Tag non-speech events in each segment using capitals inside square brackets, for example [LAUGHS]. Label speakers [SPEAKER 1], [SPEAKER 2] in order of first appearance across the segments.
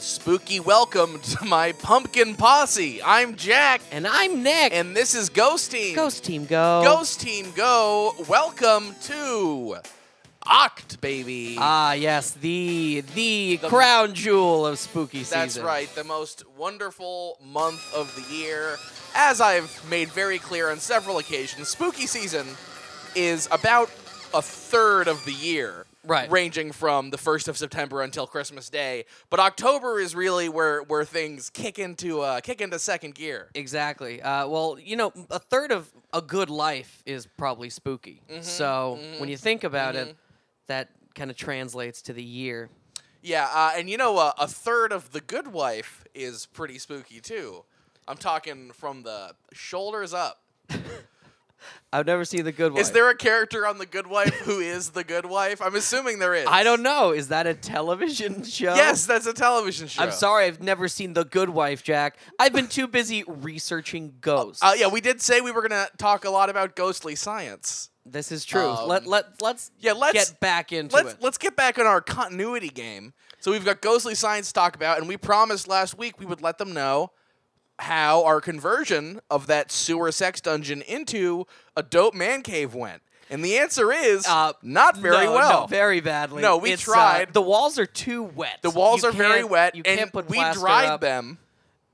[SPEAKER 1] spooky welcome to my pumpkin posse. I'm Jack,
[SPEAKER 2] And I'm Nick.
[SPEAKER 1] and this is Ghost Team.
[SPEAKER 2] Ghost Team Go.
[SPEAKER 1] Ghost Team Go. Welcome to Oct, baby.
[SPEAKER 2] Ah, yes, the, the crown jewel of spooky season.
[SPEAKER 1] That's right, the most wonderful month of the year. As I've made very clear on several occasions, spooky season is about a third of the year.
[SPEAKER 2] Right.
[SPEAKER 1] Ranging from the 1st of September until Christmas Day. But October is really where, where things kick into uh, kick into second gear.
[SPEAKER 2] Exactly. Uh, well, you know, a third of a good life is probably spooky.
[SPEAKER 1] Mm-hmm,
[SPEAKER 2] so when you think about it, that kind of translates to the year.
[SPEAKER 1] Yeah, uh, and you know, uh, a third of The Good Wife is pretty spooky too. I'm talking from the shoulders up.
[SPEAKER 2] I've never seen the good one.
[SPEAKER 1] Is there a character on The Good Wife who is The Good Wife? I'm assuming there is.
[SPEAKER 2] I don't know. Is that a television [LAUGHS] show?
[SPEAKER 1] Yes, that's a television show.
[SPEAKER 2] I'm sorry, I've never seen The Good Wife, Jack. I've been too busy researching ghosts.
[SPEAKER 1] Uh, yeah, we did say we were going to talk a lot about ghostly science.
[SPEAKER 2] this is true.
[SPEAKER 1] um,
[SPEAKER 2] let let let's
[SPEAKER 1] Yeah, let's
[SPEAKER 2] get back into
[SPEAKER 1] let's
[SPEAKER 2] it.
[SPEAKER 1] let's get back on our continuity game. So we've got ghostly science to talk about, and we promised last week we would let them know how our conversion of that sewer sex dungeon into a dope man cave went. And the answer is
[SPEAKER 2] Uh,
[SPEAKER 1] not very
[SPEAKER 2] no,
[SPEAKER 1] well.
[SPEAKER 2] No, very badly.
[SPEAKER 1] No, we
[SPEAKER 2] It's, uh,
[SPEAKER 1] tried.
[SPEAKER 2] the walls are too wet.
[SPEAKER 1] the walls
[SPEAKER 2] You
[SPEAKER 1] are very
[SPEAKER 2] can't-
[SPEAKER 1] wet,
[SPEAKER 2] You
[SPEAKER 1] and
[SPEAKER 2] can't put
[SPEAKER 1] we
[SPEAKER 2] plaster
[SPEAKER 1] dried
[SPEAKER 2] up.
[SPEAKER 1] them.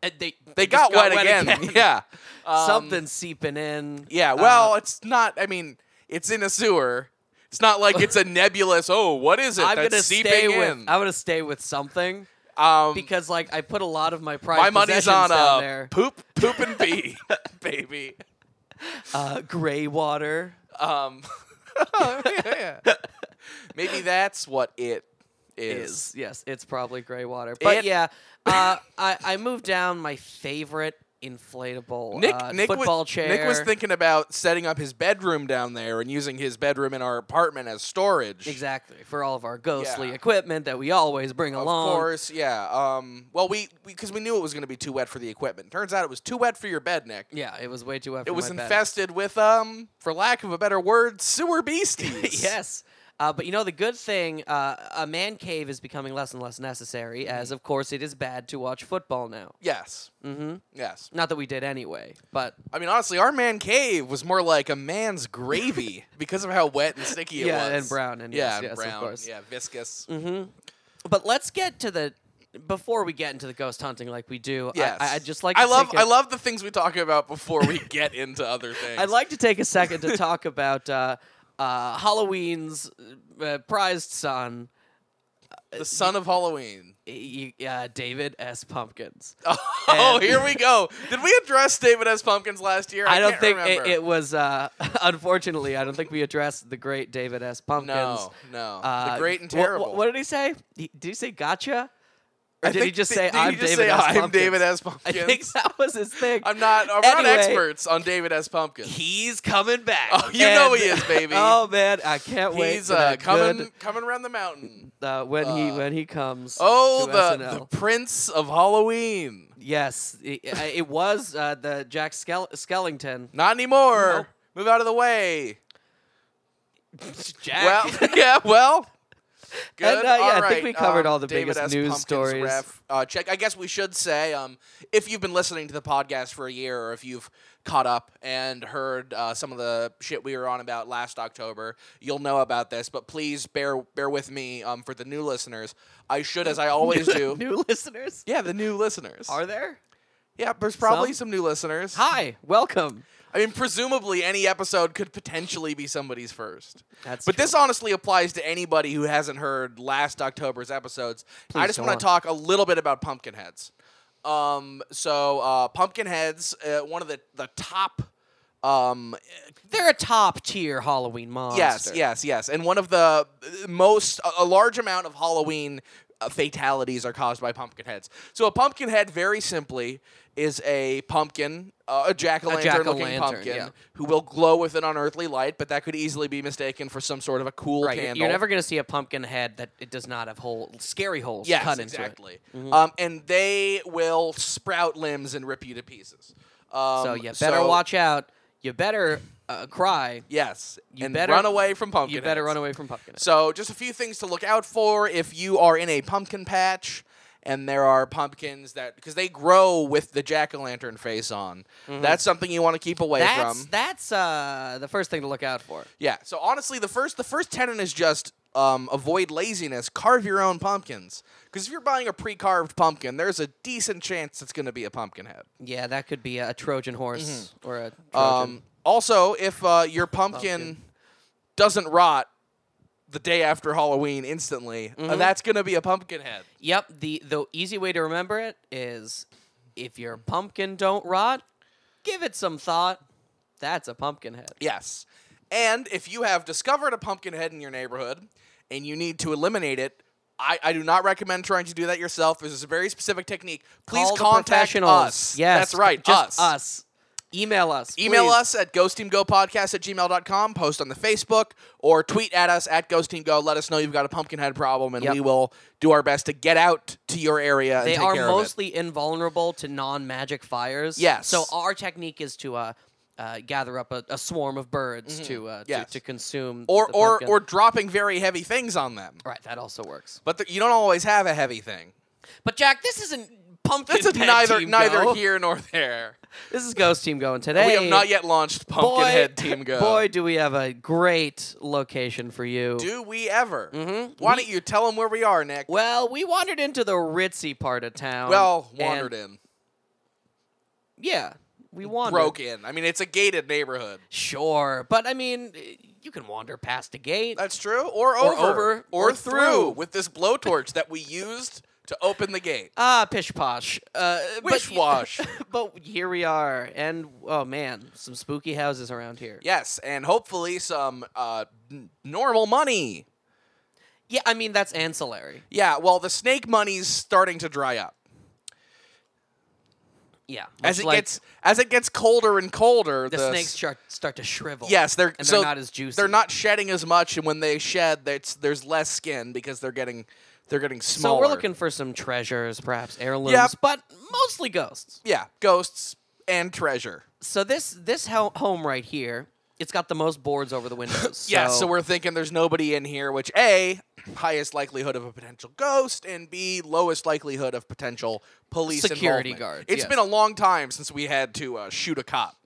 [SPEAKER 2] And they
[SPEAKER 1] They got,
[SPEAKER 2] just
[SPEAKER 1] wet, again. [LAUGHS]
[SPEAKER 2] [LAUGHS]
[SPEAKER 1] yeah. Um,
[SPEAKER 2] Something's seeping in.
[SPEAKER 1] Yeah,
[SPEAKER 2] Uh,
[SPEAKER 1] well, it's not. I mean, it's in a sewer. It's not like
[SPEAKER 2] [LAUGHS]
[SPEAKER 1] it's a nebulous. Oh, what is it
[SPEAKER 2] I'm
[SPEAKER 1] that's
[SPEAKER 2] gonna
[SPEAKER 1] seeping
[SPEAKER 2] stay with.
[SPEAKER 1] in?
[SPEAKER 2] I'm gonna stay with something
[SPEAKER 1] Um,
[SPEAKER 2] because, like, I put a lot of my pride.
[SPEAKER 1] my money's on
[SPEAKER 2] down
[SPEAKER 1] uh,
[SPEAKER 2] there. [LAUGHS]
[SPEAKER 1] poop, poop and pee, [LAUGHS] baby.
[SPEAKER 2] Uh, gray water.
[SPEAKER 1] Um,
[SPEAKER 2] Oh,
[SPEAKER 1] yeah. Maybe that's what it is.
[SPEAKER 2] is. Yes, it's probably gray water. But
[SPEAKER 1] It-
[SPEAKER 2] yeah, uh, I, I moved down my favorite inflatable
[SPEAKER 1] Nick,
[SPEAKER 2] uh,
[SPEAKER 1] Nick,
[SPEAKER 2] football
[SPEAKER 1] was,
[SPEAKER 2] chair.
[SPEAKER 1] Nick was thinking about setting up his bedroom down there and using his bedroom in our apartment as storage.
[SPEAKER 2] exactly for all of our ghostly
[SPEAKER 1] Yeah.
[SPEAKER 2] equipment that we always bring
[SPEAKER 1] Of
[SPEAKER 2] along.
[SPEAKER 1] course, yeah. Um, well, we because we, knew it was going to be too wet for the equipment. Turns out it was too wet for your bed, Nick.
[SPEAKER 2] Yeah, it was way too wet.
[SPEAKER 1] It
[SPEAKER 2] for
[SPEAKER 1] was
[SPEAKER 2] my bed.
[SPEAKER 1] infested with, um, for lack of a better word,
[SPEAKER 2] [LAUGHS]
[SPEAKER 1] sewer beasties.
[SPEAKER 2] yes. Uh, but you know the good thing, uh, a man cave is becoming less and less necessary,
[SPEAKER 1] Mm-hmm.
[SPEAKER 2] as of course it is bad to watch football now.
[SPEAKER 1] Yes. Mm-hmm. Yes.
[SPEAKER 2] Not that we did anyway, but
[SPEAKER 1] I mean, honestly, our man cave was more like a man's
[SPEAKER 2] [LAUGHS]
[SPEAKER 1] gravy because of how wet and sticky it
[SPEAKER 2] Yeah,
[SPEAKER 1] was.
[SPEAKER 2] and brown, and
[SPEAKER 1] yeah,
[SPEAKER 2] yes, yes, of
[SPEAKER 1] brown.
[SPEAKER 2] course. Mm-hmm.
[SPEAKER 1] Yeah, viscous.
[SPEAKER 2] but let's get to the before we get into the ghost hunting like we do. I-
[SPEAKER 1] Yes.
[SPEAKER 2] I, I'd just like
[SPEAKER 1] I
[SPEAKER 2] to
[SPEAKER 1] love.
[SPEAKER 2] take a-
[SPEAKER 1] I love the things we talk about before we [LAUGHS] get into other things.
[SPEAKER 2] I'd like to take a
[SPEAKER 1] [LAUGHS]
[SPEAKER 2] second to talk about uh, uh, Halloween's uh, prized son,
[SPEAKER 1] the son of Halloween.
[SPEAKER 2] [LAUGHS]
[SPEAKER 1] [LAUGHS]
[SPEAKER 2] y- y- uh, David S. Pumpkins.
[SPEAKER 1] Oh, here we go. Did we address David S. Pumpkins last year? I,
[SPEAKER 2] I don't
[SPEAKER 1] can't
[SPEAKER 2] think it,
[SPEAKER 1] remember.
[SPEAKER 2] it was. Uh, [LAUGHS] unfortunately, I don't think we addressed the great David S. Pumpkins.
[SPEAKER 1] No, no.
[SPEAKER 2] Uh,
[SPEAKER 1] the great and
[SPEAKER 2] wha- wha-
[SPEAKER 1] terrible.
[SPEAKER 2] What, did he say? He- Did he say gotcha? Or
[SPEAKER 1] I
[SPEAKER 2] did he
[SPEAKER 1] think-
[SPEAKER 2] just
[SPEAKER 1] did-
[SPEAKER 2] say
[SPEAKER 1] did he
[SPEAKER 2] I'm
[SPEAKER 1] just
[SPEAKER 2] David
[SPEAKER 1] say,
[SPEAKER 2] S.
[SPEAKER 1] "I'm
[SPEAKER 2] Pumpkins"?
[SPEAKER 1] David S.
[SPEAKER 2] [LAUGHS] I think
[SPEAKER 1] Pumpkins?
[SPEAKER 2] that was his thing.
[SPEAKER 1] I'm not. I'm not
[SPEAKER 2] Anyway,
[SPEAKER 1] experts on David S. Pumpkins.
[SPEAKER 2] He's coming back.
[SPEAKER 1] Oh, you know
[SPEAKER 2] And-
[SPEAKER 1] he is, baby.
[SPEAKER 2] [LAUGHS] oh man, I can't wait.
[SPEAKER 1] He's
[SPEAKER 2] for
[SPEAKER 1] uh,
[SPEAKER 2] that
[SPEAKER 1] coming
[SPEAKER 2] good-
[SPEAKER 1] coming around the mountain.
[SPEAKER 2] uh, when he
[SPEAKER 1] Uh,
[SPEAKER 2] when he comes.
[SPEAKER 1] Oh,
[SPEAKER 2] to
[SPEAKER 1] the,
[SPEAKER 2] SNL.
[SPEAKER 1] the Prince of Halloween.
[SPEAKER 2] yes, it, I- it was uh, the Jack Skell- Skellington. [LAUGHS]
[SPEAKER 1] Not anymore.
[SPEAKER 2] Nope.
[SPEAKER 1] Move out of the way.
[SPEAKER 2] Jack. [LAUGHS]
[SPEAKER 1] Well, [LAUGHS] yeah, well. Good.
[SPEAKER 2] And, uh, yeah,
[SPEAKER 1] all
[SPEAKER 2] I think
[SPEAKER 1] right,
[SPEAKER 2] we covered
[SPEAKER 1] um,
[SPEAKER 2] all the
[SPEAKER 1] David
[SPEAKER 2] biggest
[SPEAKER 1] S.
[SPEAKER 2] news
[SPEAKER 1] Pumpkins
[SPEAKER 2] stories.
[SPEAKER 1] Ref, uh, check. I guess we should say, um, if you've been listening to the podcast for a year, or if you've caught up and heard uh, some of the shit we were on about last October, you'll know about this. But please bear bear with me um, for the new listeners. I should, as I
[SPEAKER 2] [LAUGHS]
[SPEAKER 1] always do.
[SPEAKER 2] New listeners
[SPEAKER 1] yeah, the new listeners.
[SPEAKER 2] are there?
[SPEAKER 1] yeah, there's probably
[SPEAKER 2] some?
[SPEAKER 1] some new listeners.
[SPEAKER 2] Hi, welcome.
[SPEAKER 1] I mean, presumably any episode could potentially be somebody's first.
[SPEAKER 2] That's
[SPEAKER 1] but this honestly applies to anybody who hasn't heard last October's episodes. I
[SPEAKER 2] Please
[SPEAKER 1] just
[SPEAKER 2] go
[SPEAKER 1] want
[SPEAKER 2] on.
[SPEAKER 1] to talk a little bit about Pumpkinheads. Um, so uh, Pumpkinheads, uh, one of the the top. Um,
[SPEAKER 2] They're a top tier Halloween monster.
[SPEAKER 1] yes, yes, yes, and one of the uh, most a- a large amount of Halloween uh, fatalities are caused by pumpkinheads. So a pumpkinhead, very simply, is a pumpkin, uh, a jack o' lantern looking
[SPEAKER 2] jack-o'-lantern,
[SPEAKER 1] pumpkin
[SPEAKER 2] yeah.
[SPEAKER 1] who will glow with an unearthly light, but that could easily be mistaken for some sort of a cool
[SPEAKER 2] Right, you're-
[SPEAKER 1] candle.
[SPEAKER 2] you're never gonna see a pumpkin head that it does not have hole scary holes
[SPEAKER 1] yes,
[SPEAKER 2] cut into it. Mm-hmm.
[SPEAKER 1] exactly. Um, and they will sprout limbs and rip you to pieces. Um,
[SPEAKER 2] So you better
[SPEAKER 1] so-
[SPEAKER 2] watch out. You better uh, cry.
[SPEAKER 1] Yes,
[SPEAKER 2] You
[SPEAKER 1] and
[SPEAKER 2] better-
[SPEAKER 1] run away from pumpkinheads.
[SPEAKER 2] You better run away from pumpkin. heads.
[SPEAKER 1] So, just a few things to look out for if you are in a pumpkin patch and there are pumpkins that because they grow with the jack o' lantern face on. That's something you want to keep away
[SPEAKER 2] Mm-hmm. That's
[SPEAKER 1] from.
[SPEAKER 2] that's uh, the first thing to look out for.
[SPEAKER 1] Yeah. So honestly, the first the first tenet is just um, avoid laziness. Carve your own pumpkins. Because if you're buying a pre-carved pumpkin, there's a decent chance it's going to be a pumpkin head.
[SPEAKER 2] Yeah, that could be a Trojan horse or a Trojan.
[SPEAKER 1] Mm-hmm. Um, also, if uh, your pumpkin,
[SPEAKER 2] Pumpkin.
[SPEAKER 1] doesn't rot the day after Halloween instantly, uh,
[SPEAKER 2] Mm-hmm.
[SPEAKER 1] that's going to be a pumpkin head.
[SPEAKER 2] yep. The the easy way to remember it is if your pumpkin don't rot, give it some thought. That's a pumpkin head.
[SPEAKER 1] Yes. And if you have discovered a pumpkin head in your neighborhood and you need to eliminate it, I, I do not recommend trying to do that yourself. There's a very specific technique. Please
[SPEAKER 2] Call the
[SPEAKER 1] contact
[SPEAKER 2] professionals.
[SPEAKER 1] us.
[SPEAKER 2] Yes,
[SPEAKER 1] That's right.
[SPEAKER 2] Just us.
[SPEAKER 1] us.
[SPEAKER 2] Email us.
[SPEAKER 1] Email
[SPEAKER 2] please.
[SPEAKER 1] us at ghostteamgopodcast at gmail.com, post on the Facebook, or tweet at us at ghostteamgo. Let us know you've got a pumpkin head problem, and
[SPEAKER 2] Yep.
[SPEAKER 1] we will do our best to get out to your area and
[SPEAKER 2] They
[SPEAKER 1] take
[SPEAKER 2] are
[SPEAKER 1] care of it.
[SPEAKER 2] mostly invulnerable to non-magic fires.
[SPEAKER 1] Yes.
[SPEAKER 2] So our technique is to uh, uh, gather up a, a swarm of birds to, uh,
[SPEAKER 1] Mm-hmm. Yes.
[SPEAKER 2] to to consume.
[SPEAKER 1] Or,
[SPEAKER 2] the
[SPEAKER 1] or,
[SPEAKER 2] pumpkin.
[SPEAKER 1] or dropping very heavy things on them.
[SPEAKER 2] right, that also works.
[SPEAKER 1] But th- you don't always have a heavy thing.
[SPEAKER 2] But Jack, this isn't pumpkin.
[SPEAKER 1] That's a
[SPEAKER 2] Head
[SPEAKER 1] neither
[SPEAKER 2] Team
[SPEAKER 1] neither
[SPEAKER 2] Go.
[SPEAKER 1] here nor there.
[SPEAKER 2] This is Ghost Team going today.
[SPEAKER 1] We have not yet launched Pumpkinhead
[SPEAKER 2] boy,
[SPEAKER 1] Team Go.
[SPEAKER 2] [LAUGHS] Boy, do we have a great location for you.
[SPEAKER 1] do we ever? Why don't you tell them where Mm-hmm. we are, Nick?
[SPEAKER 2] Well, we wandered into the ritzy part of town.
[SPEAKER 1] Well, wandered in,
[SPEAKER 2] Yeah, we wandered.
[SPEAKER 1] broke in. I mean, it's a gated neighborhood.
[SPEAKER 2] Sure, but I mean, you can wander past a gate.
[SPEAKER 1] That's true. Or over,
[SPEAKER 2] Or over,
[SPEAKER 1] or,
[SPEAKER 2] or
[SPEAKER 1] through.
[SPEAKER 2] through.
[SPEAKER 1] with this blowtorch that we used to open the gate.
[SPEAKER 2] Ah, pish posh. Uh, but-
[SPEAKER 1] Wish-wash.
[SPEAKER 2] [LAUGHS] but here we are, and oh man, some spooky houses around here.
[SPEAKER 1] Yes, and hopefully some uh, n- normal money.
[SPEAKER 2] Yeah, I mean that's ancillary.
[SPEAKER 1] Yeah, well, the snake money's starting to dry up
[SPEAKER 2] Yeah,
[SPEAKER 1] as
[SPEAKER 2] much
[SPEAKER 1] it
[SPEAKER 2] like
[SPEAKER 1] gets as it gets colder and colder.
[SPEAKER 2] the,
[SPEAKER 1] s-
[SPEAKER 2] snakes start start to shrivel.
[SPEAKER 1] Yes, they're
[SPEAKER 2] and
[SPEAKER 1] so
[SPEAKER 2] they're not as juicy.
[SPEAKER 1] They're not shedding as much, and when they shed, that's there's less skin because they're getting they're getting
[SPEAKER 2] So
[SPEAKER 1] smaller.
[SPEAKER 2] we're looking for some treasures, perhaps heirlooms, but mostly ghosts.
[SPEAKER 1] yeah, ghosts and treasure.
[SPEAKER 2] So this this ho- home right here, it's got the most boards over the windows.
[SPEAKER 1] [LAUGHS]
[SPEAKER 2] so
[SPEAKER 1] Yeah, so we're thinking there's nobody in here, which A, highest likelihood of a potential ghost, and B, lowest likelihood of potential police
[SPEAKER 2] Security
[SPEAKER 1] involvement.
[SPEAKER 2] guards,
[SPEAKER 1] It's
[SPEAKER 2] yes.
[SPEAKER 1] been a long time since we had to uh, shoot a cop,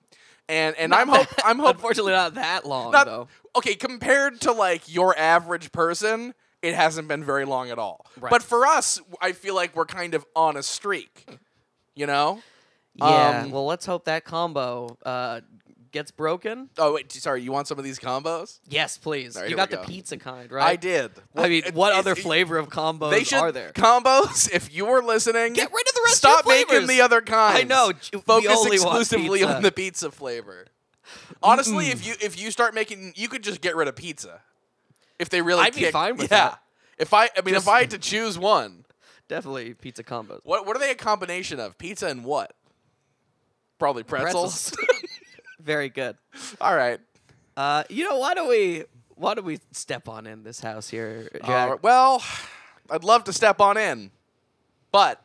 [SPEAKER 1] and and I'm hope I'm
[SPEAKER 2] [LAUGHS]
[SPEAKER 1] hoping
[SPEAKER 2] [LAUGHS] unfortunately not that long though.
[SPEAKER 1] okay compared to like your average person. It hasn't been very long at all.
[SPEAKER 2] Right.
[SPEAKER 1] But for us, I feel like we're kind of on a streak. You know?
[SPEAKER 2] Yeah.
[SPEAKER 1] Um,
[SPEAKER 2] well, let's hope that combo uh, gets broken.
[SPEAKER 1] Oh wait, sorry. You want some of these combos?
[SPEAKER 2] Yes, please.
[SPEAKER 1] All right, here
[SPEAKER 2] you got
[SPEAKER 1] we
[SPEAKER 2] the
[SPEAKER 1] go.
[SPEAKER 2] pizza kind,
[SPEAKER 1] I
[SPEAKER 2] right?
[SPEAKER 1] did.
[SPEAKER 2] I mean,
[SPEAKER 1] It-
[SPEAKER 2] what
[SPEAKER 1] it-
[SPEAKER 2] other
[SPEAKER 1] it-
[SPEAKER 2] flavor of combos
[SPEAKER 1] They should
[SPEAKER 2] are there?
[SPEAKER 1] combos. If you were listening,
[SPEAKER 2] Get rid of the rest of
[SPEAKER 1] Stop
[SPEAKER 2] your
[SPEAKER 1] making
[SPEAKER 2] flavors.
[SPEAKER 1] the other kinds.
[SPEAKER 2] I know, j- we
[SPEAKER 1] Focus
[SPEAKER 2] only want
[SPEAKER 1] exclusively
[SPEAKER 2] pizza.
[SPEAKER 1] on the pizza flavor. Honestly, if you if you start making, you could just get rid of pizza. If they really,
[SPEAKER 2] I'd be
[SPEAKER 1] kick-
[SPEAKER 2] fine with
[SPEAKER 1] yeah.
[SPEAKER 2] that.
[SPEAKER 1] If I, I mean,
[SPEAKER 2] Just-
[SPEAKER 1] if I had to choose one,
[SPEAKER 2] Definitely pizza combos.
[SPEAKER 1] what what are they a combination of? Pizza and what? Probably pretzels. [LAUGHS]
[SPEAKER 2] [LAUGHS] Very good.
[SPEAKER 1] All right.
[SPEAKER 2] Uh, you know, why don't we why don't we step on in this house here, Jack?
[SPEAKER 1] All right. Well, I'd love to step on in, but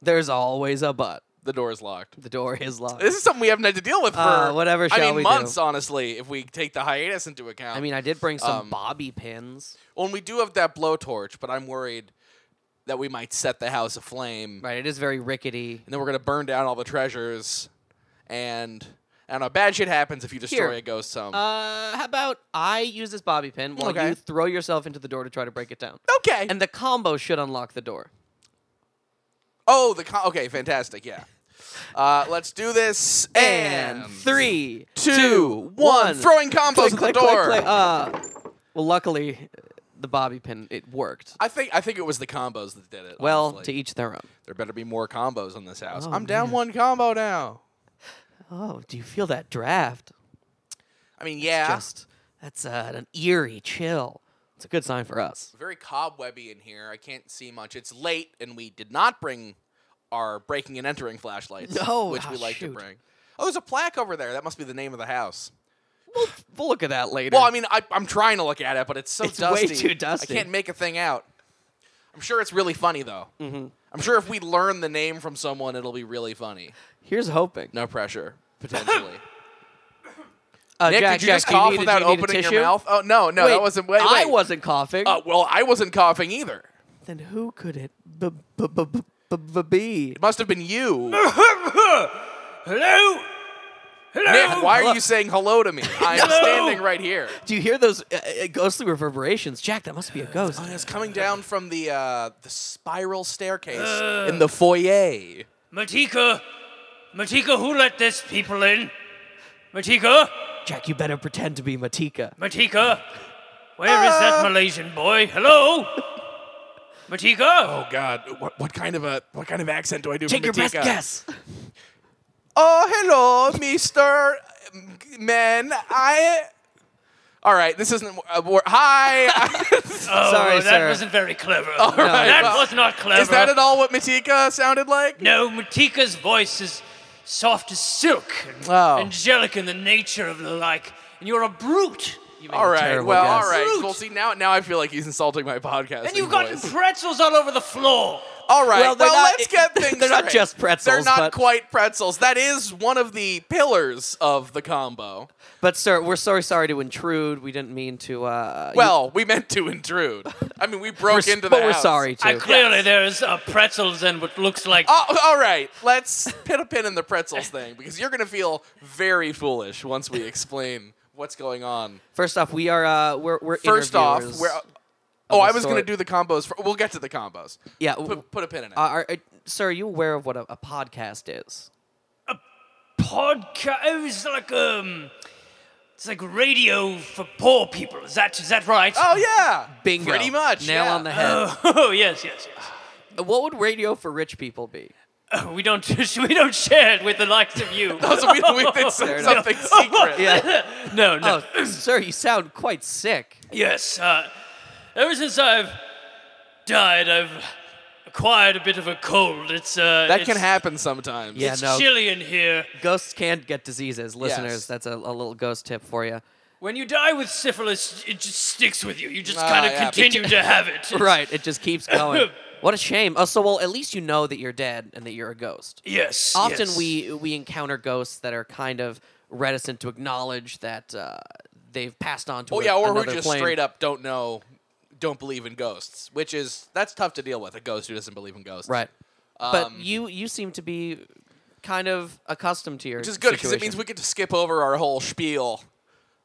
[SPEAKER 2] There's always a but.
[SPEAKER 1] the door is locked.
[SPEAKER 2] The door is locked.
[SPEAKER 1] This is something we haven't had to deal with for
[SPEAKER 2] Uh, whatever
[SPEAKER 1] I
[SPEAKER 2] shall
[SPEAKER 1] mean,
[SPEAKER 2] we do.
[SPEAKER 1] months, honestly, if we take the hiatus into account.
[SPEAKER 2] I mean, I did bring some
[SPEAKER 1] Um,
[SPEAKER 2] bobby pins.
[SPEAKER 1] Well, and we do have that blowtorch, but I'm worried that we might set the house aflame,
[SPEAKER 2] Right, it is very rickety.
[SPEAKER 1] and then we're gonna burn down all the treasures, and I don't know. Bad shit happens if you destroy
[SPEAKER 2] Here.
[SPEAKER 1] a ghost home.
[SPEAKER 2] Uh, how about I use this bobby pin while
[SPEAKER 1] Okay.
[SPEAKER 2] you throw yourself into the door to try to break it down,
[SPEAKER 1] okay.
[SPEAKER 2] and the combo should unlock the door.
[SPEAKER 1] oh, the co- okay, fantastic. Yeah. Uh, let's do this. And,
[SPEAKER 2] And three,
[SPEAKER 1] two, one.
[SPEAKER 2] one.
[SPEAKER 1] Throwing combos at the door.
[SPEAKER 2] Uh, well, luckily, the bobby pin it worked.
[SPEAKER 1] I think I think it was the combos that did it.
[SPEAKER 2] Well,
[SPEAKER 1] honestly.
[SPEAKER 2] to each their own.
[SPEAKER 1] there better be more combos in this house.
[SPEAKER 2] Oh,
[SPEAKER 1] I'm down one combo now.
[SPEAKER 2] Oh, do you feel that draft?
[SPEAKER 1] I mean, yeah.
[SPEAKER 2] Just that's uh, an eerie chill. It's a good sign for us.
[SPEAKER 1] very cobwebby in here. I can't see much. It's late, and we did not bring our breaking and entering flashlights,
[SPEAKER 2] No,
[SPEAKER 1] which we
[SPEAKER 2] ah,
[SPEAKER 1] like to
[SPEAKER 2] shoot.
[SPEAKER 1] bring. Oh, there's a plaque over there. That must be the name of the house.
[SPEAKER 2] We'll, we'll look at that later.
[SPEAKER 1] Well, I mean, I, I'm trying to look at it, but it's so
[SPEAKER 2] It's way
[SPEAKER 1] dusty.
[SPEAKER 2] too dusty.
[SPEAKER 1] I can't make a thing out. I'm sure it's really funny though. Mm-hmm. I'm sure if we learn the name from someone, it'll be really funny.
[SPEAKER 2] here's hoping.
[SPEAKER 1] No pressure,
[SPEAKER 2] [LAUGHS]
[SPEAKER 1] potentially.
[SPEAKER 2] Uh,
[SPEAKER 1] Nick,
[SPEAKER 2] Jack,
[SPEAKER 1] did you
[SPEAKER 2] Jack,
[SPEAKER 1] just
[SPEAKER 2] do you
[SPEAKER 1] cough
[SPEAKER 2] need a- do
[SPEAKER 1] without
[SPEAKER 2] you need a
[SPEAKER 1] opening your
[SPEAKER 2] tissue?
[SPEAKER 1] mouth? Oh no, no,
[SPEAKER 2] Wait,
[SPEAKER 1] that wasn't. Wait, Oh.
[SPEAKER 2] I
[SPEAKER 1] wait.
[SPEAKER 2] wasn't coughing.
[SPEAKER 1] Uh, well, I wasn't coughing either.
[SPEAKER 2] Then who could it b- b- b- b- b- b- be?
[SPEAKER 1] It must have been you.
[SPEAKER 2] Hello? Hello?
[SPEAKER 1] Nick, why are you saying hello
[SPEAKER 2] [LAUGHS]
[SPEAKER 1] to me? I'm standing right here.
[SPEAKER 2] Do you hear those uh, uh, ghostly reverberations? Jack, that must be
[SPEAKER 1] [SIGHS]
[SPEAKER 2] a ghost.
[SPEAKER 1] It's coming down from the uh, the spiral staircase in the foyer.
[SPEAKER 3] Matika, Matika, who let this people in? Matika,
[SPEAKER 2] Jack, you better pretend to be Matika.
[SPEAKER 3] Matika, where is
[SPEAKER 1] Uh.
[SPEAKER 3] that Malaysian boy? Hello, Matika.
[SPEAKER 1] Oh God! What, what kind of a what kind of accent do I do?
[SPEAKER 2] Take your best guess.
[SPEAKER 1] Oh, hello, Mister Man. I. All right, this isn't. Uh, wor- [LAUGHS] hi.
[SPEAKER 3] Oh,
[SPEAKER 2] Sorry,
[SPEAKER 3] that
[SPEAKER 2] sir.
[SPEAKER 3] wasn't very clever.
[SPEAKER 1] right,
[SPEAKER 3] that
[SPEAKER 1] well,
[SPEAKER 3] was not clever.
[SPEAKER 1] Is that at all what Matika sounded like?
[SPEAKER 3] No, Matika's voice is soft as silk and
[SPEAKER 1] Oh.
[SPEAKER 3] angelic in the nature of the like, and you're a brute. You
[SPEAKER 1] All right.
[SPEAKER 2] terrible
[SPEAKER 1] Well,
[SPEAKER 2] guess.
[SPEAKER 1] all right.
[SPEAKER 3] Fruit.
[SPEAKER 1] Well, see now, now I feel like he's insulting my podcast.
[SPEAKER 3] and you've gotten pretzels all over the floor.
[SPEAKER 1] all right.
[SPEAKER 2] Well,
[SPEAKER 1] Well,
[SPEAKER 2] they're not-
[SPEAKER 1] let's
[SPEAKER 2] [LAUGHS]
[SPEAKER 1] get things.
[SPEAKER 2] they're not
[SPEAKER 1] straight.
[SPEAKER 2] just
[SPEAKER 1] They're
[SPEAKER 2] pretzels,
[SPEAKER 1] not
[SPEAKER 2] but-
[SPEAKER 1] quite pretzels. That is one of the pillars of the combo.
[SPEAKER 2] But sir, we're sorry, sorry to intrude. We didn't mean to. Uh, you-
[SPEAKER 1] Well, we meant to intrude. I mean, we
[SPEAKER 2] we're,
[SPEAKER 1] broke
[SPEAKER 2] s-
[SPEAKER 1] into the
[SPEAKER 2] but we're
[SPEAKER 1] house.
[SPEAKER 2] sorry
[SPEAKER 3] I
[SPEAKER 2] to.
[SPEAKER 3] clearly there's uh, pretzels and what looks like
[SPEAKER 1] Oh, all right. Let's pin a pin in the pretzels thing because you're going to feel very foolish once we explain what's going on.
[SPEAKER 2] First off, we are uh, we're we're
[SPEAKER 1] First off,
[SPEAKER 2] interviewers.
[SPEAKER 1] we're. Oh,
[SPEAKER 2] a
[SPEAKER 1] I was going to
[SPEAKER 2] sort.
[SPEAKER 1] do the combos. For, we'll get to the combos.
[SPEAKER 2] yeah. uh, w-
[SPEAKER 1] Put, put a pin in it.
[SPEAKER 2] are, are- sir, are you aware of what a, a podcast is?
[SPEAKER 3] podcast. It was like um, it's like radio for poor people. Is that is that right?
[SPEAKER 1] oh, yeah.
[SPEAKER 2] Bingo.
[SPEAKER 1] Pretty much.
[SPEAKER 2] Nail
[SPEAKER 1] yeah. [LAUGHS]
[SPEAKER 2] on the
[SPEAKER 1] [GASPS]
[SPEAKER 2] head.
[SPEAKER 3] [LAUGHS] Oh, yes, yes, yes. [LAUGHS]
[SPEAKER 2] what would radio for rich
[SPEAKER 1] [LAUGHS]
[SPEAKER 2] people be?
[SPEAKER 3] Oh, we don't [LAUGHS] we don't share it with the likes
[SPEAKER 1] [LAUGHS]
[SPEAKER 3] of you.
[SPEAKER 1] Oh, so we, we
[SPEAKER 2] [LAUGHS]
[SPEAKER 1] did some-
[SPEAKER 2] enough.
[SPEAKER 1] something secret.
[SPEAKER 2] Yeah.
[SPEAKER 3] [LAUGHS] no, no.
[SPEAKER 2] oh, sir, you sound quite sick.
[SPEAKER 3] Yes. Uh, ever since I've died, I've acquired a bit of a cold. It's uh,
[SPEAKER 1] That
[SPEAKER 3] it's,
[SPEAKER 1] can happen sometimes.
[SPEAKER 2] Yeah.
[SPEAKER 3] It's
[SPEAKER 2] no.
[SPEAKER 3] chilly in here.
[SPEAKER 2] Ghosts can get diseases, listeners.
[SPEAKER 1] Yes.
[SPEAKER 2] That's a, a little ghost tip for you.
[SPEAKER 3] When you die with syphilis, it just sticks with you. You just
[SPEAKER 1] Ah,
[SPEAKER 3] kind of
[SPEAKER 1] yeah.
[SPEAKER 3] continue to have
[SPEAKER 1] [LAUGHS]
[SPEAKER 3] it.
[SPEAKER 2] Right, it just keeps going. what a shame. Oh, so well, at least you know that you're dead and that you're a ghost.
[SPEAKER 3] Yes.
[SPEAKER 2] Often
[SPEAKER 3] yes.
[SPEAKER 2] we we encounter ghosts that are kind of reticent to acknowledge that uh, they've passed on to.
[SPEAKER 1] Oh
[SPEAKER 2] a-
[SPEAKER 1] yeah, or who
[SPEAKER 2] another
[SPEAKER 1] just
[SPEAKER 2] plane.
[SPEAKER 1] straight up don't know, don't believe in ghosts, which is that's tough to deal with. A ghost who doesn't believe in ghosts,
[SPEAKER 2] Right.
[SPEAKER 1] Um,
[SPEAKER 2] but you you seem to be kind of accustomed to your.
[SPEAKER 1] Which is good because it means
[SPEAKER 2] situation
[SPEAKER 1] we get to skip over our whole spiel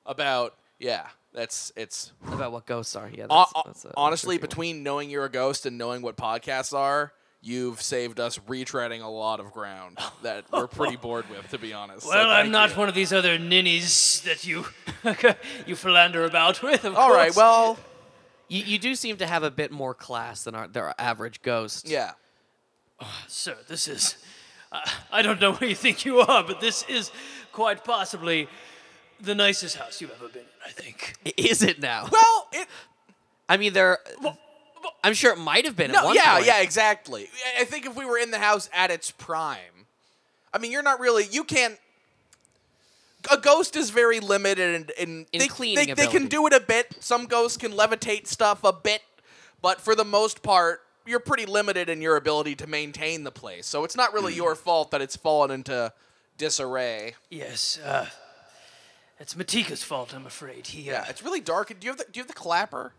[SPEAKER 1] about yeah. That's it's
[SPEAKER 2] about what ghosts are. Yeah.
[SPEAKER 1] hon-
[SPEAKER 2] That's, that's a- that's a
[SPEAKER 1] honestly
[SPEAKER 2] tricky one.
[SPEAKER 1] between knowing you're a ghost and knowing what podcasts are. You've saved us retreading a lot of ground that we're
[SPEAKER 2] [LAUGHS]
[SPEAKER 1] pretty bored with, to be honest. So
[SPEAKER 3] Well, I'm
[SPEAKER 1] thank
[SPEAKER 3] not
[SPEAKER 1] you.
[SPEAKER 3] one of these other ninnies that you [LAUGHS] you philander about with. Of
[SPEAKER 1] All right,
[SPEAKER 3] course.
[SPEAKER 1] well,
[SPEAKER 2] you, you do seem to have a bit more class than our, than our average ghost.
[SPEAKER 1] yeah.
[SPEAKER 3] sir, this is. Uh, I don't know where you think you are, but this is quite possibly the nicest house you've ever been in. I think.
[SPEAKER 2] [LAUGHS] Is it now?
[SPEAKER 1] Well, it
[SPEAKER 2] I mean, there. I'm sure it might have been at
[SPEAKER 1] No,
[SPEAKER 2] one
[SPEAKER 1] yeah,
[SPEAKER 2] point.
[SPEAKER 1] yeah, exactly. I- I think if we were in the house at its prime, I mean, you're not really, you can't. A ghost is very limited in, in,
[SPEAKER 2] In
[SPEAKER 1] they,
[SPEAKER 2] cleaning
[SPEAKER 1] they, they can
[SPEAKER 2] ability.
[SPEAKER 1] do it a bit. Some ghosts can levitate stuff a bit, but for the most part, you're pretty limited in your ability to maintain the place. So it's not
[SPEAKER 2] Mm.
[SPEAKER 1] really your fault that it's fallen into disarray.
[SPEAKER 3] Yes. Uh, it's Matika's fault, I'm afraid. He. Uh,
[SPEAKER 1] Yeah, it's really dark. Do you have the, do you have the clapper?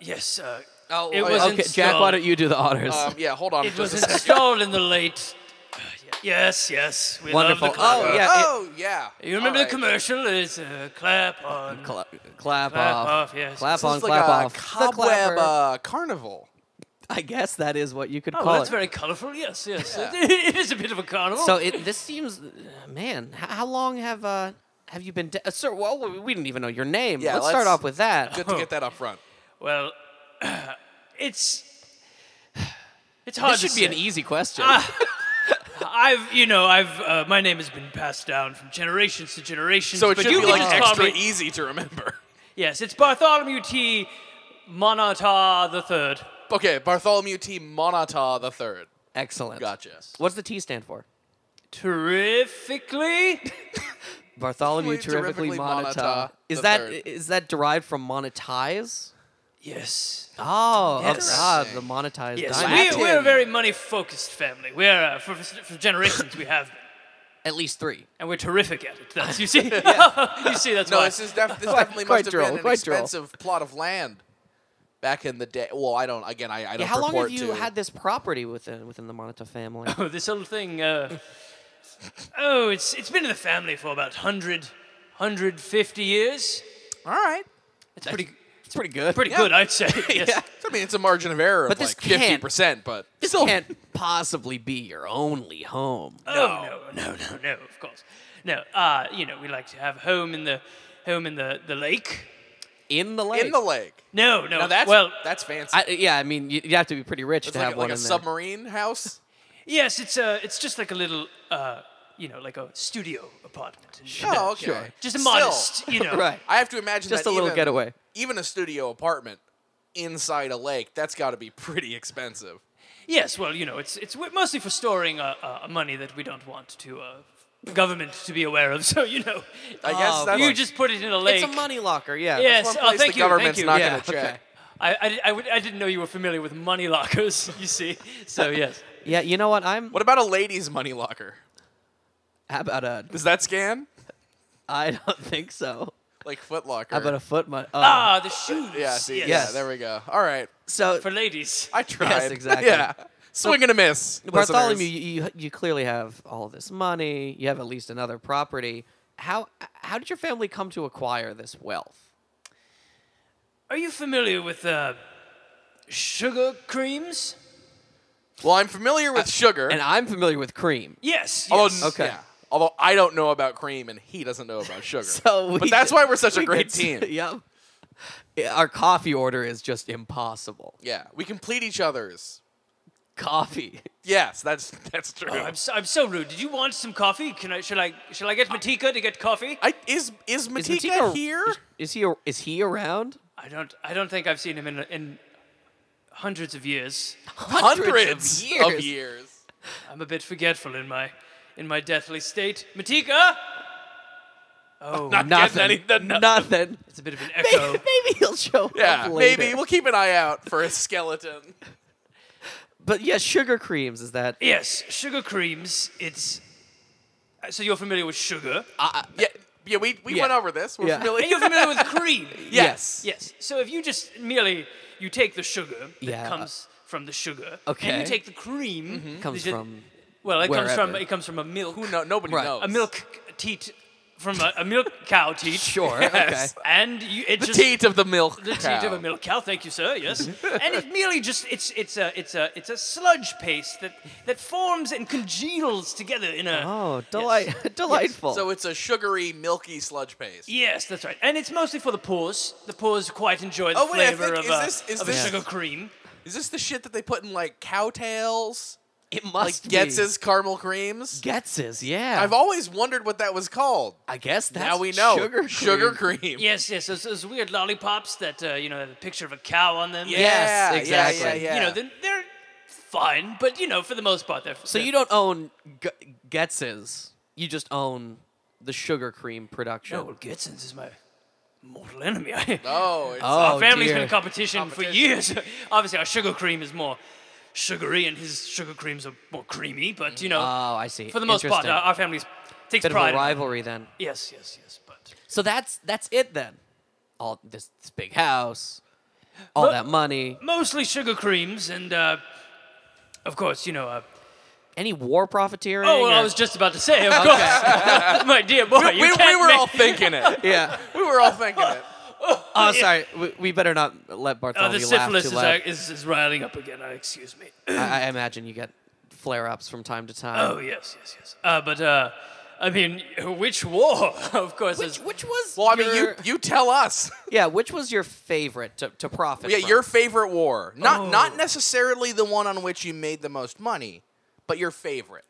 [SPEAKER 3] Yes. Uh,
[SPEAKER 2] Oh,
[SPEAKER 3] It
[SPEAKER 2] okay,
[SPEAKER 3] was
[SPEAKER 2] okay, Jack, why
[SPEAKER 3] installed.
[SPEAKER 2] don't you do the honors?
[SPEAKER 1] Um, yeah, hold on.
[SPEAKER 3] it
[SPEAKER 1] just
[SPEAKER 3] was
[SPEAKER 1] a
[SPEAKER 3] [LAUGHS]
[SPEAKER 1] second.
[SPEAKER 3] installed in the late. Uh, yes. Yes. We
[SPEAKER 2] Wonderful.
[SPEAKER 3] Love the clap.
[SPEAKER 2] Oh, yeah. it-
[SPEAKER 1] oh, yeah.
[SPEAKER 3] You remember
[SPEAKER 1] Alright.
[SPEAKER 3] the commercial? It's uh, clap on.
[SPEAKER 2] Cla- clap,
[SPEAKER 3] Clap
[SPEAKER 2] off.
[SPEAKER 3] off, yes.
[SPEAKER 2] Clap
[SPEAKER 3] This
[SPEAKER 1] This
[SPEAKER 2] on,
[SPEAKER 1] is like
[SPEAKER 2] clap
[SPEAKER 1] a
[SPEAKER 2] off. The
[SPEAKER 1] cobweb
[SPEAKER 2] clapper.
[SPEAKER 1] uh, carnival.
[SPEAKER 2] I guess that is what you could
[SPEAKER 3] Oh,
[SPEAKER 2] call
[SPEAKER 3] that's
[SPEAKER 2] it.
[SPEAKER 3] very colourful. Yes, yes.
[SPEAKER 1] Yeah.
[SPEAKER 3] [LAUGHS] It is a bit of a carnival.
[SPEAKER 2] so it, this seems, uh, man. How, how long have uh, have you been, de- uh, sir? Well, we- we didn't even know your name.
[SPEAKER 1] Yeah,
[SPEAKER 2] let's, start
[SPEAKER 1] let's-
[SPEAKER 2] off with that.
[SPEAKER 1] Good to get that up front.
[SPEAKER 3] well, [CLEARS THROAT] it's [SIGHS] it's hard
[SPEAKER 2] This should
[SPEAKER 3] to
[SPEAKER 2] be an
[SPEAKER 3] say.
[SPEAKER 1] e-
[SPEAKER 3] Ah.
[SPEAKER 2] easy question.
[SPEAKER 3] I've you know I've uh, my name has been passed down from generations to
[SPEAKER 1] [LAUGHS]
[SPEAKER 3] generations.
[SPEAKER 1] So it
[SPEAKER 3] but
[SPEAKER 1] should
[SPEAKER 3] you
[SPEAKER 1] be
[SPEAKER 3] can
[SPEAKER 1] like
[SPEAKER 3] just call
[SPEAKER 1] extra e-
[SPEAKER 3] me-
[SPEAKER 1] easy to remember.
[SPEAKER 3] Yes, it's Bartholomew T. Monata the Third.
[SPEAKER 1] [LAUGHS] Okay, Bartholomew T. Monata the third.
[SPEAKER 2] Excellent.
[SPEAKER 1] Gotcha.
[SPEAKER 2] What's the T stand for?
[SPEAKER 3] Terrifically, [LAUGHS]
[SPEAKER 2] Bartholomew
[SPEAKER 1] Terrifically
[SPEAKER 2] terrifically, moneta.
[SPEAKER 1] moneta
[SPEAKER 2] Is
[SPEAKER 1] the
[SPEAKER 2] that
[SPEAKER 1] third.
[SPEAKER 2] is that derived from monetize?
[SPEAKER 3] yes,
[SPEAKER 2] Oh, of-
[SPEAKER 3] Yes.
[SPEAKER 2] ah, the monetized
[SPEAKER 3] yes.
[SPEAKER 2] dime.
[SPEAKER 3] We, we're a
[SPEAKER 1] Latin.
[SPEAKER 3] very money-focused family. We're uh, for, for generations we have, been,
[SPEAKER 2] At least three.
[SPEAKER 3] and we're terrific at it. That's you see.
[SPEAKER 1] [LAUGHS]
[SPEAKER 3] [LAUGHS] you see that's
[SPEAKER 1] No, [LAUGHS]
[SPEAKER 3] why.
[SPEAKER 1] this is def- this definitely must
[SPEAKER 2] quite
[SPEAKER 1] have
[SPEAKER 2] droll,
[SPEAKER 1] been an
[SPEAKER 2] quite droll.
[SPEAKER 1] expensive plot of land. back in the day. Well, I don't. Again, I, I don't.
[SPEAKER 2] Yeah, how long have
[SPEAKER 1] purport
[SPEAKER 2] you
[SPEAKER 1] to-
[SPEAKER 2] had this property within within the Moneta family?
[SPEAKER 3] Oh, this little thing. Uh, oh, it's it's been in the family for about 100, 150 years.
[SPEAKER 1] [LAUGHS] All right.
[SPEAKER 3] It's pretty
[SPEAKER 2] it's pretty good.
[SPEAKER 3] pretty
[SPEAKER 1] yeah.
[SPEAKER 3] good, I'd say.
[SPEAKER 1] [LAUGHS]
[SPEAKER 3] Yes.
[SPEAKER 1] Yeah. I mean, it's a margin of error
[SPEAKER 2] But
[SPEAKER 1] of
[SPEAKER 2] this
[SPEAKER 1] like
[SPEAKER 2] can't-
[SPEAKER 1] fifty percent, but
[SPEAKER 2] This can't possibly be your only home.
[SPEAKER 3] Oh no, no, no, no, of course. No, uh, you know, we like to have home in the home in the, the lake.
[SPEAKER 2] In the lake.
[SPEAKER 1] in the lake.
[SPEAKER 3] No, no.
[SPEAKER 1] Now that's
[SPEAKER 3] well,
[SPEAKER 1] that's fancy.
[SPEAKER 2] I, yeah, I mean, you, you have to be pretty rich
[SPEAKER 1] it's
[SPEAKER 2] to
[SPEAKER 1] like,
[SPEAKER 2] have
[SPEAKER 1] a- like
[SPEAKER 2] one
[SPEAKER 1] a
[SPEAKER 2] in there.
[SPEAKER 1] submarine house.
[SPEAKER 3] yes, it's uh, it's just like a little uh, you know, like a studio apartment. and- uh,
[SPEAKER 1] Oh, okay.
[SPEAKER 2] sure.
[SPEAKER 3] Just a
[SPEAKER 1] Still,
[SPEAKER 3] modest,
[SPEAKER 1] [LAUGHS]
[SPEAKER 3] you know.
[SPEAKER 2] right.
[SPEAKER 1] I have to imagine
[SPEAKER 2] Just
[SPEAKER 1] that
[SPEAKER 2] a little
[SPEAKER 1] even-
[SPEAKER 2] getaway.
[SPEAKER 1] Even a studio apartment inside a lake, that's got to be [LAUGHS] pretty expensive.
[SPEAKER 3] Yes, well, you know, it's it's w- mostly for storing uh, uh, money that we don't want to uh, government to be aware of. [LAUGHS] So you know,
[SPEAKER 1] I guess
[SPEAKER 2] Oh,
[SPEAKER 1] that's
[SPEAKER 3] you just put it in a lake.
[SPEAKER 2] It's a money locker. Yeah.
[SPEAKER 3] Yes.
[SPEAKER 1] one
[SPEAKER 3] oh,
[SPEAKER 1] place
[SPEAKER 3] thank
[SPEAKER 1] the
[SPEAKER 3] you, thank
[SPEAKER 1] government's
[SPEAKER 3] you.
[SPEAKER 1] not
[SPEAKER 2] Yeah,
[SPEAKER 1] going to check.
[SPEAKER 2] okay.
[SPEAKER 3] I, I, di- I, would- I didn't know you were familiar with money lockers. [LAUGHS] You see, so yes.
[SPEAKER 2] Yeah. You know what? I'm.
[SPEAKER 1] What about a lady's money locker?
[SPEAKER 2] How about a?
[SPEAKER 1] Does that scan?
[SPEAKER 2] I don't [LAUGHS] think so.
[SPEAKER 1] Like Foot Locker.
[SPEAKER 2] How about a foot? Mon- oh.
[SPEAKER 3] Ah, the shoes.
[SPEAKER 1] yeah, see,
[SPEAKER 3] yes.
[SPEAKER 1] yeah,
[SPEAKER 2] Yes.
[SPEAKER 1] there we go. All right.
[SPEAKER 2] so
[SPEAKER 3] For ladies.
[SPEAKER 1] I tried. [LAUGHS]
[SPEAKER 2] exactly.
[SPEAKER 1] yeah. Swing and a miss.
[SPEAKER 2] Bartholomew,
[SPEAKER 1] listeners.
[SPEAKER 2] you, you you clearly have all this money. You have at least another property. How how did your family come to acquire this wealth?
[SPEAKER 3] Are you familiar with uh, sugar creams?
[SPEAKER 1] Well, I'm familiar with sugar.
[SPEAKER 2] And I'm familiar with cream.
[SPEAKER 3] Yes.
[SPEAKER 1] although,
[SPEAKER 3] yes.
[SPEAKER 2] Okay.
[SPEAKER 1] yeah. Although I don't know about cream and he doesn't know about sugar.
[SPEAKER 2] [LAUGHS] So we
[SPEAKER 1] but that's why we're such a
[SPEAKER 2] we
[SPEAKER 1] great
[SPEAKER 2] could-
[SPEAKER 1] team.
[SPEAKER 2] [LAUGHS] yep. Yeah, Our coffee order is just impossible.
[SPEAKER 1] Yeah. We complete each other's.
[SPEAKER 2] Coffee.
[SPEAKER 1] Yes, that's [LAUGHS] that's true.
[SPEAKER 3] Oh, I'm, so, I'm so rude. Did you want some coffee? Can I? Shall I? Shall I get Matika to get coffee?
[SPEAKER 1] I, is is Matika,
[SPEAKER 2] Matika-
[SPEAKER 1] here?
[SPEAKER 2] Is, is he a- is he around?
[SPEAKER 3] I don't. I don't think I've seen him in in hundreds of years.
[SPEAKER 1] [LAUGHS] Hundreds,
[SPEAKER 2] of years.
[SPEAKER 1] Of years.
[SPEAKER 3] I'm a bit forgetful in my in my deathly state.
[SPEAKER 1] [LAUGHS]
[SPEAKER 3] Matika. Oh,
[SPEAKER 2] Nothing.
[SPEAKER 1] any- no- [LAUGHS]
[SPEAKER 2] Nothing.
[SPEAKER 3] it's a bit of an
[SPEAKER 2] Maybe,
[SPEAKER 3] echo.
[SPEAKER 2] maybe he'll show
[SPEAKER 1] Yeah,
[SPEAKER 2] up later.
[SPEAKER 1] maybe we'll keep an eye out for a skeleton.
[SPEAKER 2] But yeah, sugar creams is that.
[SPEAKER 3] yes, sugar creams. It's. uh, So you're familiar with sugar,
[SPEAKER 1] yeah, yeah, we, we
[SPEAKER 2] Yeah.
[SPEAKER 1] went over this. We're
[SPEAKER 2] Yeah.
[SPEAKER 3] and
[SPEAKER 1] familiar. [LAUGHS]
[SPEAKER 3] you're familiar with
[SPEAKER 2] [LAUGHS]
[SPEAKER 3] cream.
[SPEAKER 1] yes.
[SPEAKER 3] Yes. So if you just merely you take the sugar that
[SPEAKER 2] Yeah.
[SPEAKER 3] comes from the sugar, and
[SPEAKER 2] Okay. Mm-hmm.
[SPEAKER 3] you take the cream
[SPEAKER 2] Comes
[SPEAKER 3] that-
[SPEAKER 2] from
[SPEAKER 3] well, it comes from
[SPEAKER 2] wherever.
[SPEAKER 3] it comes from a milk.
[SPEAKER 1] Who know? Nobody
[SPEAKER 2] Right.
[SPEAKER 1] knows.
[SPEAKER 3] A milk teat from a, a milk cow
[SPEAKER 2] [LAUGHS]
[SPEAKER 3] teat.
[SPEAKER 2] Sure,
[SPEAKER 3] Yes. And you, it
[SPEAKER 1] The
[SPEAKER 3] just
[SPEAKER 1] teat of the milk.
[SPEAKER 3] the teat of a milk cow. Thank you, sir.
[SPEAKER 2] [LAUGHS]
[SPEAKER 3] Yes. and it merely just it's it's a it's a it's a sludge paste that that forms and congeals together in a
[SPEAKER 2] Oh,
[SPEAKER 3] Yes.
[SPEAKER 2] delight, [LAUGHS] delightful.
[SPEAKER 1] So it's a sugary, milky sludge paste.
[SPEAKER 3] Yes, that's right. And it's mostly for the paws. The paws quite enjoy the
[SPEAKER 1] Oh, wait, I
[SPEAKER 3] flavor
[SPEAKER 1] think-
[SPEAKER 3] of,
[SPEAKER 1] is
[SPEAKER 3] a,
[SPEAKER 1] this- is
[SPEAKER 3] of a
[SPEAKER 1] this-
[SPEAKER 3] sugar cream.
[SPEAKER 1] Is this the shit that they put in like cowtails,
[SPEAKER 2] it
[SPEAKER 1] like
[SPEAKER 2] must
[SPEAKER 1] Getz's caramel creams?
[SPEAKER 2] Getz's, yeah.
[SPEAKER 1] I've always wondered what that was called.
[SPEAKER 2] I guess that's
[SPEAKER 1] now we know
[SPEAKER 2] Sugar cream.
[SPEAKER 1] cream.
[SPEAKER 3] Yes, yes, those, those weird lollipops that uh, you know have a picture of a cow on them.
[SPEAKER 1] Yeah,
[SPEAKER 2] Yes,
[SPEAKER 1] yeah,
[SPEAKER 2] exactly.
[SPEAKER 1] Yeah, yeah,
[SPEAKER 3] you know they're, they're fine, but you know for the most part they're.
[SPEAKER 2] So you don't own G- Getz's. You just own the sugar cream production.
[SPEAKER 3] No, well, Getsons is my mortal enemy. [LAUGHS] I,
[SPEAKER 1] Oh, it's,
[SPEAKER 2] Oh.
[SPEAKER 3] our family's been
[SPEAKER 2] dear.
[SPEAKER 3] in competition, for years. [LAUGHS] Obviously, our sugar cream is more sugary, and his sugar creams are more creamy. But you know,
[SPEAKER 2] Oh,
[SPEAKER 1] Ah,
[SPEAKER 2] I see.
[SPEAKER 3] for the most part,
[SPEAKER 2] Interesting.
[SPEAKER 3] our, our family takes
[SPEAKER 2] bit of
[SPEAKER 3] pride.
[SPEAKER 2] a
[SPEAKER 3] in it.
[SPEAKER 2] rivalry then.
[SPEAKER 3] Yes, yes, yes. But
[SPEAKER 2] So that's that's it then. All this, this big house, all
[SPEAKER 3] Look-
[SPEAKER 2] that money.
[SPEAKER 3] mostly sugar creams, and uh, of course, you know. Uh,
[SPEAKER 2] Any war profiteering?
[SPEAKER 3] oh, well, I
[SPEAKER 2] or-
[SPEAKER 3] was just about to say, of [LAUGHS] course, my dear boy.
[SPEAKER 1] we,
[SPEAKER 3] you
[SPEAKER 1] we, we
[SPEAKER 3] can't
[SPEAKER 1] were
[SPEAKER 3] make-
[SPEAKER 1] all thinking it.
[SPEAKER 2] yeah.
[SPEAKER 1] We were all thinking it.
[SPEAKER 2] Oh, sorry. We, we better not let
[SPEAKER 3] [LAUGHS] Oh,
[SPEAKER 2] Bartholomew
[SPEAKER 3] the
[SPEAKER 2] laugh
[SPEAKER 3] syphilis
[SPEAKER 2] too
[SPEAKER 3] is,
[SPEAKER 2] loud.
[SPEAKER 3] uh, is, is riling up again. Uh, excuse me. [CLEARS THROAT]
[SPEAKER 2] I, I imagine you get flare-ups from time to time.
[SPEAKER 3] Oh yes, yes, yes. Uh, but uh, I mean, [LAUGHS] which war? [LAUGHS] of course.
[SPEAKER 2] Which,
[SPEAKER 3] is,
[SPEAKER 2] which was
[SPEAKER 1] [LAUGHS] Well, I mean, you
[SPEAKER 2] your-
[SPEAKER 1] you tell us.
[SPEAKER 2] yeah, which was your favorite to, to
[SPEAKER 1] [LAUGHS]
[SPEAKER 2] profit?
[SPEAKER 1] Yeah,
[SPEAKER 2] from?
[SPEAKER 1] your favorite war, not
[SPEAKER 3] Oh.
[SPEAKER 1] not necessarily the one on which you made the most money, but your favorite.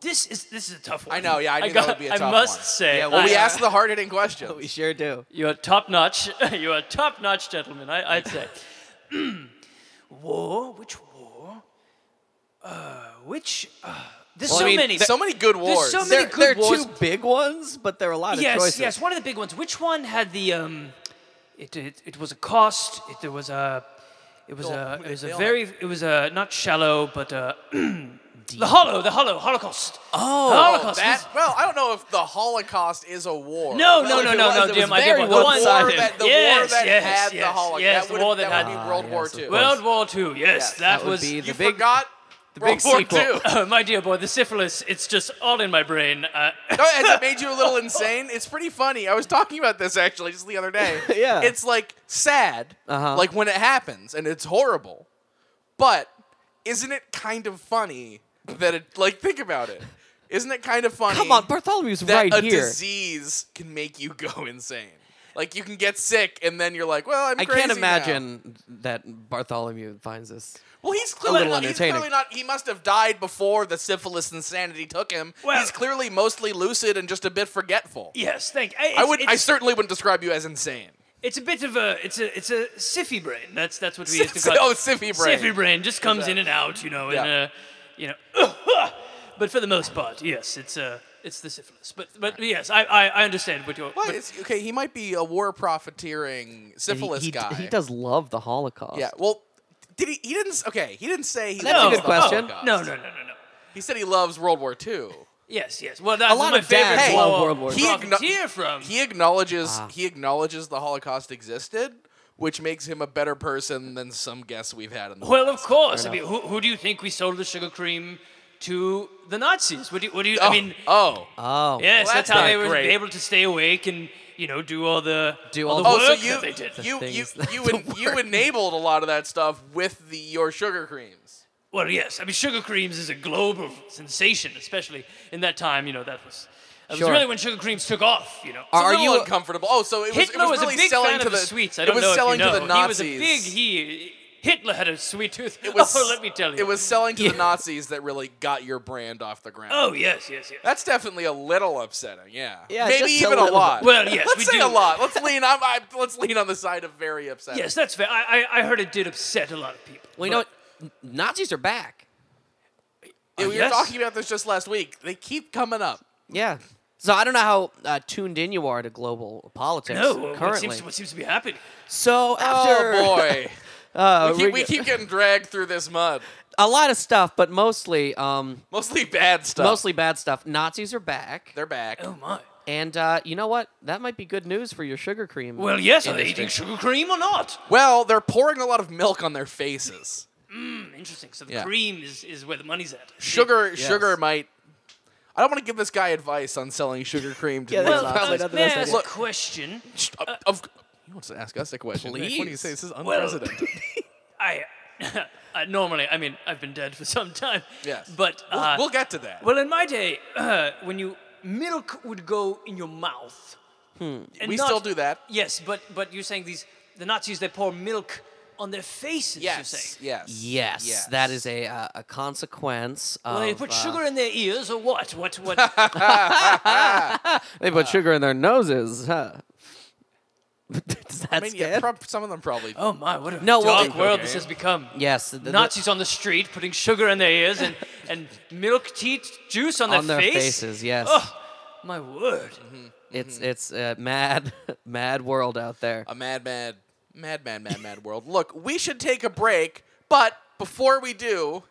[SPEAKER 3] this is this is a tough one.
[SPEAKER 1] I know, yeah, I knew that would be a
[SPEAKER 3] I
[SPEAKER 1] tough
[SPEAKER 3] must
[SPEAKER 1] one.
[SPEAKER 3] say,
[SPEAKER 2] Yeah,
[SPEAKER 1] Well,
[SPEAKER 3] I-
[SPEAKER 1] we
[SPEAKER 2] uh,
[SPEAKER 1] asked the hard hitting question.
[SPEAKER 2] We sure do.
[SPEAKER 3] you are top notch. [LAUGHS] you are top notch, gentlemen. I, I'd say. war? Which war? Uh, which? Uh, there's so
[SPEAKER 2] I mean,
[SPEAKER 3] many.
[SPEAKER 1] So many good wars.
[SPEAKER 3] so many
[SPEAKER 2] There,
[SPEAKER 3] good
[SPEAKER 2] there are
[SPEAKER 3] wars.
[SPEAKER 2] two big ones, but there are a lot of
[SPEAKER 3] yes,
[SPEAKER 2] choices.
[SPEAKER 3] yes. One of the big ones. Which one had the um? It it, it was a cost. It there was a. It was
[SPEAKER 1] all-
[SPEAKER 3] a.
[SPEAKER 1] they-
[SPEAKER 3] It was
[SPEAKER 1] they
[SPEAKER 3] a
[SPEAKER 1] all
[SPEAKER 3] very. It was a [CLEARS THROAT] not shallow, but a The Hollow, the Hollow, Holocaust.
[SPEAKER 2] Oh,
[SPEAKER 3] Holocaust.
[SPEAKER 1] That well, I don't know if the Holocaust is a war.
[SPEAKER 3] No,
[SPEAKER 1] Well,
[SPEAKER 3] no,
[SPEAKER 1] if
[SPEAKER 3] no,
[SPEAKER 1] it
[SPEAKER 3] no,
[SPEAKER 1] was,
[SPEAKER 3] no,
[SPEAKER 1] it was
[SPEAKER 3] Jim. I
[SPEAKER 1] very-
[SPEAKER 3] did
[SPEAKER 1] the
[SPEAKER 3] one
[SPEAKER 1] war
[SPEAKER 3] sided.
[SPEAKER 1] that the war
[SPEAKER 3] yes,
[SPEAKER 1] that
[SPEAKER 3] yes,
[SPEAKER 1] had
[SPEAKER 3] yes,
[SPEAKER 1] the Holocaust.
[SPEAKER 3] Yes,
[SPEAKER 1] that
[SPEAKER 3] the
[SPEAKER 1] would
[SPEAKER 3] war that
[SPEAKER 1] that would
[SPEAKER 3] had
[SPEAKER 1] be World
[SPEAKER 2] Ah,
[SPEAKER 1] War
[SPEAKER 2] yes,
[SPEAKER 1] II.
[SPEAKER 2] of
[SPEAKER 3] World War Two. Yes,
[SPEAKER 1] Yes,
[SPEAKER 3] that,
[SPEAKER 2] that would
[SPEAKER 3] was.
[SPEAKER 2] be
[SPEAKER 1] you
[SPEAKER 2] the big-
[SPEAKER 1] forgot
[SPEAKER 2] the
[SPEAKER 1] World
[SPEAKER 2] big
[SPEAKER 1] War
[SPEAKER 2] sequel.
[SPEAKER 3] [LAUGHS]
[SPEAKER 1] II.
[SPEAKER 3] Oh, my dear boy, the syphilis. It's just all in my brain. Uh, [CLEARS THROAT]
[SPEAKER 1] No, has it made you a little insane? It's pretty funny. I was talking about this actually just the other day.
[SPEAKER 2] [LAUGHS] Yeah.
[SPEAKER 1] It's like sad,
[SPEAKER 2] Uh-huh.
[SPEAKER 1] like when it happens, and it's horrible. But isn't it kind of funny that it, like, think about it. Isn't it kind of funny?
[SPEAKER 2] Come on, Bartholomew's
[SPEAKER 1] that
[SPEAKER 2] right
[SPEAKER 1] a
[SPEAKER 2] here.
[SPEAKER 1] disease can make you go insane. Like you can get sick and then you're like, well, I'm
[SPEAKER 2] I
[SPEAKER 1] crazy
[SPEAKER 2] can't
[SPEAKER 1] now.
[SPEAKER 2] imagine that Bartholomew finds this.
[SPEAKER 1] Well, he's clearly
[SPEAKER 2] little
[SPEAKER 1] not, he's
[SPEAKER 2] entertaining.
[SPEAKER 1] clearly not. He must have died before the syphilis insanity took him.
[SPEAKER 3] Well-
[SPEAKER 1] he's clearly mostly lucid and just a bit forgetful.
[SPEAKER 3] yes, thank.
[SPEAKER 1] I would. I
[SPEAKER 3] It's,
[SPEAKER 1] certainly wouldn't describe you as
[SPEAKER 3] [LAUGHS]
[SPEAKER 1] insane.
[SPEAKER 3] it's a bit of a. It's a. It's a siffy brain. That's that's what we
[SPEAKER 1] [LAUGHS]
[SPEAKER 3] used to call.
[SPEAKER 1] oh,
[SPEAKER 3] it.
[SPEAKER 1] siffy brain.
[SPEAKER 3] Siffy brain just comes in and out. You know,
[SPEAKER 1] Yeah.
[SPEAKER 3] and uh, you know. [LAUGHS] but for the most part, yes, it's uh, it's the syphilis. But but yes, I I, I understand what you're.
[SPEAKER 1] Well,
[SPEAKER 3] but-
[SPEAKER 1] it's- okay, he might be a war profiteering
[SPEAKER 2] And he-
[SPEAKER 1] syphilis
[SPEAKER 2] he, d-
[SPEAKER 1] guy.
[SPEAKER 2] He does love the Holocaust.
[SPEAKER 1] Yeah. Well, did he? He didn't. s- Okay, he didn't say he.
[SPEAKER 2] That's a
[SPEAKER 1] loves
[SPEAKER 2] good
[SPEAKER 1] the
[SPEAKER 2] question.
[SPEAKER 1] Holocaust.
[SPEAKER 3] No, no, no, no, no.
[SPEAKER 1] He said he loves World War II.
[SPEAKER 3] Yes, yes. Well, that's
[SPEAKER 2] lot
[SPEAKER 3] my
[SPEAKER 2] of
[SPEAKER 3] favorite
[SPEAKER 2] dads
[SPEAKER 1] Hey,
[SPEAKER 3] war.
[SPEAKER 2] love World War
[SPEAKER 1] he,
[SPEAKER 2] II.
[SPEAKER 1] acknow-
[SPEAKER 3] profiteer from.
[SPEAKER 1] he acknowledges
[SPEAKER 2] Ah.
[SPEAKER 1] he acknowledges the Holocaust existed, which makes him a better person than some guests we've had in the
[SPEAKER 3] Well, of course. I
[SPEAKER 2] enough.
[SPEAKER 3] mean, who, who do you think we sold the sugar cream to the Nazis? What do you, what do you
[SPEAKER 1] Oh,
[SPEAKER 3] I mean,
[SPEAKER 1] oh,
[SPEAKER 2] Oh.
[SPEAKER 3] yes,
[SPEAKER 1] well,
[SPEAKER 3] that's,
[SPEAKER 1] that's
[SPEAKER 3] how
[SPEAKER 1] not
[SPEAKER 3] they were
[SPEAKER 1] great.
[SPEAKER 3] able to stay awake and, you know, do all the
[SPEAKER 2] Do all
[SPEAKER 3] all
[SPEAKER 2] the
[SPEAKER 1] oh,
[SPEAKER 3] the
[SPEAKER 1] so
[SPEAKER 3] work
[SPEAKER 1] you
[SPEAKER 3] that they
[SPEAKER 1] you
[SPEAKER 3] did.
[SPEAKER 1] you
[SPEAKER 2] things that [LAUGHS]
[SPEAKER 1] you,
[SPEAKER 2] the
[SPEAKER 1] en- you enabled a lot of that stuff with the your sugar creams.
[SPEAKER 3] Well, yes. I mean, sugar creams is a global sensation, especially in that time, you know, that was that
[SPEAKER 2] Sure.
[SPEAKER 3] was really when sugar creams took off, you know.
[SPEAKER 1] It's a
[SPEAKER 2] Are
[SPEAKER 1] little
[SPEAKER 2] you-
[SPEAKER 1] uncomfortable? Oh, so it was, it
[SPEAKER 3] Hitler
[SPEAKER 1] was really
[SPEAKER 3] a big
[SPEAKER 1] selling
[SPEAKER 3] fan
[SPEAKER 1] to
[SPEAKER 3] of
[SPEAKER 1] the,
[SPEAKER 3] the, sweets. I
[SPEAKER 1] it
[SPEAKER 3] don't
[SPEAKER 1] was
[SPEAKER 3] know
[SPEAKER 1] selling
[SPEAKER 3] if you know.
[SPEAKER 1] to the Nazis.
[SPEAKER 3] He was a big he Hitler had a sweet tooth.
[SPEAKER 1] It was-
[SPEAKER 3] [LAUGHS] oh, let me tell you.
[SPEAKER 1] It was selling to
[SPEAKER 2] Yeah.
[SPEAKER 3] [LAUGHS]
[SPEAKER 1] the Nazis that really got your brand off the ground.
[SPEAKER 3] Oh, yes, yes, yes.
[SPEAKER 1] That's definitely a little upsetting. Yeah.
[SPEAKER 2] Yeah,
[SPEAKER 1] Maybe
[SPEAKER 2] just a
[SPEAKER 1] even a,
[SPEAKER 2] little
[SPEAKER 1] lot.
[SPEAKER 3] bit. Well, yes,
[SPEAKER 1] let's
[SPEAKER 3] we
[SPEAKER 1] say a
[SPEAKER 3] do.
[SPEAKER 1] lot. Let's lean. I'm, I, let's lean on the side of very upsetting.
[SPEAKER 3] Yes, that's fair. I, I, I heard it did upset a lot of people.
[SPEAKER 2] Well, you
[SPEAKER 3] but-
[SPEAKER 2] know, what? N- Nazis are back.
[SPEAKER 1] Yeah,
[SPEAKER 3] Uh,
[SPEAKER 1] we
[SPEAKER 3] yes.
[SPEAKER 1] were talking about this just last week. They keep coming up.
[SPEAKER 2] Yeah. So I don't know how uh, tuned in you are to global politics
[SPEAKER 3] No, what
[SPEAKER 2] currently.
[SPEAKER 3] seems, what seems to be happening?
[SPEAKER 2] so after
[SPEAKER 1] Oh boy,
[SPEAKER 2] [LAUGHS] Uh,
[SPEAKER 1] we, keep, we
[SPEAKER 2] reg-
[SPEAKER 1] keep getting dragged through this mud.
[SPEAKER 2] a lot of stuff, but mostly um,
[SPEAKER 1] Mostly bad stuff.
[SPEAKER 2] mostly bad stuff. Nazis are back,
[SPEAKER 1] they're back.
[SPEAKER 3] Oh my!
[SPEAKER 2] and uh, you know what? That might be good news for your sugar cream.
[SPEAKER 3] Well, yes. Are they
[SPEAKER 2] industry.
[SPEAKER 3] eating sugar cream or not?
[SPEAKER 1] Well, they're pouring a lot of milk on their faces.
[SPEAKER 3] Hmm, Interesting. So the
[SPEAKER 1] Yeah.
[SPEAKER 3] cream is, is where the money's at.
[SPEAKER 1] Sugar,
[SPEAKER 2] Yes.
[SPEAKER 1] sugar might. I don't want to give this guy advice on selling sugar cream to
[SPEAKER 2] Yeah,
[SPEAKER 1] the
[SPEAKER 2] that's
[SPEAKER 3] Well,
[SPEAKER 1] Nazis.
[SPEAKER 2] probably
[SPEAKER 3] uh,
[SPEAKER 2] not the
[SPEAKER 3] may
[SPEAKER 2] best
[SPEAKER 3] I ask
[SPEAKER 2] idea.
[SPEAKER 3] a question?
[SPEAKER 1] Sh- of- uh, of- he wants to ask us a question. Nick. What do you
[SPEAKER 2] Please.
[SPEAKER 1] say? This is
[SPEAKER 3] Well-
[SPEAKER 2] [LAUGHS]
[SPEAKER 1] unprecedented.
[SPEAKER 3] [LAUGHS] I [COUGHS] uh, normally, I mean, I've been dead for [LAUGHS] some time.
[SPEAKER 1] yes,
[SPEAKER 3] But
[SPEAKER 1] we'll,
[SPEAKER 3] uh,
[SPEAKER 1] we'll get to that.
[SPEAKER 3] well, in my day, [COUGHS] uh, when you milk would go in your mouth. and
[SPEAKER 1] Hmm. we
[SPEAKER 3] not-
[SPEAKER 1] still do that.
[SPEAKER 3] Yes, but but you're saying these the Nazis they pour milk on their faces. You're
[SPEAKER 1] Yes,
[SPEAKER 3] saying.
[SPEAKER 1] yes,
[SPEAKER 2] Yes, that is a uh, a consequence.
[SPEAKER 3] Well,
[SPEAKER 1] Oh,
[SPEAKER 3] they
[SPEAKER 2] of,
[SPEAKER 3] put
[SPEAKER 2] uh,
[SPEAKER 3] sugar in their ears or what? What? What?
[SPEAKER 1] [LAUGHS]
[SPEAKER 2] They put sugar in their noses. Huh? [LAUGHS] Does that
[SPEAKER 1] I mean, yeah,
[SPEAKER 2] scan?
[SPEAKER 1] prob- some of them probably.
[SPEAKER 3] oh my! What a
[SPEAKER 2] No, well,
[SPEAKER 3] dark
[SPEAKER 2] they-
[SPEAKER 3] world
[SPEAKER 1] Okay.
[SPEAKER 3] this has become.
[SPEAKER 2] yes, th- th-
[SPEAKER 3] Nazis on the street putting sugar in their ears and, and milk tea juice on,
[SPEAKER 2] on their
[SPEAKER 3] face?
[SPEAKER 2] faces. Yes,
[SPEAKER 3] Oh, my word.
[SPEAKER 2] it's it's a mad [LAUGHS] mad world out there.
[SPEAKER 1] a mad, mad, mad, mad, mad, mad world. Look, we should take a break, but before we do,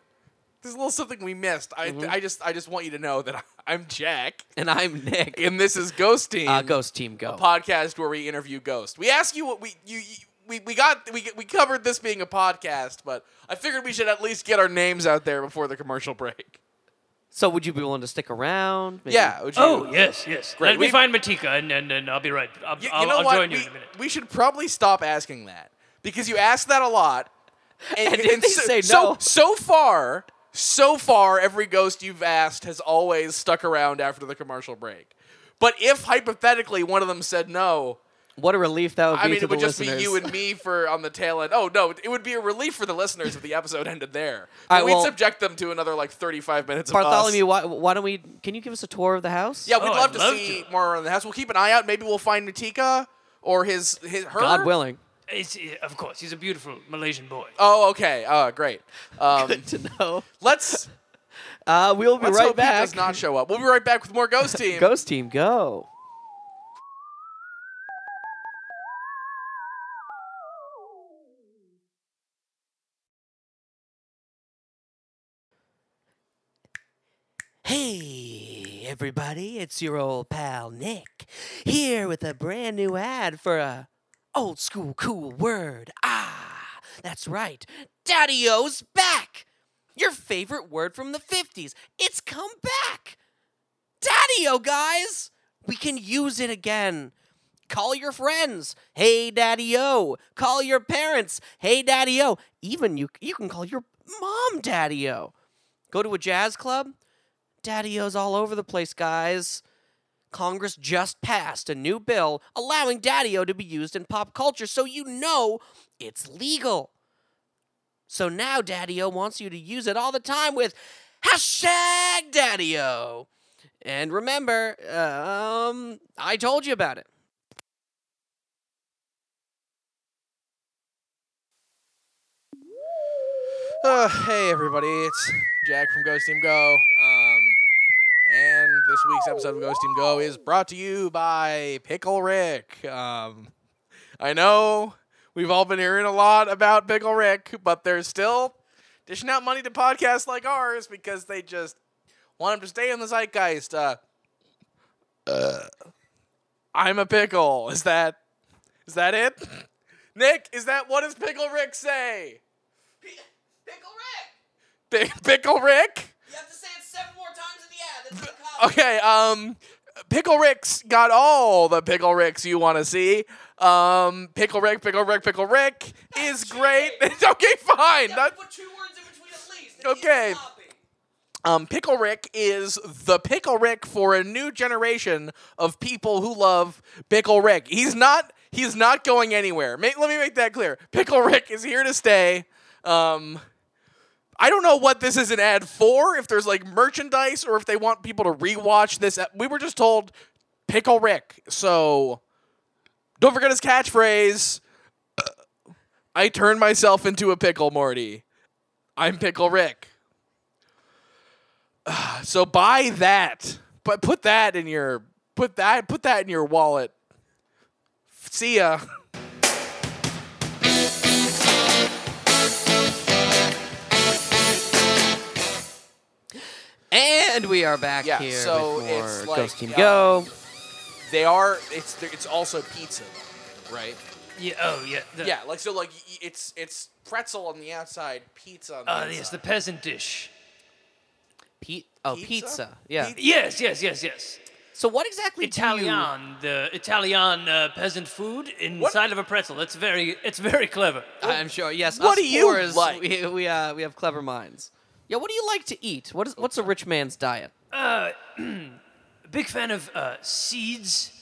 [SPEAKER 1] there's a little something we missed. I,
[SPEAKER 2] Mm-hmm.
[SPEAKER 1] I just, I just want you to know that [LAUGHS] I'm Jack,
[SPEAKER 2] and I'm Nick.
[SPEAKER 1] and this is Ghost Team,
[SPEAKER 2] Uh, ghost team, go.
[SPEAKER 1] a podcast where we interview ghosts. We ask you what we you. you we, we got we, we covered this being a podcast, but I figured we should at least get our names out there before the commercial break.
[SPEAKER 2] so would you be willing to stick around? Maybe?
[SPEAKER 1] Yeah. would you-
[SPEAKER 3] Oh, yes, yes.
[SPEAKER 1] Great.
[SPEAKER 3] Let me
[SPEAKER 1] We-
[SPEAKER 3] find Matika and, and, and I'll be right. I'll,
[SPEAKER 1] You, you
[SPEAKER 3] I'll,
[SPEAKER 1] know
[SPEAKER 3] I'll
[SPEAKER 1] what?
[SPEAKER 3] join you
[SPEAKER 1] we,
[SPEAKER 3] in a minute.
[SPEAKER 1] we should probably stop asking that because you ask that a
[SPEAKER 2] [LAUGHS]
[SPEAKER 1] lot. And,
[SPEAKER 2] And if they
[SPEAKER 1] so,
[SPEAKER 2] say
[SPEAKER 1] so-
[SPEAKER 2] no-
[SPEAKER 1] so far, so far, every ghost you've asked has always stuck around after the commercial break. But if hypothetically one of them said no,
[SPEAKER 2] What a relief that would be
[SPEAKER 1] I mean,
[SPEAKER 2] to
[SPEAKER 1] it would
[SPEAKER 2] the
[SPEAKER 1] just
[SPEAKER 2] listeners.
[SPEAKER 1] be you and me for on the tail end. Oh no, it would be a relief for the listeners if the episode [LAUGHS] ended there.
[SPEAKER 2] All
[SPEAKER 1] But
[SPEAKER 2] right,
[SPEAKER 1] we'd
[SPEAKER 2] well-
[SPEAKER 1] subject them to another like thirty-five minutes. of us.
[SPEAKER 2] Bartholomew, why, why don't we? Can you give us a tour of the house?
[SPEAKER 1] Yeah, we'd
[SPEAKER 3] Oh,
[SPEAKER 1] love
[SPEAKER 3] I'd
[SPEAKER 1] to
[SPEAKER 3] love
[SPEAKER 1] see
[SPEAKER 3] to.
[SPEAKER 1] more around the house. We'll keep an eye out. Maybe we'll find Matika or his his her.
[SPEAKER 2] God willing. [LAUGHS]
[SPEAKER 3] It's, uh, of course, he's a beautiful Malaysian boy.
[SPEAKER 1] Oh, okay. Oh, great.
[SPEAKER 2] [LAUGHS]
[SPEAKER 1] Um,
[SPEAKER 2] To know.
[SPEAKER 1] let's
[SPEAKER 2] Uh, we'll be
[SPEAKER 1] let's
[SPEAKER 2] right
[SPEAKER 1] hope he
[SPEAKER 2] back.
[SPEAKER 1] does not show up. We'll be right back with more
[SPEAKER 2] [LAUGHS]
[SPEAKER 1] Ghost Team.
[SPEAKER 2] Ghost team, go. everybody, it's your old pal Nick here with a brand new ad for a old school cool word. Ah, that's right. Daddy O's back. Your favorite word from the 50s. It's come back. Daddy O, guys. We can use it again. Call your friends. Hey, Daddy O. Call your parents. Hey, Daddy O. Even you, you can call your mom Daddy O. Go to a jazz club. Daddy O's all over the place, guys. Congress just passed a new bill allowing Daddy O to be used in pop culture, so you know it's legal. So now Daddy O wants you to use it all the time with hashtag Daddy O. And remember, um, I told you about it.
[SPEAKER 1] Uh, hey everybody, it's Jack from Ghost Team Go. Um, and this week's episode of Ghost Team Go is brought to you by Pickle Rick. Um, I know we've all been hearing a lot about Pickle Rick, but they're still dishing out money to podcasts like ours because they just want them to stay in the zeitgeist. Uh, uh, I'm a pickle. Is that is that it? Nick, is that what does Pickle Rick say?
[SPEAKER 2] Pickle Rick!
[SPEAKER 1] Big Pickle Rick.
[SPEAKER 2] You have to say it seven more times in the ad. That's the
[SPEAKER 1] Okay, um, Pickle Rick's got all the Pickle Ricks you want to see. Um, Pickle Rick, Pickle Rick, Pickle Rick is great. [LAUGHS] okay, fine. That,
[SPEAKER 2] put two words in between at least.
[SPEAKER 1] keep it Okay. sloppy. um, Pickle Rick is the Pickle Rick for a new generation of people who love Pickle Rick. He's not. He's not going anywhere. Ma- let me make that clear. Pickle Rick is here to stay. Um, I don't know what this is an ad for. If there's like merchandise or if they want people to rewatch this. ep- We were just told Pickle Rick. So don't forget his catchphrase. "Uh, I turn myself into a pickle, Morty. I'm Pickle Rick. Ah, So buy that, but put that in your put that put that in your wallet. See ya.
[SPEAKER 2] And we are back
[SPEAKER 1] Yeah,
[SPEAKER 2] here
[SPEAKER 1] so
[SPEAKER 2] with more
[SPEAKER 1] it's like,
[SPEAKER 2] Ghost Team
[SPEAKER 1] uh,
[SPEAKER 2] Go.
[SPEAKER 1] They are. It's it's also pizza, right?
[SPEAKER 3] Yeah. Oh, yeah. The,
[SPEAKER 1] Yeah, like so, like y- y- it's it's pretzel on the outside, pizza on Ah, the
[SPEAKER 3] Uh,
[SPEAKER 1] inside.
[SPEAKER 3] yes, the peasant dish.
[SPEAKER 2] Pe- oh, pizza.
[SPEAKER 1] pizza?
[SPEAKER 2] Yeah.
[SPEAKER 1] Pe-
[SPEAKER 3] Yes, yes, yes, yes.
[SPEAKER 2] so what exactly do you...
[SPEAKER 3] Italian, the Italian uh, peasant food inside of a pretzel. That's very, it's very clever.
[SPEAKER 2] I'm sure. Yes.
[SPEAKER 1] What
[SPEAKER 2] us
[SPEAKER 1] do you
[SPEAKER 2] fours,
[SPEAKER 1] like?
[SPEAKER 2] We we, uh, we have clever minds. Yeah. What do you like to eat? What is what's a rich man's diet?
[SPEAKER 3] Big fan of uh, seeds.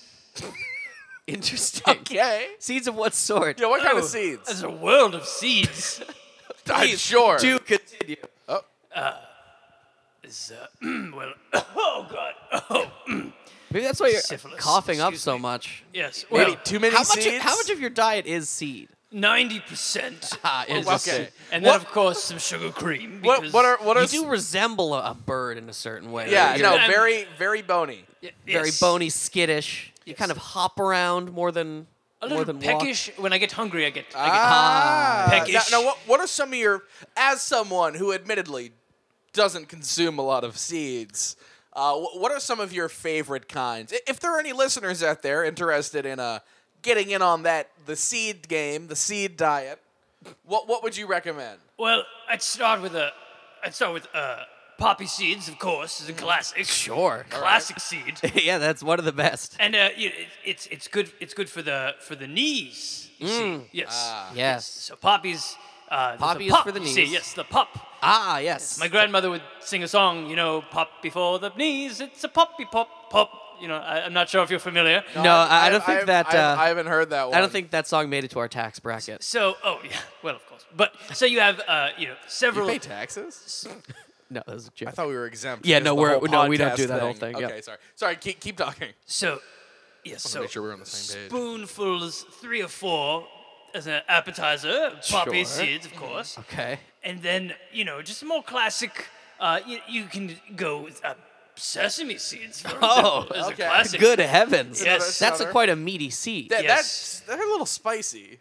[SPEAKER 2] Interesting.
[SPEAKER 1] Okay.
[SPEAKER 2] [LAUGHS] Seeds of what sort?
[SPEAKER 1] Yeah, what kind of
[SPEAKER 3] Oh,
[SPEAKER 1] seeds?
[SPEAKER 3] There's a world of
[SPEAKER 1] [LAUGHS]
[SPEAKER 3] seeds.
[SPEAKER 1] I'm sure.
[SPEAKER 2] Do Oh. continue.
[SPEAKER 3] There's, uh, [CLEARS THROAT] well, [COUGHS] oh god. Oh
[SPEAKER 2] Maybe that's why you're
[SPEAKER 3] Syphilis.
[SPEAKER 2] coughing up
[SPEAKER 3] Excuse
[SPEAKER 2] so
[SPEAKER 3] me.
[SPEAKER 2] much.
[SPEAKER 3] yes.
[SPEAKER 1] Maybe
[SPEAKER 3] Well,
[SPEAKER 1] too many
[SPEAKER 2] how much?
[SPEAKER 1] seeds.
[SPEAKER 2] How much of your diet is seed?
[SPEAKER 3] ninety percent.
[SPEAKER 1] [LAUGHS]
[SPEAKER 2] Ah, interesting.
[SPEAKER 1] okay.
[SPEAKER 3] And then
[SPEAKER 1] What-
[SPEAKER 3] of course some sugar cream.
[SPEAKER 1] what,
[SPEAKER 3] because-
[SPEAKER 1] what are what are?
[SPEAKER 2] You
[SPEAKER 1] s-
[SPEAKER 2] do resemble a, a bird in a certain way.
[SPEAKER 1] yeah,
[SPEAKER 2] You're
[SPEAKER 1] no,
[SPEAKER 3] I'm-
[SPEAKER 1] very very bony.
[SPEAKER 3] Y-
[SPEAKER 2] Very
[SPEAKER 3] yes.
[SPEAKER 2] bony, skittish. You kind
[SPEAKER 3] Yes.
[SPEAKER 2] of hop around more than
[SPEAKER 3] A
[SPEAKER 2] more
[SPEAKER 3] little
[SPEAKER 2] than walk.
[SPEAKER 3] peckish. When I get hungry, I get. I get
[SPEAKER 1] Ah, now,
[SPEAKER 3] Peckish.
[SPEAKER 1] now what what are some of your as someone who admittedly doesn't consume a lot of seeds? Uh, wh- what are some of your favorite kinds? I- If there are any listeners out there interested in uh, getting in on that the seed game, the seed diet, what what would you recommend?
[SPEAKER 3] Well, I'd start with a, I'd start with uh, poppy seeds, of course, is a classic.
[SPEAKER 2] Mm. Sure. [LAUGHS]
[SPEAKER 3] Classic seed.
[SPEAKER 2] yeah, that's one of the best.
[SPEAKER 3] And uh, you it, it's it's good it's good for the for the knees. You
[SPEAKER 2] Mm.
[SPEAKER 3] see, yes.
[SPEAKER 2] Yes.
[SPEAKER 3] So poppies. Uh, there's a
[SPEAKER 2] Poppy is
[SPEAKER 3] pop,
[SPEAKER 2] Ah. for the
[SPEAKER 3] you see,
[SPEAKER 2] knees.
[SPEAKER 3] yes, the pop.
[SPEAKER 2] Ah, yes.
[SPEAKER 3] My grandmother would sing a song, you know, pop before the knees. It's a poppy pop pop. You know, I, I'm not sure if you're familiar.
[SPEAKER 2] No, I, I don't think
[SPEAKER 1] I've-
[SPEAKER 2] that.
[SPEAKER 1] I've-
[SPEAKER 2] uh,
[SPEAKER 1] I, haven't heard that one.
[SPEAKER 2] I don't think that song made it to our tax bracket.
[SPEAKER 3] So, oh yeah, well of course. But so you have, uh, you know,
[SPEAKER 1] you
[SPEAKER 3] several.
[SPEAKER 1] pay taxes.
[SPEAKER 2] No, that was a
[SPEAKER 1] I
[SPEAKER 2] joke.
[SPEAKER 1] thought we were exempt.
[SPEAKER 2] Yeah,
[SPEAKER 1] because
[SPEAKER 2] no,
[SPEAKER 1] of the
[SPEAKER 2] we're-
[SPEAKER 1] whole
[SPEAKER 2] no, we don't
[SPEAKER 1] podcast
[SPEAKER 2] do that whole thing, yeah.
[SPEAKER 1] Okay, sorry, sorry. Keep keep talking.
[SPEAKER 3] So, yes. So
[SPEAKER 1] make sure we're on the same page.
[SPEAKER 3] spoonfuls, three or four, as an appetizer. Poppy
[SPEAKER 2] Sure.
[SPEAKER 3] seeds, of
[SPEAKER 1] [LAUGHS]
[SPEAKER 3] course.
[SPEAKER 2] okay.
[SPEAKER 3] And then you know, just more classic. Uh, you, you can go with uh, sesame seeds.
[SPEAKER 1] [LAUGHS]
[SPEAKER 3] For
[SPEAKER 2] Oh,
[SPEAKER 3] example, as
[SPEAKER 1] okay.
[SPEAKER 3] a classic.
[SPEAKER 2] Good heavens.
[SPEAKER 3] Yes.
[SPEAKER 2] That's a,
[SPEAKER 1] Another-
[SPEAKER 2] quite a meaty seed.
[SPEAKER 1] That, That's
[SPEAKER 3] Yes.
[SPEAKER 1] they're a little spicy.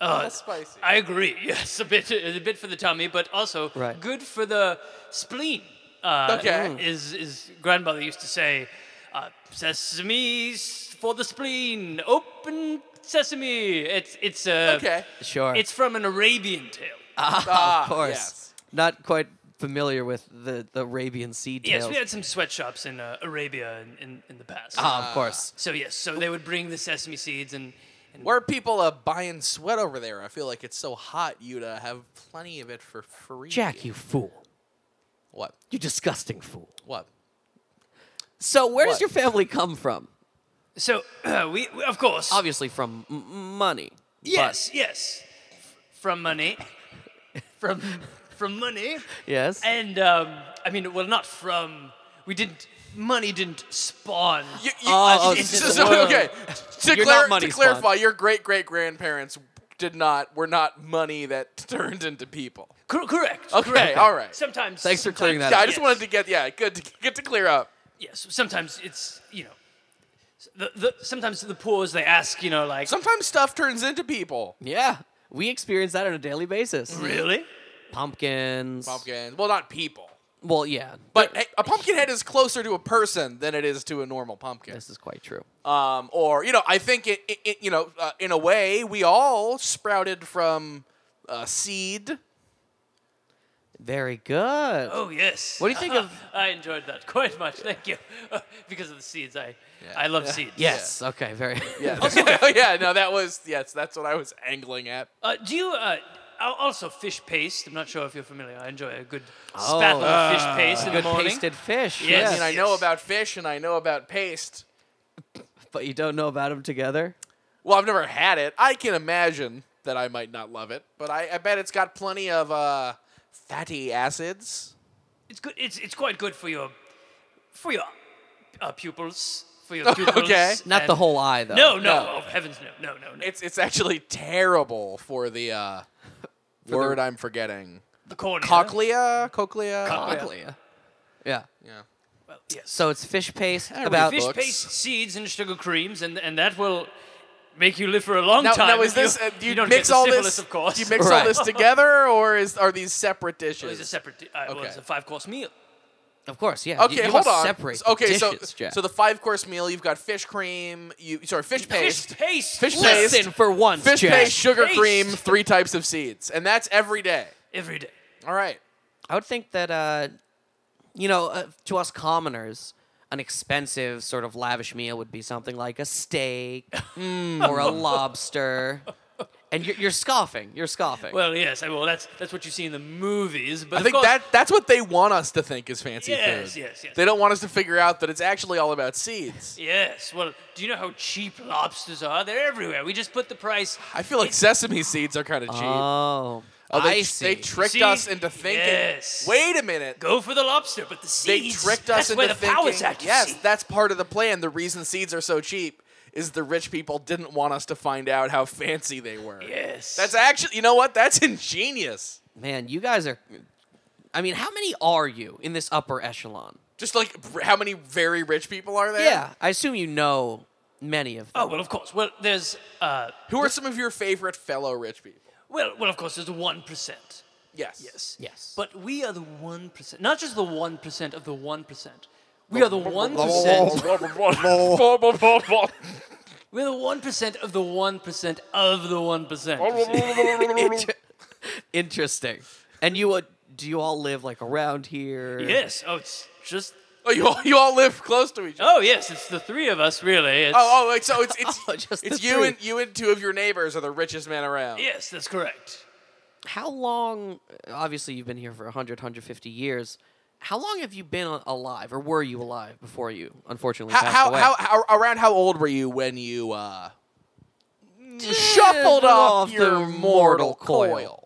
[SPEAKER 1] a
[SPEAKER 3] Uh,
[SPEAKER 1] little spicy.
[SPEAKER 3] [LAUGHS] I agree. Yes, a bit, a bit for the tummy, but also
[SPEAKER 2] Right.
[SPEAKER 3] good for the spleen. uh,
[SPEAKER 1] Okay.
[SPEAKER 3] is is grandmother used to say, uh, "Sesame s- for the spleen, open sesame." It's it's uh,
[SPEAKER 1] Okay.
[SPEAKER 2] Sure.
[SPEAKER 3] It's from an Arabian tale.
[SPEAKER 1] Ah,
[SPEAKER 2] [LAUGHS] of course.
[SPEAKER 1] yes.
[SPEAKER 2] Not quite familiar with the, the Arabian Sea tales.
[SPEAKER 3] Yes, we had some sweatshops in uh, Arabia in, in, in the past.
[SPEAKER 2] ah, of course.
[SPEAKER 3] So yes, so they would bring the sesame seeds and. and
[SPEAKER 1] Where are people uh, buying sweat over there? I feel like it's so hot, you'd uh, have plenty of it for free.
[SPEAKER 2] Jack, you fool.
[SPEAKER 1] What?
[SPEAKER 2] You disgusting fool.
[SPEAKER 1] What?
[SPEAKER 2] So, where
[SPEAKER 1] What?
[SPEAKER 2] does your family come from?
[SPEAKER 3] so [CLEARS THROAT] we, we of course
[SPEAKER 2] Obviously, from m- money. but-
[SPEAKER 3] yes yes F- from money from from money
[SPEAKER 2] yes.
[SPEAKER 3] and um, I mean well not from we didn't money didn't spawn
[SPEAKER 1] You, you,
[SPEAKER 2] Oh,
[SPEAKER 1] [LAUGHS]
[SPEAKER 2] oh,
[SPEAKER 1] it's
[SPEAKER 2] since
[SPEAKER 1] just-
[SPEAKER 2] the world-
[SPEAKER 1] okay. To,
[SPEAKER 2] You're not
[SPEAKER 1] clar-
[SPEAKER 2] money
[SPEAKER 1] to clarify, your great great grandparents did not were not money that [LAUGHS] turned into people.
[SPEAKER 3] Cor- correct
[SPEAKER 1] Okay,
[SPEAKER 3] correct.
[SPEAKER 1] all right.
[SPEAKER 3] sometimes
[SPEAKER 2] Thanks for clearing
[SPEAKER 3] sometimes-
[SPEAKER 1] Yeah,
[SPEAKER 2] that
[SPEAKER 1] I
[SPEAKER 2] up.
[SPEAKER 1] just
[SPEAKER 3] yes.
[SPEAKER 1] wanted to get yeah, good to get to clear up.
[SPEAKER 3] yes sometimes it's you know the, the sometimes the poors they ask you know like
[SPEAKER 1] Sometimes stuff turns into people.
[SPEAKER 2] yeah. We experience that on a daily basis.
[SPEAKER 3] really
[SPEAKER 2] Pumpkins.
[SPEAKER 1] Pumpkins. Well, not people.
[SPEAKER 2] Well, yeah.
[SPEAKER 1] But hey, a pumpkin head is closer to a person than it is to a normal pumpkin.
[SPEAKER 2] this is quite true.
[SPEAKER 1] Um, or you know, I think it, it, it you know, uh, in a way, we all sprouted from uh, seed.
[SPEAKER 2] Very good.
[SPEAKER 3] Oh yes.
[SPEAKER 2] What do you think of-
[SPEAKER 3] [LAUGHS] I enjoyed that quite much. Thank you, [LAUGHS] because of the seeds. I I love seeds.
[SPEAKER 2] yes. Okay. Very. [LAUGHS]
[SPEAKER 1] Yeah. [LAUGHS] yeah. No, that was yes. That's what I was angling at.
[SPEAKER 3] Uh, do you uh, al- also fish paste? I'm not sure if you're familiar. I enjoy a good
[SPEAKER 2] Oh.
[SPEAKER 3] spattle of fish paste in the
[SPEAKER 2] good
[SPEAKER 3] morning.
[SPEAKER 2] pasted fish.
[SPEAKER 1] I
[SPEAKER 3] Yes.
[SPEAKER 1] mean, I know about fish and I know about paste.
[SPEAKER 2] But you don't know about them together.
[SPEAKER 1] Well, I've never had it. I can imagine that I might not love it, but I, I bet it's got plenty of uh, fatty acids.
[SPEAKER 3] It's good. It's it's quite good for your for your uh, pupils for
[SPEAKER 2] [LAUGHS]
[SPEAKER 3] your pupils.
[SPEAKER 2] Not the
[SPEAKER 3] and-
[SPEAKER 2] whole eye though.
[SPEAKER 3] No, no,
[SPEAKER 1] No.
[SPEAKER 3] Oh, heavens, no, no, no, no.
[SPEAKER 1] It's it's actually terrible for the uh, word I'm forgetting.
[SPEAKER 3] the cornea.
[SPEAKER 1] Cochlea, cochlea,
[SPEAKER 2] Cochlea. Yeah.
[SPEAKER 1] Yeah.
[SPEAKER 3] Well, yes.
[SPEAKER 2] So it's fish paste about
[SPEAKER 3] fish
[SPEAKER 1] books.
[SPEAKER 3] paste, seeds, and sugar creams, and and that will make you live for a long
[SPEAKER 1] Now,
[SPEAKER 3] time.
[SPEAKER 1] now
[SPEAKER 3] if
[SPEAKER 1] is this?
[SPEAKER 3] You,
[SPEAKER 1] uh, do you,
[SPEAKER 3] don't
[SPEAKER 1] mix
[SPEAKER 3] get the
[SPEAKER 1] all
[SPEAKER 3] syphilis,
[SPEAKER 1] this?
[SPEAKER 3] Of course.
[SPEAKER 1] Do you mix
[SPEAKER 2] [LAUGHS] Right.
[SPEAKER 1] all this together, or is are these separate
[SPEAKER 3] It was a
[SPEAKER 1] dishes?
[SPEAKER 3] separate. di- Uh, well,
[SPEAKER 1] Okay.
[SPEAKER 3] it was a five-course meal.
[SPEAKER 2] Of course, yeah.
[SPEAKER 1] Okay,
[SPEAKER 2] you, you
[SPEAKER 1] hold
[SPEAKER 2] must
[SPEAKER 1] on.
[SPEAKER 2] Separate the
[SPEAKER 1] okay, so
[SPEAKER 2] dishes, Jack.
[SPEAKER 1] so the five course meal, you've got fish cream, you sorry, fish paste,
[SPEAKER 3] Fish paste.
[SPEAKER 1] Fish paste.
[SPEAKER 2] listen for once,
[SPEAKER 1] fish
[SPEAKER 2] Jack.
[SPEAKER 1] paste, sugar
[SPEAKER 3] Paste.
[SPEAKER 1] cream, three types of seeds, and that's every day.
[SPEAKER 3] Every day.
[SPEAKER 1] All right.
[SPEAKER 2] I would think that, uh, you know, uh, to us commoners, an expensive sort of lavish meal would be something like
[SPEAKER 1] [LAUGHS]
[SPEAKER 2] a steak mm, or a lobster. And you're, you're scoffing. You're scoffing.
[SPEAKER 3] Well, yes. I- Well, that's that's what you see in the movies. But
[SPEAKER 1] I think that that's what they want us to think is fancy
[SPEAKER 3] Yes,
[SPEAKER 1] food.
[SPEAKER 3] yes, yes.
[SPEAKER 1] They don't want us to figure out that it's actually all about seeds.
[SPEAKER 3] Yes. Well, do you know how cheap lobsters are? They're everywhere. We just put the price.
[SPEAKER 1] I feel like sesame seeds are kind of cheap.
[SPEAKER 2] oh,
[SPEAKER 1] Oh, they,
[SPEAKER 2] I
[SPEAKER 1] they
[SPEAKER 2] see.
[SPEAKER 1] tricked
[SPEAKER 3] Uh, See?
[SPEAKER 1] us into thinking.
[SPEAKER 3] Yes.
[SPEAKER 1] Wait a minute.
[SPEAKER 3] Go for the lobster, but the
[SPEAKER 1] They
[SPEAKER 3] seeds.
[SPEAKER 1] tricked us
[SPEAKER 3] that's
[SPEAKER 1] into
[SPEAKER 3] where the
[SPEAKER 1] thinking.
[SPEAKER 3] power's at. you
[SPEAKER 1] yes,
[SPEAKER 3] see.
[SPEAKER 1] that's part of the plan. The reason seeds are so cheap is the rich people didn't want us to find out how fancy they were.
[SPEAKER 3] Yes.
[SPEAKER 1] That's actually, you know what? That's ingenious.
[SPEAKER 2] Man, you guys are. I mean, how many are you in this upper echelon?
[SPEAKER 1] Just like r- how many very rich people are there?
[SPEAKER 2] Yeah, I assume you know many of them.
[SPEAKER 3] Oh well, of course. Well, there's. Uh,
[SPEAKER 1] Who are some of your favorite fellow rich people?
[SPEAKER 3] well, well, of course, there's one percent.
[SPEAKER 1] Yes.
[SPEAKER 3] Yes.
[SPEAKER 2] Yes.
[SPEAKER 3] But we are the one percent. Not just the one percent of the one percent. We are the one
[SPEAKER 1] Oh,
[SPEAKER 3] percent.
[SPEAKER 1] Yes.
[SPEAKER 3] We're the one percent of the one percent of the one percent.
[SPEAKER 2] Oh, [LAUGHS] Interesting. And you would. Do you all live like around here?
[SPEAKER 3] Yes. Oh, it's just.
[SPEAKER 1] oh, you, all, you all live close to each other.
[SPEAKER 3] Oh yes, it's the three of us really. It's,
[SPEAKER 1] Oh, oh, like, so it's it's,
[SPEAKER 2] Oh, just
[SPEAKER 1] it's
[SPEAKER 2] the
[SPEAKER 1] you
[SPEAKER 2] three.
[SPEAKER 1] and you and two of your neighbors are the richest men
[SPEAKER 2] oh.
[SPEAKER 1] around.
[SPEAKER 3] Yes, that's correct.
[SPEAKER 2] How long? Obviously, you've been here for 100, 150 years. How long have you been a- alive, or were you alive before you unfortunately
[SPEAKER 1] How,
[SPEAKER 2] passed
[SPEAKER 1] how,
[SPEAKER 2] away?
[SPEAKER 1] how, how around how old were you when you uh, shuffled off
[SPEAKER 2] off
[SPEAKER 1] your
[SPEAKER 2] the
[SPEAKER 1] mortal
[SPEAKER 2] mortal
[SPEAKER 1] coil?
[SPEAKER 2] coil.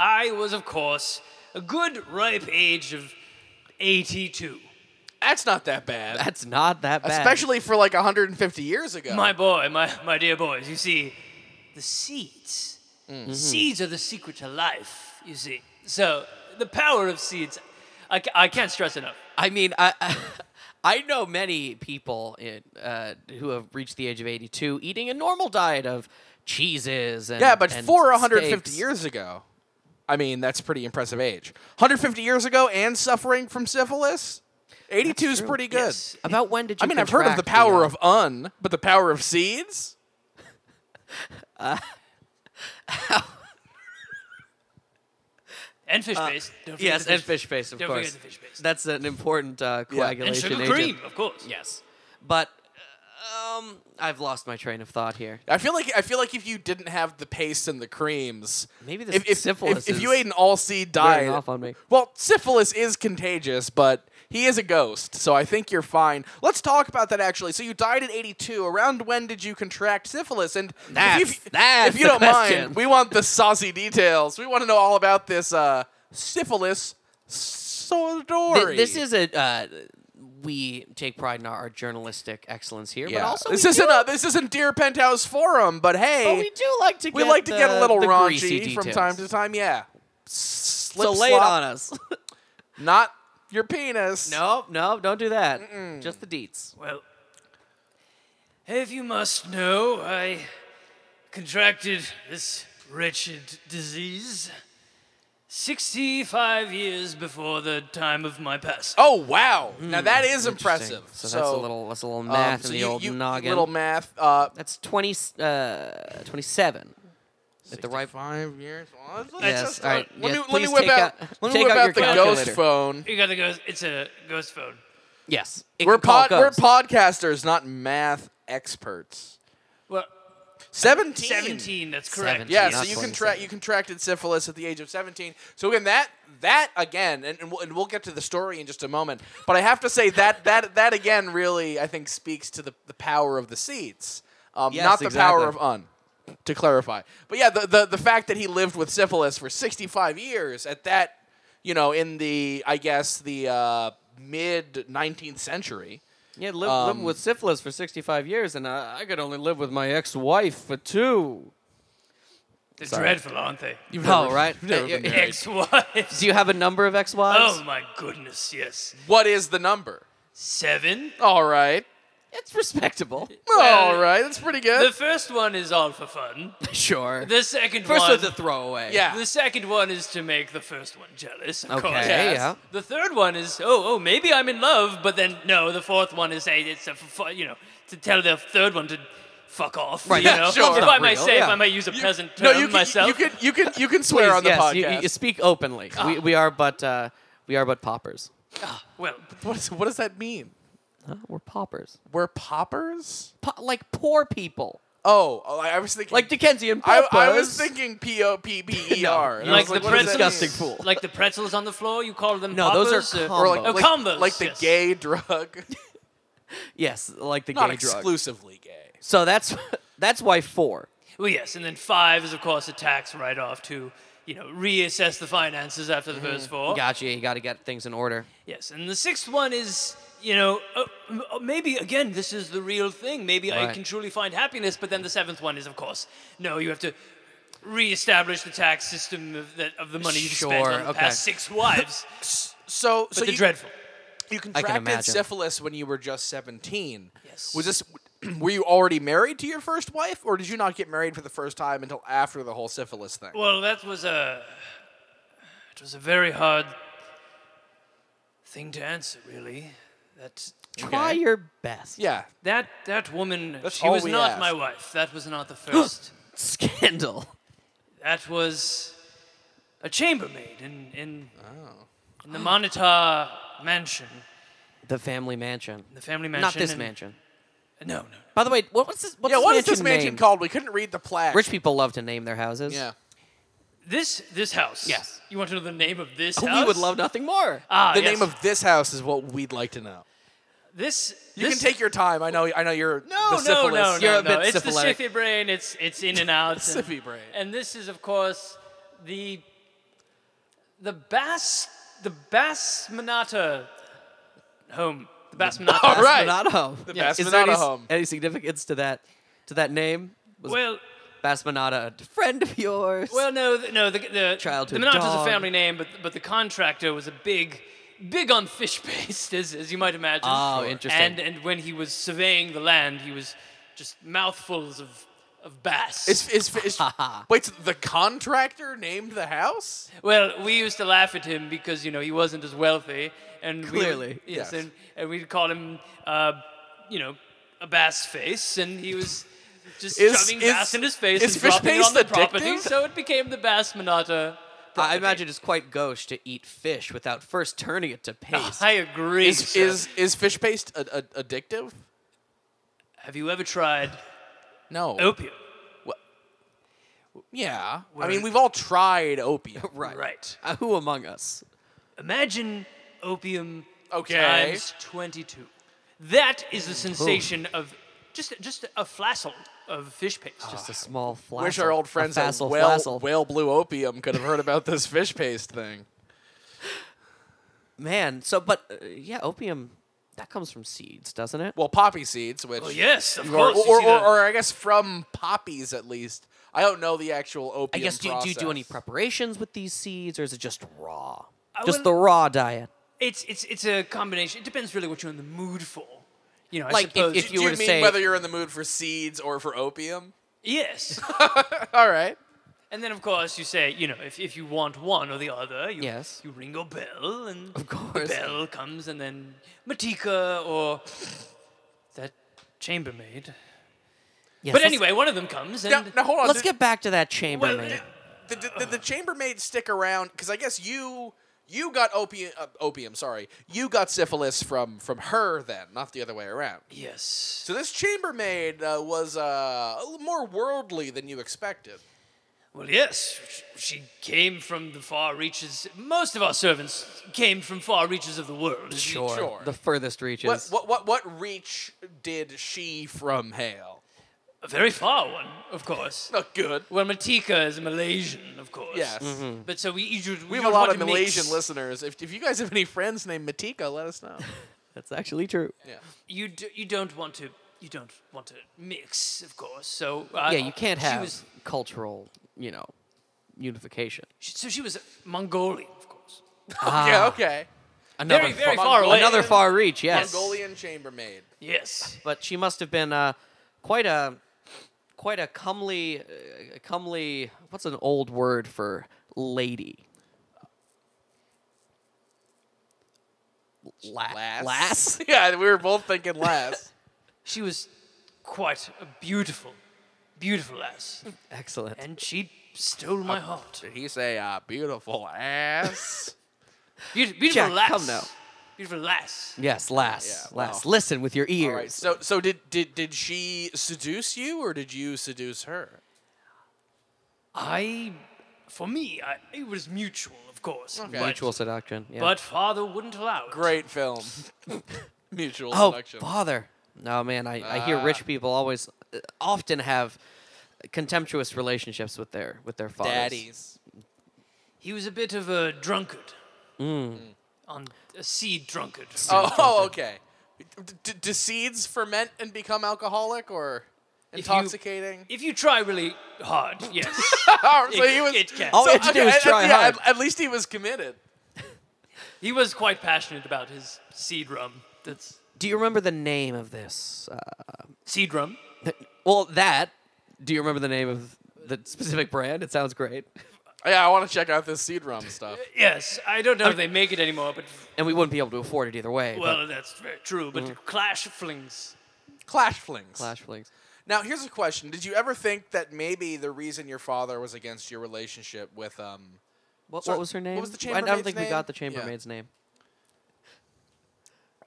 [SPEAKER 3] I was, of course, a good ripe age of 82.
[SPEAKER 1] That's not that bad,
[SPEAKER 2] That's not that bad.
[SPEAKER 1] especially for like 150 years ago.
[SPEAKER 3] My boy, my, my dear boys, you see, the seeds.
[SPEAKER 2] Mm-hmm.
[SPEAKER 3] Seeds are the secret to life, you see. So, the power of seeds, I, ca- I can't stress enough.
[SPEAKER 2] I mean, I [LAUGHS] I know many people in, uh, who have reached the age of 82 eating a normal diet of cheeses and
[SPEAKER 1] yeah, but
[SPEAKER 2] and
[SPEAKER 1] for 150
[SPEAKER 2] steaks.
[SPEAKER 1] years ago, I mean, that's pretty impressive age. 150 years ago and suffering from syphilis? 82 is pretty good.
[SPEAKER 3] Yes.
[SPEAKER 2] About when did you?
[SPEAKER 1] I mean, I've heard of the power
[SPEAKER 2] of.
[SPEAKER 1] of un, but the power of seeds?
[SPEAKER 3] And fish paste. Don't forget
[SPEAKER 2] Uh, Yes,
[SPEAKER 3] the
[SPEAKER 2] and fish paste, of
[SPEAKER 3] Don't
[SPEAKER 2] course.
[SPEAKER 3] forget the fish paste.
[SPEAKER 2] That's an important uh,
[SPEAKER 3] And
[SPEAKER 2] coagulation
[SPEAKER 3] sugar
[SPEAKER 2] agent.
[SPEAKER 3] cream, of course.
[SPEAKER 2] Yes, but uh, um, I've lost my train of thought here.
[SPEAKER 1] I feel like I feel like if you didn't have the paste and the creams,
[SPEAKER 2] Maybe this
[SPEAKER 1] if, if,
[SPEAKER 2] syphilis
[SPEAKER 1] If, if you
[SPEAKER 2] is
[SPEAKER 1] ate an all seed
[SPEAKER 2] wearing
[SPEAKER 1] diet,
[SPEAKER 2] off on me.
[SPEAKER 1] well, syphilis is contagious, but he is a ghost, so I think you're fine. Let's talk about that actually. So you died at 82. Around when did you contract syphilis? And if
[SPEAKER 2] That's-
[SPEAKER 1] you,
[SPEAKER 2] that's
[SPEAKER 1] if you
[SPEAKER 2] the
[SPEAKER 1] don't
[SPEAKER 2] question.
[SPEAKER 1] mind, we want the saucy details. We want to know all about this uh, syphilis story.
[SPEAKER 2] Th- this is a uh, we take pride in our, our journalistic excellence here, but
[SPEAKER 1] yeah.
[SPEAKER 2] also
[SPEAKER 1] this
[SPEAKER 2] we
[SPEAKER 1] isn't
[SPEAKER 2] do,
[SPEAKER 1] a, this isn't Dear Penthouse Forum, but hey,
[SPEAKER 2] but we do like to
[SPEAKER 1] we
[SPEAKER 2] get
[SPEAKER 1] like to
[SPEAKER 2] the-
[SPEAKER 1] get a little
[SPEAKER 2] the
[SPEAKER 1] raunchy
[SPEAKER 2] greasy
[SPEAKER 1] from
[SPEAKER 2] details.
[SPEAKER 1] time to time. Yeah. Slip,
[SPEAKER 2] So lay it
[SPEAKER 1] slop, [LAUGHS]
[SPEAKER 2] on us.
[SPEAKER 1] Not your penis.
[SPEAKER 2] no, no, don't do that. Just the deets.
[SPEAKER 3] Well, if you must know, I contracted this wretched disease 65 years before the time of my passing.
[SPEAKER 1] Oh wow! now that is
[SPEAKER 2] Hmm, Interesting.
[SPEAKER 1] impressive.
[SPEAKER 2] So, that's a little that's a little
[SPEAKER 1] um,
[SPEAKER 2] math
[SPEAKER 1] so
[SPEAKER 2] in the
[SPEAKER 1] you-
[SPEAKER 2] old
[SPEAKER 1] you-
[SPEAKER 2] noggin.
[SPEAKER 1] Little math. Uh,
[SPEAKER 2] That's 20, uh, 27. At the right.
[SPEAKER 1] five years. Well, let's-
[SPEAKER 2] Yes,
[SPEAKER 1] let's-
[SPEAKER 2] all right.
[SPEAKER 1] Let
[SPEAKER 2] Yeah,
[SPEAKER 1] me, let me
[SPEAKER 2] please
[SPEAKER 1] whip
[SPEAKER 2] take
[SPEAKER 1] out.
[SPEAKER 2] out-
[SPEAKER 1] let me
[SPEAKER 2] take
[SPEAKER 1] whip
[SPEAKER 2] out your
[SPEAKER 1] out the ghost
[SPEAKER 2] calculator.
[SPEAKER 1] phone.
[SPEAKER 3] You got the ghost. It's a ghost phone.
[SPEAKER 2] Yes. It
[SPEAKER 1] We're
[SPEAKER 2] can call
[SPEAKER 1] pod, we're
[SPEAKER 2] ghosts.
[SPEAKER 1] podcasters, not math experts.
[SPEAKER 3] Well,
[SPEAKER 1] Seventeen.
[SPEAKER 3] 17, that's correct.
[SPEAKER 2] Seventeen,
[SPEAKER 1] Yeah,
[SPEAKER 2] not
[SPEAKER 1] so you contract
[SPEAKER 2] 27.
[SPEAKER 1] you contracted syphilis at the age of 17. So again, that that again, and, and, we'll, and we'll get to the story in just a moment. But I have to say that that that again really I think speaks to the, the power of the seeds, um,
[SPEAKER 2] Yes,
[SPEAKER 1] not the
[SPEAKER 2] exactly.
[SPEAKER 1] power of un. To clarify, but yeah, the, the the fact that he lived with syphilis for 65 years at that, you know, in the I guess the uh, mid 19th century.
[SPEAKER 2] Yeah, live,
[SPEAKER 1] Um,
[SPEAKER 2] living with syphilis for 65 years, and I, I could only live with my ex-wife for two.
[SPEAKER 3] They're
[SPEAKER 2] Sorry.
[SPEAKER 3] dreadful, aren't they? [LAUGHS]
[SPEAKER 1] You've
[SPEAKER 2] Oh,
[SPEAKER 1] never-
[SPEAKER 2] right.
[SPEAKER 1] [LAUGHS] you've never
[SPEAKER 2] Yeah,
[SPEAKER 1] been
[SPEAKER 2] yeah.
[SPEAKER 1] married.
[SPEAKER 2] [LAUGHS]
[SPEAKER 3] Ex wives.
[SPEAKER 2] Do you have a number of ex-wives?
[SPEAKER 3] Oh, my goodness, yes.
[SPEAKER 1] What is the number?
[SPEAKER 3] Seven?
[SPEAKER 1] All right,
[SPEAKER 2] It's
[SPEAKER 1] [LAUGHS]
[SPEAKER 2] respectable.
[SPEAKER 1] all right, that's pretty
[SPEAKER 2] Uh.
[SPEAKER 1] good.
[SPEAKER 3] The first one is all for fun.
[SPEAKER 2] sure.
[SPEAKER 3] The second
[SPEAKER 2] First
[SPEAKER 3] one.
[SPEAKER 2] one's a throwaway.
[SPEAKER 1] Yeah.
[SPEAKER 3] The second one is to make the first one jealous, of
[SPEAKER 2] Okay,
[SPEAKER 3] course.
[SPEAKER 1] Yes.
[SPEAKER 2] yeah.
[SPEAKER 3] The third one is, oh, oh, maybe I'm in love, but then no. The fourth one is, hey, it's a, f- f- you know, to tell the third one to fuck off.
[SPEAKER 2] Right,
[SPEAKER 3] you
[SPEAKER 2] yeah,
[SPEAKER 3] know?
[SPEAKER 1] sure.
[SPEAKER 3] If I may
[SPEAKER 2] Real,
[SPEAKER 3] say, if
[SPEAKER 2] yeah.
[SPEAKER 3] I might use a
[SPEAKER 1] You-
[SPEAKER 3] peasant
[SPEAKER 1] no,
[SPEAKER 3] term
[SPEAKER 1] you can,
[SPEAKER 3] myself,
[SPEAKER 1] You can you can you can swear on the
[SPEAKER 2] yes, you-
[SPEAKER 1] podcast.
[SPEAKER 2] You, you speak openly. We, we are but uh, we are but paupers.
[SPEAKER 3] well,
[SPEAKER 1] what, is, what does that mean?
[SPEAKER 2] Huh? We're paupers.
[SPEAKER 1] We're poppers?
[SPEAKER 2] Pa- like poor people.
[SPEAKER 1] Oh, oh, I I was thinking
[SPEAKER 2] Like Dickensian
[SPEAKER 1] I,
[SPEAKER 2] paupers.
[SPEAKER 1] I was thinking P O P P E R.
[SPEAKER 2] No,
[SPEAKER 1] I
[SPEAKER 3] like
[SPEAKER 1] was
[SPEAKER 3] the
[SPEAKER 1] what does that
[SPEAKER 3] pretzels,
[SPEAKER 2] disgusting
[SPEAKER 1] mean?
[SPEAKER 2] fool.
[SPEAKER 3] like the pretzels on the floor, you call them
[SPEAKER 2] No, those are
[SPEAKER 3] poppers, uh,
[SPEAKER 2] com-
[SPEAKER 1] Or like,
[SPEAKER 2] Combos.
[SPEAKER 1] like,
[SPEAKER 3] Oh, combos,
[SPEAKER 1] like the
[SPEAKER 3] yes.
[SPEAKER 1] gay drug,
[SPEAKER 2] Yes, like the
[SPEAKER 1] not
[SPEAKER 2] gay drug.
[SPEAKER 1] exclusively gay.
[SPEAKER 2] So that's that's why four.
[SPEAKER 3] Well, yes, and then five is of course a tax write-off to, you know, reassess the finances after the first four.
[SPEAKER 2] Gotcha. You got to get things in order.
[SPEAKER 3] Yes, and the sixth one is, you know, uh, m- uh, maybe again this is the real thing. Maybe I
[SPEAKER 2] Right.
[SPEAKER 3] can truly find happiness. But then the seventh one is, of course, no. You have to reestablish the tax system of, that, of the money you spent
[SPEAKER 2] Sure,
[SPEAKER 3] on the
[SPEAKER 2] okay.
[SPEAKER 3] past
[SPEAKER 1] [LAUGHS]
[SPEAKER 3] six wives.
[SPEAKER 1] So, so
[SPEAKER 3] but the
[SPEAKER 1] you,
[SPEAKER 3] dreadful.
[SPEAKER 1] you contracted
[SPEAKER 2] imagine.
[SPEAKER 1] syphilis when you were just seventeen.
[SPEAKER 3] Yes.
[SPEAKER 1] Was this? [CLEARS THROAT] Were you already married to your first wife, or did you not get married for the first time until after the whole syphilis thing?
[SPEAKER 3] Well, that was a. It was a very hard thing to answer, really. That
[SPEAKER 2] Try your best.
[SPEAKER 1] yeah.
[SPEAKER 3] that that woman.
[SPEAKER 1] That's
[SPEAKER 3] she
[SPEAKER 1] all
[SPEAKER 3] was
[SPEAKER 1] we
[SPEAKER 3] not
[SPEAKER 1] ask.
[SPEAKER 3] my wife. That
[SPEAKER 1] [GASPS]
[SPEAKER 3] was not the first.
[SPEAKER 2] Scandal.
[SPEAKER 3] That was a chambermaid in in,
[SPEAKER 2] Oh.
[SPEAKER 3] in the Monitor mansion,
[SPEAKER 2] The family mansion.
[SPEAKER 3] the family mansion.
[SPEAKER 2] Not this
[SPEAKER 3] and-
[SPEAKER 2] mansion.
[SPEAKER 3] No, no.
[SPEAKER 2] By the way, what, what's this? What's
[SPEAKER 1] Yeah.
[SPEAKER 2] this
[SPEAKER 1] What is
[SPEAKER 2] mansion
[SPEAKER 1] this mansion
[SPEAKER 2] named?
[SPEAKER 1] called? We couldn't read the plaque.
[SPEAKER 2] Rich people love to name their houses.
[SPEAKER 1] Yeah.
[SPEAKER 3] This this house.
[SPEAKER 2] Yes.
[SPEAKER 3] You want to know the name of this house?
[SPEAKER 2] We would love nothing more.
[SPEAKER 3] Ah,
[SPEAKER 1] the
[SPEAKER 3] yes.
[SPEAKER 1] name of this house is what we'd like to know.
[SPEAKER 3] this.
[SPEAKER 1] You can take your time. I know. I know you're the
[SPEAKER 3] No, no,
[SPEAKER 1] syphilis.
[SPEAKER 3] no, no,
[SPEAKER 2] You're a
[SPEAKER 3] no.
[SPEAKER 2] bit
[SPEAKER 3] It's the
[SPEAKER 2] syphilitic.
[SPEAKER 3] syphy brain. It's it's in and
[SPEAKER 2] [LAUGHS]
[SPEAKER 3] out. and-
[SPEAKER 1] Syphy brain.
[SPEAKER 3] And this is of course the the Bass the Bass Manata home. The Bass Manata.
[SPEAKER 1] All right.
[SPEAKER 2] Basmanata. The
[SPEAKER 1] Yes.
[SPEAKER 2] Is there any,
[SPEAKER 1] Basmanata home.
[SPEAKER 2] any significance to that? To that name? Was
[SPEAKER 3] Well,
[SPEAKER 2] Basmanata a friend of yours?
[SPEAKER 3] Well, no, th- no. The the
[SPEAKER 2] Childhood
[SPEAKER 3] The Minot is a
[SPEAKER 2] dog.
[SPEAKER 3] family name, but but the contractor was a big, big on fish [LAUGHS] paste, as, as you might imagine.
[SPEAKER 1] Ah,
[SPEAKER 2] Oh, Sure. interesting.
[SPEAKER 3] And and when he was surveying the land, he was just mouthfuls of of bass.
[SPEAKER 1] Is, is,
[SPEAKER 3] [LAUGHS]
[SPEAKER 1] is, wait, so the contractor named the house?
[SPEAKER 3] well, we used to laugh at him because you know he wasn't as wealthy, and we
[SPEAKER 2] Clearly,
[SPEAKER 3] would, yes,
[SPEAKER 1] yes.
[SPEAKER 3] and, and we'd call him, uh, you know, a bass face, and
[SPEAKER 1] [LAUGHS]
[SPEAKER 3] he was. Just
[SPEAKER 1] Is-
[SPEAKER 3] shoving
[SPEAKER 1] is-
[SPEAKER 3] bass in his face
[SPEAKER 1] is
[SPEAKER 3] and
[SPEAKER 1] fish
[SPEAKER 3] dropping it on
[SPEAKER 1] paste
[SPEAKER 3] the property,
[SPEAKER 1] addictive?
[SPEAKER 3] so it became the Bass Manata.
[SPEAKER 2] I imagine it's quite gauche to eat fish without first turning it to paste.
[SPEAKER 3] I agree.
[SPEAKER 1] Is
[SPEAKER 3] sir.
[SPEAKER 1] is, is fish paste a, a, addictive?
[SPEAKER 3] Have you ever tried
[SPEAKER 1] No.
[SPEAKER 3] opium?
[SPEAKER 1] Yeah. I mean, we've all tried
[SPEAKER 3] [LAUGHS]
[SPEAKER 1] opium.
[SPEAKER 2] right.
[SPEAKER 3] Right.
[SPEAKER 2] Uh, who among us?
[SPEAKER 3] Imagine opium
[SPEAKER 1] Okay.
[SPEAKER 3] times 22. That is the sensation of just just a flassel of fish paste.
[SPEAKER 1] Ah.
[SPEAKER 3] Just
[SPEAKER 2] Just a small flask.
[SPEAKER 1] Wish our old friends at
[SPEAKER 2] Fassel
[SPEAKER 1] Whale,
[SPEAKER 2] Flassel.
[SPEAKER 1] Whale Blue Opium could have heard about this fish paste thing.
[SPEAKER 2] Man, so but uh, yeah, opium that comes from seeds, doesn't it?
[SPEAKER 1] Well, poppy seeds, which.
[SPEAKER 3] oh yes, of
[SPEAKER 1] Or,
[SPEAKER 3] course. you
[SPEAKER 1] or,
[SPEAKER 3] see
[SPEAKER 1] or,
[SPEAKER 3] the-
[SPEAKER 1] or I guess from poppies, at least. I don't know the actual opium
[SPEAKER 2] I guess do, you- do you do any
[SPEAKER 1] process.
[SPEAKER 2] preparations with these seeds, or is it just raw?
[SPEAKER 3] I
[SPEAKER 2] just
[SPEAKER 3] wouldn't-
[SPEAKER 2] the raw diet.
[SPEAKER 3] it's it's it's a combination. It depends really what you're in the mood for. You know, I
[SPEAKER 2] Like, if-
[SPEAKER 3] suppose.
[SPEAKER 2] if
[SPEAKER 1] Do
[SPEAKER 2] you
[SPEAKER 1] you
[SPEAKER 2] were
[SPEAKER 1] mean
[SPEAKER 2] to say-
[SPEAKER 1] whether you're in the mood for seeds or for opium?
[SPEAKER 3] yes,
[SPEAKER 1] [LAUGHS] All right.
[SPEAKER 3] and then of course you say, you know, if, if you want one or the other, you,
[SPEAKER 2] Yes.
[SPEAKER 3] you ring a bell, and
[SPEAKER 2] Of course.
[SPEAKER 3] the bell comes, and then Matika or that chambermaid.
[SPEAKER 2] Yes,
[SPEAKER 3] But
[SPEAKER 2] let's-
[SPEAKER 3] anyway, one of them comes, and
[SPEAKER 1] Now, now hold on.
[SPEAKER 2] let's
[SPEAKER 1] Did-
[SPEAKER 2] get back to that
[SPEAKER 3] Well,
[SPEAKER 2] chambermaid.
[SPEAKER 3] uh,
[SPEAKER 1] did, did, did the chambermaid stick around? Because I guess you you got opium uh, opium. Sorry, you got syphilis from from her then, not the other way around.
[SPEAKER 3] yes.
[SPEAKER 1] So this chambermaid uh, was uh, a little more worldly than you expected.
[SPEAKER 3] Well, yes, sh- she came from the far reaches. Most of our servants came from far reaches of the world. as you-
[SPEAKER 2] sure.
[SPEAKER 1] sure.
[SPEAKER 2] The furthest reaches.
[SPEAKER 1] What what what what reach did she from Hale?
[SPEAKER 3] A very far one, of course.
[SPEAKER 1] Not good.
[SPEAKER 3] Well, Matika is Malaysian, of course.
[SPEAKER 1] Yes.
[SPEAKER 2] Mm-hmm.
[SPEAKER 3] But so we you, you
[SPEAKER 1] Hmm. We have a lot of Malaysian listeners. If, if you guys have any friends named Matika, let
[SPEAKER 2] [LAUGHS]
[SPEAKER 1] us know.
[SPEAKER 2] That's actually true.
[SPEAKER 1] Yeah.
[SPEAKER 3] You do, you don't want to you don't want to mix, of course. So uh,
[SPEAKER 2] yeah, you can't have
[SPEAKER 3] She was,
[SPEAKER 2] cultural, you know, unification.
[SPEAKER 3] she, so she was Mongolian, of course.
[SPEAKER 1] yeah. Okay.
[SPEAKER 2] Another
[SPEAKER 3] very very
[SPEAKER 2] far,
[SPEAKER 3] far away.
[SPEAKER 2] another far reach. Ah. Yes.
[SPEAKER 1] Mongolian chambermaid.
[SPEAKER 3] Yes.
[SPEAKER 2] but she must have been uh, quite a quite a comely uh, comely what's an old word for lady La-
[SPEAKER 1] Lass.
[SPEAKER 2] lass
[SPEAKER 1] [LAUGHS] yeah, we were both thinking lass. [LAUGHS]
[SPEAKER 3] She was quite a beautiful, beautiful lass,
[SPEAKER 2] excellent
[SPEAKER 3] and she stole my
[SPEAKER 2] Oh.
[SPEAKER 3] heart.
[SPEAKER 1] Did he say uh, beautiful ass?
[SPEAKER 3] Beautiful, beautiful
[SPEAKER 2] Jack,
[SPEAKER 3] lass.
[SPEAKER 2] come now.
[SPEAKER 3] Beautiful lass.
[SPEAKER 2] yes lass
[SPEAKER 1] Yeah,
[SPEAKER 2] lass
[SPEAKER 1] wow.
[SPEAKER 2] listen with your ears
[SPEAKER 1] All right. So so did did did she seduce you or did you seduce her?
[SPEAKER 3] I, for me, I, it was mutual, of course.
[SPEAKER 1] Okay.
[SPEAKER 3] But,
[SPEAKER 2] mutual seduction yeah.
[SPEAKER 3] But father wouldn't allow it.
[SPEAKER 1] Great film. [LAUGHS] Mutual
[SPEAKER 2] oh
[SPEAKER 1] seduction.
[SPEAKER 2] father no man I, I hear
[SPEAKER 1] Ah.
[SPEAKER 2] rich people always uh, often have contemptuous relationships with their with their fathers
[SPEAKER 1] Daddies.
[SPEAKER 3] He was a bit of a drunkard. On a seed drunkard.
[SPEAKER 1] Oh, oh, okay. D- d- do seeds ferment and become alcoholic or
[SPEAKER 3] If you-
[SPEAKER 1] intoxicating?
[SPEAKER 3] If you try really hard, yes.
[SPEAKER 1] [LAUGHS] Oh, so
[SPEAKER 3] it-
[SPEAKER 1] he was.
[SPEAKER 3] it can.
[SPEAKER 2] all we had to do
[SPEAKER 1] okay,
[SPEAKER 2] was
[SPEAKER 1] at-
[SPEAKER 2] try
[SPEAKER 1] yeah,
[SPEAKER 2] hard
[SPEAKER 1] At, at least he was committed.
[SPEAKER 3] he was quite passionate about his seed rum. That's
[SPEAKER 2] do you remember the name of this uh,
[SPEAKER 3] seed rum.
[SPEAKER 2] Well, that. Do you remember the name of the specific brand? It sounds great. [LAUGHS]
[SPEAKER 1] Yeah, I want to check out this seed rum stuff.
[SPEAKER 3] Yes, I don't know if they make it anymore, but
[SPEAKER 2] And we wouldn't be able to afford it either way. but
[SPEAKER 3] well, that's very true. But Clash Flings.
[SPEAKER 1] Clash flings.
[SPEAKER 2] Clash Flings.
[SPEAKER 1] Now, here's a question: Did you ever think that maybe the reason your father was against your relationship with um?
[SPEAKER 2] What,
[SPEAKER 1] Sorry,
[SPEAKER 2] what was her name?
[SPEAKER 1] what was the
[SPEAKER 2] I- I don't
[SPEAKER 1] chambermaid's
[SPEAKER 2] think we
[SPEAKER 1] name?
[SPEAKER 2] got the
[SPEAKER 1] Yeah.
[SPEAKER 2] chambermaid's name. [LAUGHS]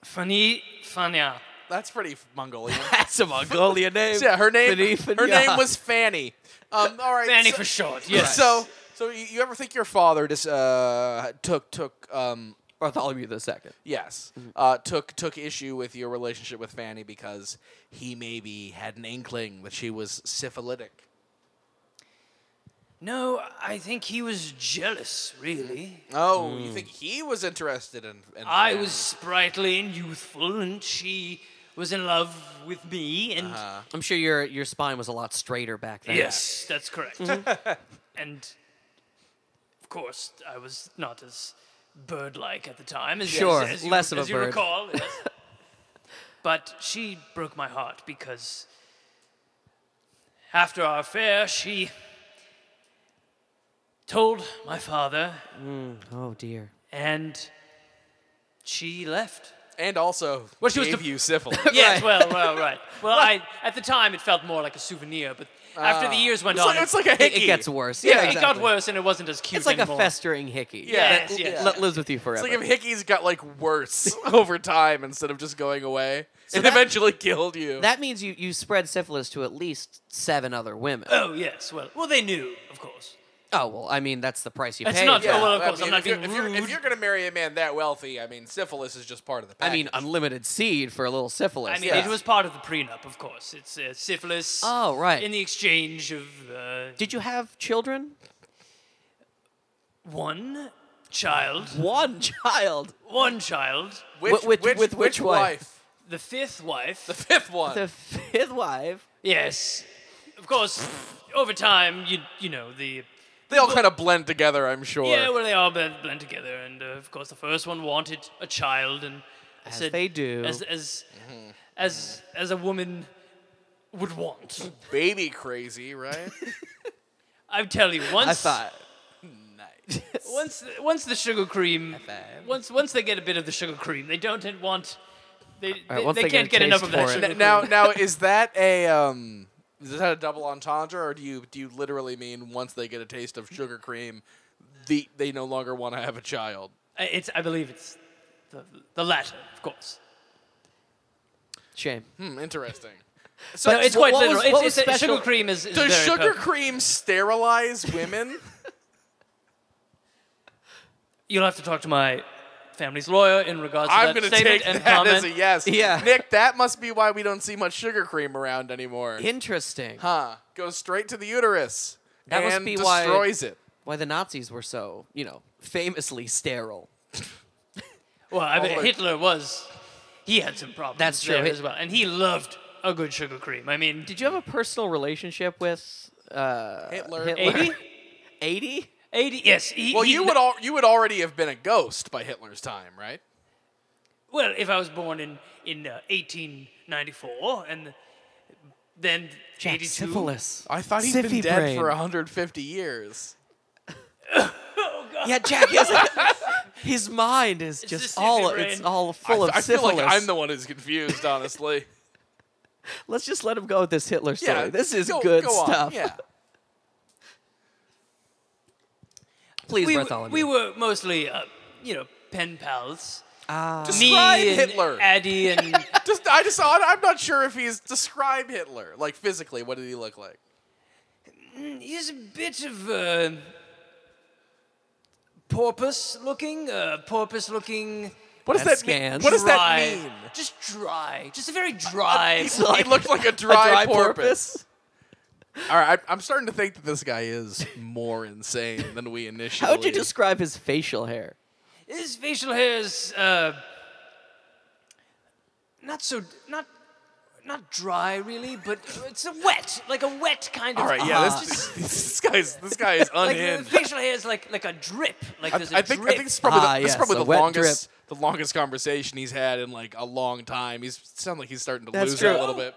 [SPEAKER 3] Funny, Fania.
[SPEAKER 1] That's pretty
[SPEAKER 3] [LAUGHS]
[SPEAKER 1] Mongolian. [LAUGHS]
[SPEAKER 2] That's a Mongolian name.
[SPEAKER 1] yeah, her name.
[SPEAKER 2] Fanny
[SPEAKER 1] her name
[SPEAKER 2] Fania.
[SPEAKER 1] was Fanny. Um, all right.
[SPEAKER 3] Fanny
[SPEAKER 1] so,
[SPEAKER 3] for short, yes.
[SPEAKER 1] So, so you, you ever think your father just uh took took um
[SPEAKER 2] Bartholomew the Second.
[SPEAKER 1] yes
[SPEAKER 3] Mm-hmm.
[SPEAKER 1] uh took took issue with your relationship with Fanny because he maybe had an inkling that she was syphilitic.
[SPEAKER 3] No, I think he was jealous, really.
[SPEAKER 1] Oh, you think he was interested in? in
[SPEAKER 3] Mm. I
[SPEAKER 1] Fanny.
[SPEAKER 3] was sprightly and youthful, and she was in love with me, and
[SPEAKER 2] I'm sure your your spine was a lot straighter back then.
[SPEAKER 3] yes, that's correct. [LAUGHS] and of course, I was not as bird-like at the time. As,
[SPEAKER 2] Sure,
[SPEAKER 3] as, as you,
[SPEAKER 2] less of a
[SPEAKER 3] as you
[SPEAKER 2] bird.
[SPEAKER 3] recall. yes. but she broke my heart because after our affair, she told my father,
[SPEAKER 2] Oh dear.
[SPEAKER 3] and she left.
[SPEAKER 1] And also,
[SPEAKER 3] Well, she was
[SPEAKER 1] gave
[SPEAKER 3] def-
[SPEAKER 1] you syphilis.
[SPEAKER 3] [LAUGHS] Yes, well, well, right. Well, I at the time it felt more like a souvenir, but after the years went
[SPEAKER 1] it's,
[SPEAKER 3] on,
[SPEAKER 1] like, it's like a
[SPEAKER 2] It,
[SPEAKER 1] hickey.
[SPEAKER 2] it gets worse.
[SPEAKER 3] it,
[SPEAKER 2] Yeah,
[SPEAKER 3] it
[SPEAKER 2] exactly.
[SPEAKER 3] got worse, and it wasn't as cute
[SPEAKER 2] It's like a
[SPEAKER 3] anymore.
[SPEAKER 2] festering hickey.
[SPEAKER 1] Yes,
[SPEAKER 2] that
[SPEAKER 1] yes.
[SPEAKER 2] li- lives with you forever.
[SPEAKER 1] It's like if hickeys got like worse [LAUGHS] over time instead of just going away. it eventually killed you.
[SPEAKER 2] that means you, you spread syphilis to at least seven other women.
[SPEAKER 3] Oh yes, well, well, they knew, of course.
[SPEAKER 2] Oh well, I mean that's the price you
[SPEAKER 3] That's
[SPEAKER 2] pay.
[SPEAKER 3] not-
[SPEAKER 2] for
[SPEAKER 3] Yeah.
[SPEAKER 2] that.
[SPEAKER 3] well, of course, I'm not
[SPEAKER 1] if you're,
[SPEAKER 3] being
[SPEAKER 1] if you're- if
[SPEAKER 3] rude.
[SPEAKER 1] you're gonna marry a man that wealthy, I mean, syphilis is just part of the
[SPEAKER 2] I
[SPEAKER 1] package.
[SPEAKER 2] mean unlimited seed for a little syphilis.
[SPEAKER 3] I mean,
[SPEAKER 2] yeah.
[SPEAKER 3] it was part of the prenup, of course. It's uh, syphilis.
[SPEAKER 2] Oh, right.
[SPEAKER 3] In the exchange of uh,
[SPEAKER 2] Did you have children?
[SPEAKER 3] one child,
[SPEAKER 2] One [LAUGHS] child.
[SPEAKER 3] one child,
[SPEAKER 1] which,
[SPEAKER 2] Wi- uh, with-
[SPEAKER 1] which,
[SPEAKER 2] with which wife?
[SPEAKER 3] the fifth wife.
[SPEAKER 1] [LAUGHS] The fifth one.
[SPEAKER 2] The fifth wife.
[SPEAKER 3] yes, of course. Over time, you you know the
[SPEAKER 1] they all kind of blend together, I'm sure.
[SPEAKER 3] yeah, well, they all blend, blend together, and uh, of course, the first one wanted a child, and I
[SPEAKER 2] As
[SPEAKER 3] said,
[SPEAKER 2] they do. Mm-hmm.
[SPEAKER 3] as as as as a woman would want.
[SPEAKER 1] Baby crazy, right?
[SPEAKER 2] [LAUGHS]
[SPEAKER 3] I tell you, once
[SPEAKER 2] I thought. [LAUGHS]
[SPEAKER 1] nice.
[SPEAKER 3] once the- once the sugar cream
[SPEAKER 2] FM.
[SPEAKER 3] once once they get a bit of the sugar cream they don't want they
[SPEAKER 2] right,
[SPEAKER 3] they,
[SPEAKER 2] once
[SPEAKER 3] they
[SPEAKER 2] they get
[SPEAKER 3] can't
[SPEAKER 2] a
[SPEAKER 3] get enough
[SPEAKER 2] taste
[SPEAKER 3] of that
[SPEAKER 2] for it.
[SPEAKER 3] sugar
[SPEAKER 1] N- now, now is that a um? Is that a double entendre, or do you do you literally mean once they get a taste of sugar cream, the they no longer want to have a child?
[SPEAKER 3] cream. Uh, it's I believe it's the, the latter of course
[SPEAKER 2] Shame.
[SPEAKER 1] Hmm, interesting. So
[SPEAKER 3] so it's
[SPEAKER 2] wh-
[SPEAKER 3] quite
[SPEAKER 2] what
[SPEAKER 3] literal
[SPEAKER 2] was-
[SPEAKER 3] it's,
[SPEAKER 2] what
[SPEAKER 3] it's,
[SPEAKER 2] was
[SPEAKER 3] a- sugar
[SPEAKER 2] special-
[SPEAKER 3] cream is, is
[SPEAKER 1] does
[SPEAKER 3] very
[SPEAKER 1] sugar
[SPEAKER 3] potent.
[SPEAKER 1] cream sterilize [LAUGHS] women?
[SPEAKER 3] you'll have to talk to my family's lawyer in regards to
[SPEAKER 1] I'm
[SPEAKER 3] that
[SPEAKER 1] gonna
[SPEAKER 3] statement
[SPEAKER 1] take
[SPEAKER 3] and
[SPEAKER 1] that
[SPEAKER 3] comment
[SPEAKER 1] as a yes.
[SPEAKER 2] Yeah.
[SPEAKER 1] Nick, that must be why we don't see much sugar cream around anymore.
[SPEAKER 2] Interesting.
[SPEAKER 1] Huh? Goes straight to the uterus
[SPEAKER 2] That must
[SPEAKER 1] and
[SPEAKER 2] be why-
[SPEAKER 1] destroys it.
[SPEAKER 2] Why the Nazis were so, you know, famously sterile.
[SPEAKER 3] well I mean,
[SPEAKER 1] Oh,
[SPEAKER 3] Hitler was he had some problems
[SPEAKER 2] That's true.
[SPEAKER 3] there
[SPEAKER 2] He-
[SPEAKER 3] as well and he loved a good sugar cream I mean
[SPEAKER 2] Did you have a personal relationship with uh,
[SPEAKER 1] Hitler.
[SPEAKER 2] Hitler?
[SPEAKER 3] 80
[SPEAKER 2] 80?
[SPEAKER 3] 80 yes he,
[SPEAKER 1] Well,
[SPEAKER 3] he
[SPEAKER 1] you
[SPEAKER 3] lo-
[SPEAKER 1] would all you would already have been a ghost by Hitler's time, right?
[SPEAKER 3] Well, if I was born in in uh, 1894 and then 82,
[SPEAKER 2] syphilis.
[SPEAKER 1] I thought he'd been
[SPEAKER 2] Syphi
[SPEAKER 1] dead
[SPEAKER 2] brain.
[SPEAKER 1] for 150 years.
[SPEAKER 2] Yeah, Jack. His, [LAUGHS] his mind is
[SPEAKER 3] the
[SPEAKER 2] just
[SPEAKER 3] syphi
[SPEAKER 2] all.
[SPEAKER 3] brain.
[SPEAKER 2] It's all full
[SPEAKER 1] I,
[SPEAKER 2] of
[SPEAKER 1] I feel
[SPEAKER 2] syphilis.
[SPEAKER 1] like I'm the one who's confused, honestly.
[SPEAKER 2] Let's just let him go with this Hitler story.
[SPEAKER 1] [LAUGHS] yeah,
[SPEAKER 2] this is
[SPEAKER 1] go-
[SPEAKER 2] good
[SPEAKER 1] go on,
[SPEAKER 2] stuff.
[SPEAKER 1] [LAUGHS] Yeah.
[SPEAKER 2] Please,
[SPEAKER 3] we, were-
[SPEAKER 2] Bartholomew.
[SPEAKER 3] we were mostly uh, you know pen pals.
[SPEAKER 2] Ah.
[SPEAKER 3] Me
[SPEAKER 1] Describe
[SPEAKER 3] and
[SPEAKER 1] Hitler.
[SPEAKER 3] Addy and [LAUGHS]
[SPEAKER 1] Just, I just, I'm not sure if he's describe Hitler like physically. What did he look like?
[SPEAKER 3] he's a bit of uh, a porpoise looking, uh, porpoise looking.
[SPEAKER 1] What does
[SPEAKER 2] That's
[SPEAKER 1] that mean?
[SPEAKER 2] scans.
[SPEAKER 1] What does
[SPEAKER 3] dry,
[SPEAKER 1] that mean?
[SPEAKER 3] Just dry, just a very dry.
[SPEAKER 1] He, he looked
[SPEAKER 2] [LAUGHS]
[SPEAKER 1] like a dry,
[SPEAKER 2] dry
[SPEAKER 1] porpoise. All right, I, I'm starting to think that this guy is more insane than we initially.
[SPEAKER 2] How would you describe his facial hair?
[SPEAKER 3] His facial hair is uh, not so not not dry really, but it's a wet, like a wet kind of. uh,
[SPEAKER 1] All right, yeah,
[SPEAKER 2] Ah.
[SPEAKER 1] this, [LAUGHS] this guy's this guy
[SPEAKER 2] [LAUGHS]
[SPEAKER 1] is
[SPEAKER 3] like the
[SPEAKER 1] unhinged.
[SPEAKER 3] facial hair is like like a drip, like
[SPEAKER 1] I,
[SPEAKER 3] there's a
[SPEAKER 1] I think I
[SPEAKER 3] drip.
[SPEAKER 1] think this is probably the,
[SPEAKER 2] Ah,
[SPEAKER 1] this is
[SPEAKER 2] yes,
[SPEAKER 1] probably
[SPEAKER 2] a
[SPEAKER 1] the
[SPEAKER 2] wet
[SPEAKER 1] longest the longest conversation he's had in like a long time. He's sound like he's starting to
[SPEAKER 2] That's
[SPEAKER 1] lose it
[SPEAKER 2] true.
[SPEAKER 1] a little bit.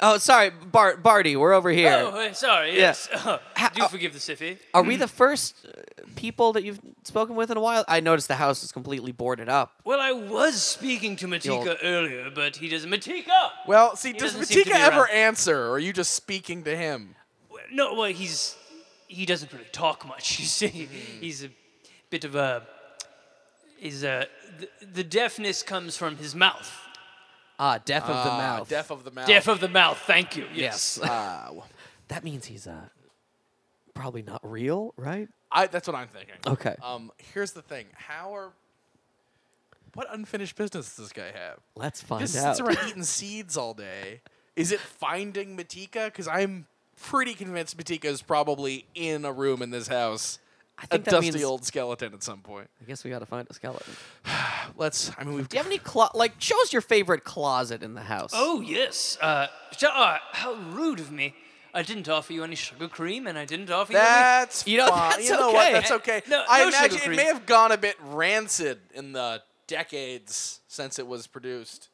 [SPEAKER 2] Oh, sorry, Bart. Barty, we're over here.
[SPEAKER 3] Oh, uh, sorry. Yes, [LAUGHS] do
[SPEAKER 2] uh,
[SPEAKER 3] forgive the siffy.
[SPEAKER 2] Are we the first uh, people that you've spoken with in a while? I noticed the house is completely boarded up.
[SPEAKER 3] Well, I was speaking to Matika
[SPEAKER 2] old-
[SPEAKER 3] earlier, but he doesn't. Matika.
[SPEAKER 1] Well, see, does
[SPEAKER 3] doesn't seem to
[SPEAKER 1] Matika
[SPEAKER 3] be
[SPEAKER 1] ever
[SPEAKER 3] around.
[SPEAKER 1] answer, or are you just speaking to him?
[SPEAKER 3] No, well, he's he doesn't really talk much. [LAUGHS] You see,
[SPEAKER 1] Mm-hmm.
[SPEAKER 3] he's a bit of a is a the, the deafness comes from his mouth.
[SPEAKER 2] Ah, deaf of the
[SPEAKER 1] Ah,
[SPEAKER 2] mouth.
[SPEAKER 1] deaf of the mouth.
[SPEAKER 3] Deaf of the mouth. Thank you. Yes.
[SPEAKER 2] Yes.
[SPEAKER 1] Ah, well,
[SPEAKER 2] that means he's uh, probably not real, right?
[SPEAKER 1] I, that's what I'm thinking.
[SPEAKER 2] Okay.
[SPEAKER 1] Um, here's the thing. How are what unfinished business does this guy have?
[SPEAKER 2] Let's find
[SPEAKER 1] Just
[SPEAKER 2] out.
[SPEAKER 1] sits around eating seeds all day. Is it finding Matika? Because I'm pretty convinced Matika is probably in a room in this house,
[SPEAKER 2] I
[SPEAKER 1] a
[SPEAKER 2] think that
[SPEAKER 1] dusty
[SPEAKER 2] means-
[SPEAKER 1] old skeleton at some point.
[SPEAKER 2] I guess we got to find a skeleton.
[SPEAKER 1] Let's. I mean, we've.
[SPEAKER 2] Do you have any clo- like show us your favorite closet in the house?
[SPEAKER 3] Oh yes. Uh, sh- uh, how rude of me. I didn't offer you any sugar cream, and I didn't offer
[SPEAKER 1] That's
[SPEAKER 2] You know, [LAUGHS]
[SPEAKER 1] fine.
[SPEAKER 2] that's
[SPEAKER 1] you know what?
[SPEAKER 2] okay.
[SPEAKER 1] That's okay.
[SPEAKER 3] No-
[SPEAKER 1] I
[SPEAKER 3] no sugar
[SPEAKER 1] imagine it
[SPEAKER 3] free.
[SPEAKER 1] may have gone a bit rancid in the decades since it was produced.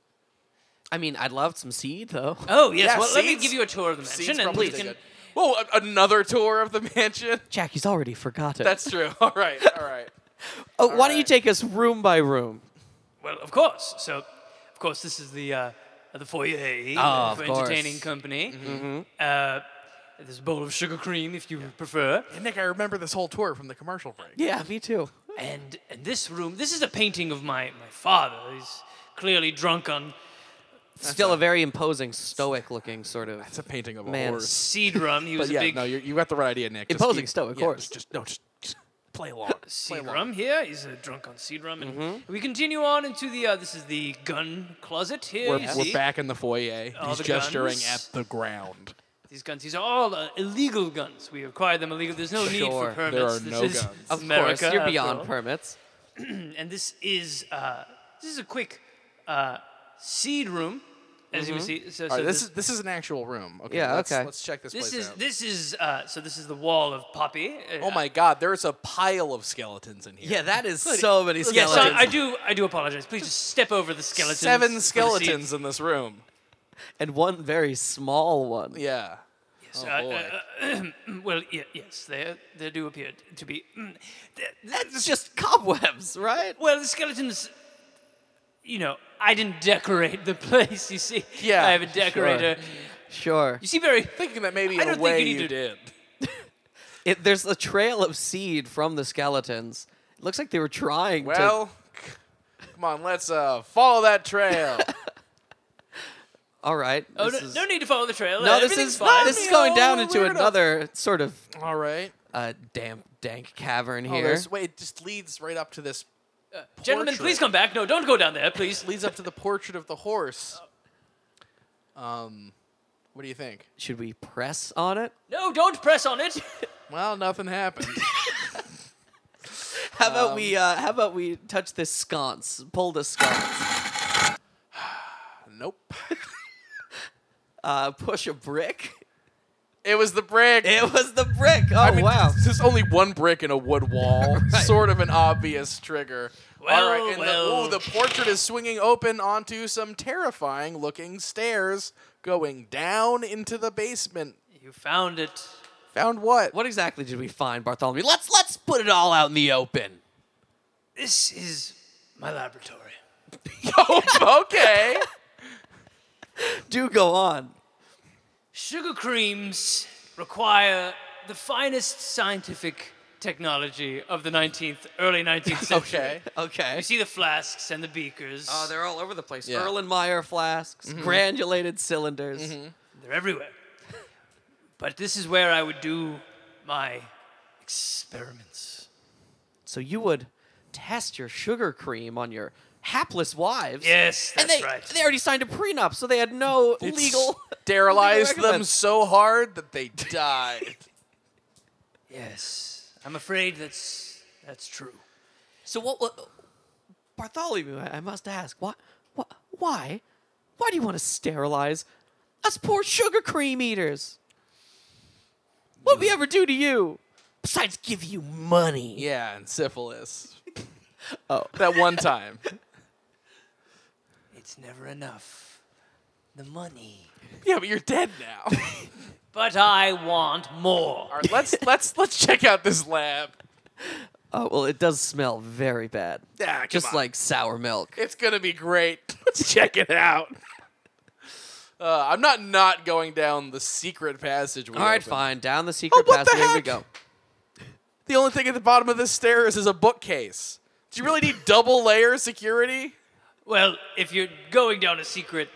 [SPEAKER 2] I mean, I'd love some seed [LAUGHS] though.
[SPEAKER 3] Oh yes.
[SPEAKER 1] Yeah,
[SPEAKER 3] well, let me
[SPEAKER 1] seeds-
[SPEAKER 3] give you a tour of the mansion,
[SPEAKER 1] Scenes
[SPEAKER 3] and
[SPEAKER 1] probably
[SPEAKER 3] we
[SPEAKER 1] did
[SPEAKER 3] can.
[SPEAKER 1] good. Well, a- another tour of the [LAUGHS] mansion.
[SPEAKER 2] Jackie's already forgotten.
[SPEAKER 1] That's true. All right. All right.
[SPEAKER 2] oh, why don't you
[SPEAKER 1] right.
[SPEAKER 2] take us room by room?
[SPEAKER 3] Well, of course. So, of course, this is the uh, the foyer eh?
[SPEAKER 2] Ah,
[SPEAKER 3] Uh,
[SPEAKER 2] of
[SPEAKER 3] for
[SPEAKER 2] course.
[SPEAKER 3] entertaining company.
[SPEAKER 1] Mm-hmm.
[SPEAKER 3] Uh, there's a bowl of sugar cream if you prefer.
[SPEAKER 1] And Nick, I remember this whole tour from the commercial break.
[SPEAKER 2] Yeah, me too.
[SPEAKER 3] And, and this room, this is a painting of my, my father. He's clearly drunk on
[SPEAKER 2] Still a very imposing, stoic-looking sort of
[SPEAKER 1] It's a painting of a
[SPEAKER 2] Man.
[SPEAKER 1] horse.
[SPEAKER 3] seed rum. He
[SPEAKER 1] [LAUGHS]
[SPEAKER 3] was
[SPEAKER 1] But yeah,
[SPEAKER 3] a big
[SPEAKER 1] no, you you got the right idea, Nick. Just
[SPEAKER 2] Imposing
[SPEAKER 1] keep-
[SPEAKER 2] still, of
[SPEAKER 1] yeah,
[SPEAKER 2] course.
[SPEAKER 1] Just, just- no, just, just play
[SPEAKER 3] [LAUGHS]
[SPEAKER 1] along. play
[SPEAKER 3] seed
[SPEAKER 1] along.
[SPEAKER 3] rum here. He's a drunk on seed rum. And
[SPEAKER 1] Mm-hmm.
[SPEAKER 3] we continue on into the, uh, this is the gun closet here.
[SPEAKER 1] We're,
[SPEAKER 3] you
[SPEAKER 1] we're
[SPEAKER 3] see.
[SPEAKER 1] back in the foyer.
[SPEAKER 3] All
[SPEAKER 1] He's
[SPEAKER 3] the
[SPEAKER 1] gesturing
[SPEAKER 3] guns.
[SPEAKER 1] at the ground.
[SPEAKER 3] These guns, these are all uh, illegal guns. We acquired them illegal. There's no need for
[SPEAKER 2] Sure, there
[SPEAKER 3] permits.
[SPEAKER 1] are
[SPEAKER 3] This
[SPEAKER 1] no
[SPEAKER 3] is
[SPEAKER 1] guns.
[SPEAKER 2] Of
[SPEAKER 3] America,
[SPEAKER 2] course, you're
[SPEAKER 3] after
[SPEAKER 2] beyond
[SPEAKER 3] all.
[SPEAKER 2] permits.
[SPEAKER 3] and this is uh, this is a quick uh, seed room, as you would see. So,
[SPEAKER 1] Mm-hmm. All
[SPEAKER 3] so
[SPEAKER 1] right, this
[SPEAKER 3] this,
[SPEAKER 1] is this is an actual room. Okay,
[SPEAKER 2] Yeah,
[SPEAKER 1] let's,
[SPEAKER 2] okay.
[SPEAKER 1] Let's check this,
[SPEAKER 3] this
[SPEAKER 1] place
[SPEAKER 3] is
[SPEAKER 1] out.
[SPEAKER 3] this is uh, so this is the wall of poppy. Uh,
[SPEAKER 1] oh my God, there's a pile of skeletons in here.
[SPEAKER 2] Yeah, that is so many
[SPEAKER 3] Yes,
[SPEAKER 2] skeletons.
[SPEAKER 3] so I do I do apologize. Please just step over the skeletons. for
[SPEAKER 1] seven
[SPEAKER 3] the seed.
[SPEAKER 1] skeletons in this room.
[SPEAKER 2] and one very small one.
[SPEAKER 1] Yeah.
[SPEAKER 3] Yes,
[SPEAKER 1] Oh,
[SPEAKER 3] uh,
[SPEAKER 1] boy.
[SPEAKER 3] uh, [CLEARS THROAT] well, yeah, yes, they they do appear to be. mm, th-
[SPEAKER 2] That's just cobwebs, right?
[SPEAKER 3] Well, the skeletons. You know, I didn't decorate the [LAUGHS] place. You see,
[SPEAKER 1] Yeah,
[SPEAKER 3] I have a decorator.
[SPEAKER 2] Sure.
[SPEAKER 3] You see, very
[SPEAKER 1] Thinking that maybe
[SPEAKER 3] I
[SPEAKER 1] in
[SPEAKER 3] don't
[SPEAKER 1] a
[SPEAKER 3] think
[SPEAKER 1] way
[SPEAKER 3] you
[SPEAKER 2] [LAUGHS]
[SPEAKER 3] need to-
[SPEAKER 1] did.
[SPEAKER 2] It, there's a trail of seed from the skeletons. It looks like they were trying to.
[SPEAKER 1] Well, c- come on, let's uh, follow that
[SPEAKER 2] [LAUGHS]
[SPEAKER 1] trail.
[SPEAKER 2] All right.
[SPEAKER 3] Oh,
[SPEAKER 2] this
[SPEAKER 3] no,
[SPEAKER 2] is-
[SPEAKER 3] no need to follow the trail.
[SPEAKER 2] No, this
[SPEAKER 3] Everything's
[SPEAKER 2] is
[SPEAKER 3] fine.
[SPEAKER 2] this is
[SPEAKER 1] you
[SPEAKER 2] going
[SPEAKER 1] know,
[SPEAKER 2] down
[SPEAKER 1] we're
[SPEAKER 2] into
[SPEAKER 1] weird enough.
[SPEAKER 2] another sort of
[SPEAKER 1] All right.
[SPEAKER 2] uh, damp, dank cavern
[SPEAKER 1] Oh,
[SPEAKER 2] here.
[SPEAKER 1] there's, wait, it just leads right up to this.
[SPEAKER 3] Gentlemen,
[SPEAKER 1] portrait.
[SPEAKER 3] please come back. No, don't go down there, please.
[SPEAKER 1] Leads up to the portrait of the horse. Um, what do you think?
[SPEAKER 2] Should we press on it?
[SPEAKER 3] No, don't press
[SPEAKER 2] [LAUGHS]
[SPEAKER 3] on it.
[SPEAKER 1] Well, nothing happened.
[SPEAKER 2] How about we? Uh, how about we touch this sconce? Pull the sconce.
[SPEAKER 1] nope.
[SPEAKER 2] Uh, push a brick. [LAUGHS]
[SPEAKER 1] It was the brick.
[SPEAKER 2] It was the brick. Oh
[SPEAKER 1] I mean,
[SPEAKER 2] wow!
[SPEAKER 1] there's- There's only one brick in a wood wall. Sort of an obvious trigger.
[SPEAKER 3] Well,
[SPEAKER 1] and
[SPEAKER 3] well.
[SPEAKER 1] The, ooh, the portrait is swinging open onto some terrifying looking stairs going down into the basement.
[SPEAKER 3] you found it.
[SPEAKER 1] Found what?
[SPEAKER 2] [LAUGHS] What exactly did we find, Bartholomew? Let's let's put it all out in the open.
[SPEAKER 3] This is my laboratory.
[SPEAKER 1] [LAUGHS] okay.
[SPEAKER 2] Do go on.
[SPEAKER 3] Sugar creams require the finest scientific technology of the 19th, early 19th century.
[SPEAKER 1] okay.
[SPEAKER 2] [LAUGHS] Okay.
[SPEAKER 3] You see the flasks and the beakers.
[SPEAKER 2] Oh, they're all over the place.
[SPEAKER 1] Yeah.
[SPEAKER 2] Erlenmeyer flasks, granulated cylinders.
[SPEAKER 3] They're everywhere. but this is where I would do my experiments.
[SPEAKER 2] So you would test your sugar cream on your hapless wives.
[SPEAKER 3] Yes, that's
[SPEAKER 2] and they,
[SPEAKER 3] right.
[SPEAKER 2] they already signed a prenup, so they had no
[SPEAKER 1] It
[SPEAKER 2] legal. [LAUGHS]
[SPEAKER 1] Sterilized
[SPEAKER 2] legal
[SPEAKER 1] them so hard that they died.
[SPEAKER 3] Yes, I'm afraid that's that's true.
[SPEAKER 2] So what, what? Bartholomew, I I must ask, why, why, why, why do you want to sterilize us poor sugar cream eaters? What we ever do to you? Besides, give you money.
[SPEAKER 1] yeah, and
[SPEAKER 2] [LAUGHS]
[SPEAKER 1] syphilis. Oh. That one time.
[SPEAKER 3] It's never enough. The money.
[SPEAKER 1] Yeah, but you're dead
[SPEAKER 2] [LAUGHS]
[SPEAKER 1] now.
[SPEAKER 3] But I want more.
[SPEAKER 1] All right, let's let's let's check out this lab.
[SPEAKER 2] Oh well, it does smell very bad.
[SPEAKER 1] Yeah, come
[SPEAKER 2] Just
[SPEAKER 1] on.
[SPEAKER 2] like sour milk.
[SPEAKER 1] It's gonna be great. Let's check it out. Uh, I'm not not going down the secret passage.
[SPEAKER 2] All right, fine. Down the secret
[SPEAKER 1] Oh, what the
[SPEAKER 2] passageway we
[SPEAKER 1] heck?
[SPEAKER 2] go.
[SPEAKER 1] The only thing at the bottom of this stairs is a bookcase. Do you really need double layer security?
[SPEAKER 3] Well, if you're going down a secret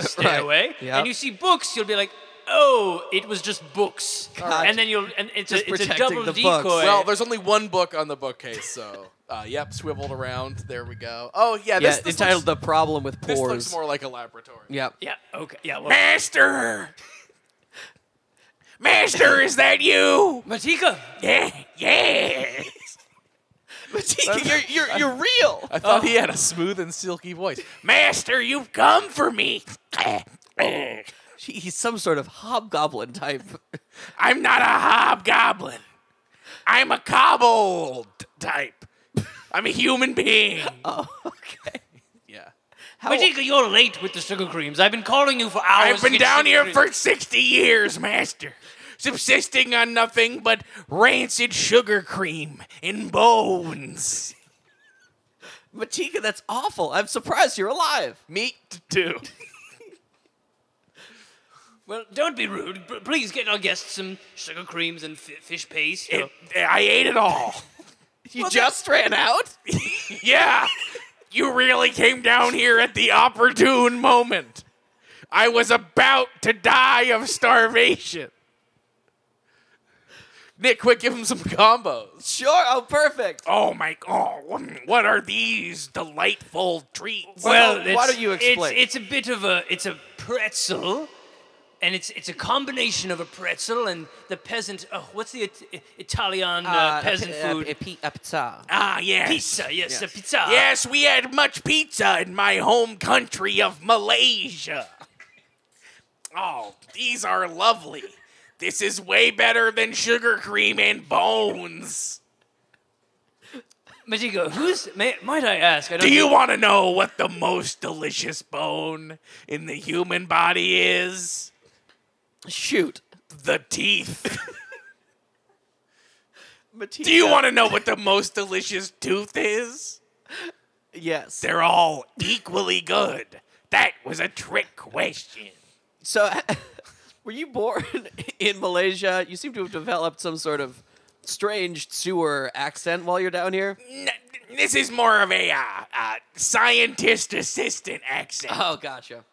[SPEAKER 2] [LAUGHS]
[SPEAKER 3] stairway,
[SPEAKER 2] yeah.
[SPEAKER 3] and you see books, you'll be like, "Oh, it was just books."
[SPEAKER 2] God.
[SPEAKER 3] And then you'll and it's
[SPEAKER 2] Just
[SPEAKER 3] a, it's a
[SPEAKER 2] protecting
[SPEAKER 3] double
[SPEAKER 2] the books.
[SPEAKER 3] decoy.
[SPEAKER 1] Well, there's only one book on the bookcase, so uh, yep, swiveled around. There we go. Oh yeah, this,
[SPEAKER 2] yeah,
[SPEAKER 1] this
[SPEAKER 2] entitled
[SPEAKER 1] looks,
[SPEAKER 2] "The Problem with Pores."
[SPEAKER 1] this looks more like a laboratory.
[SPEAKER 2] Yep.
[SPEAKER 1] [LAUGHS]
[SPEAKER 3] yeah. Okay. Yeah. Well,
[SPEAKER 1] Master, master, is that you?
[SPEAKER 3] Matika.
[SPEAKER 1] Yeah, yeah.
[SPEAKER 2] Matika, you're, you're, [LAUGHS] you're real.
[SPEAKER 1] I thought he had a smooth and silky voice. Master, Oh. you've come for me.
[SPEAKER 2] She- He's some sort of hobgoblin type.
[SPEAKER 4] [LAUGHS]
[SPEAKER 2] [LAUGHS]
[SPEAKER 1] I'm not a hobgoblin. I'm a kobold type. I'm a human being.
[SPEAKER 2] Oh, okay.
[SPEAKER 1] [LAUGHS] Yeah.
[SPEAKER 2] How-
[SPEAKER 3] Majika, you're late with the sugar creams. I've been calling you for hours.
[SPEAKER 4] I've
[SPEAKER 3] to
[SPEAKER 4] been
[SPEAKER 3] get
[SPEAKER 4] down
[SPEAKER 3] sugar
[SPEAKER 4] here
[SPEAKER 3] creams.
[SPEAKER 4] for 60 years, master, subsisting on nothing but rancid sugar cream and bones.
[SPEAKER 2] Matika, that's awful. I'm surprised you're alive.
[SPEAKER 4] Meat too.
[SPEAKER 3] Well, don't be rude. P- Please get our guests some sugar creams and f- fish paste. or-
[SPEAKER 4] It, I ate it all.
[SPEAKER 2] You just ran
[SPEAKER 4] [LAUGHS]
[SPEAKER 2] out?
[SPEAKER 4] Yeah, you really came down here at the opportune moment. I was about to die of starvation. Nick, quick, give him some combos.
[SPEAKER 2] sure. Oh, perfect.
[SPEAKER 4] Oh my god, what are these delightful treats?
[SPEAKER 3] well,
[SPEAKER 2] don't- why
[SPEAKER 3] it's-
[SPEAKER 2] don't you explain?
[SPEAKER 3] It's, it's a bit of a it's a pretzel, and it's it's a combination of a pretzel and the peasant. Oh, what's the it- I- Italian uh, peasant food?
[SPEAKER 2] pizza.
[SPEAKER 4] ah, yes.
[SPEAKER 3] pizza. Yes, a pizza.
[SPEAKER 4] Yes, we had much pizza in my home country of Malaysia. Oh, these are lovely. This is way better than sugar cream and bones.
[SPEAKER 3] Majiko, who's may, might I ask? I don't
[SPEAKER 4] Do you
[SPEAKER 3] know-
[SPEAKER 4] want to know what the most delicious bone in the human body is?
[SPEAKER 2] Shoot.
[SPEAKER 4] The teeth.
[SPEAKER 2] Matika.
[SPEAKER 4] Do you want to know what the most delicious tooth is?
[SPEAKER 2] Yes.
[SPEAKER 4] They're all equally good. That was a trick question.
[SPEAKER 2] So, [LAUGHS] were you born [LAUGHS] in Malaysia? You seem to have developed some sort of strange sewer accent while you're down here.
[SPEAKER 4] N- this is more of a uh, uh, scientist assistant accent.
[SPEAKER 2] Oh, gotcha.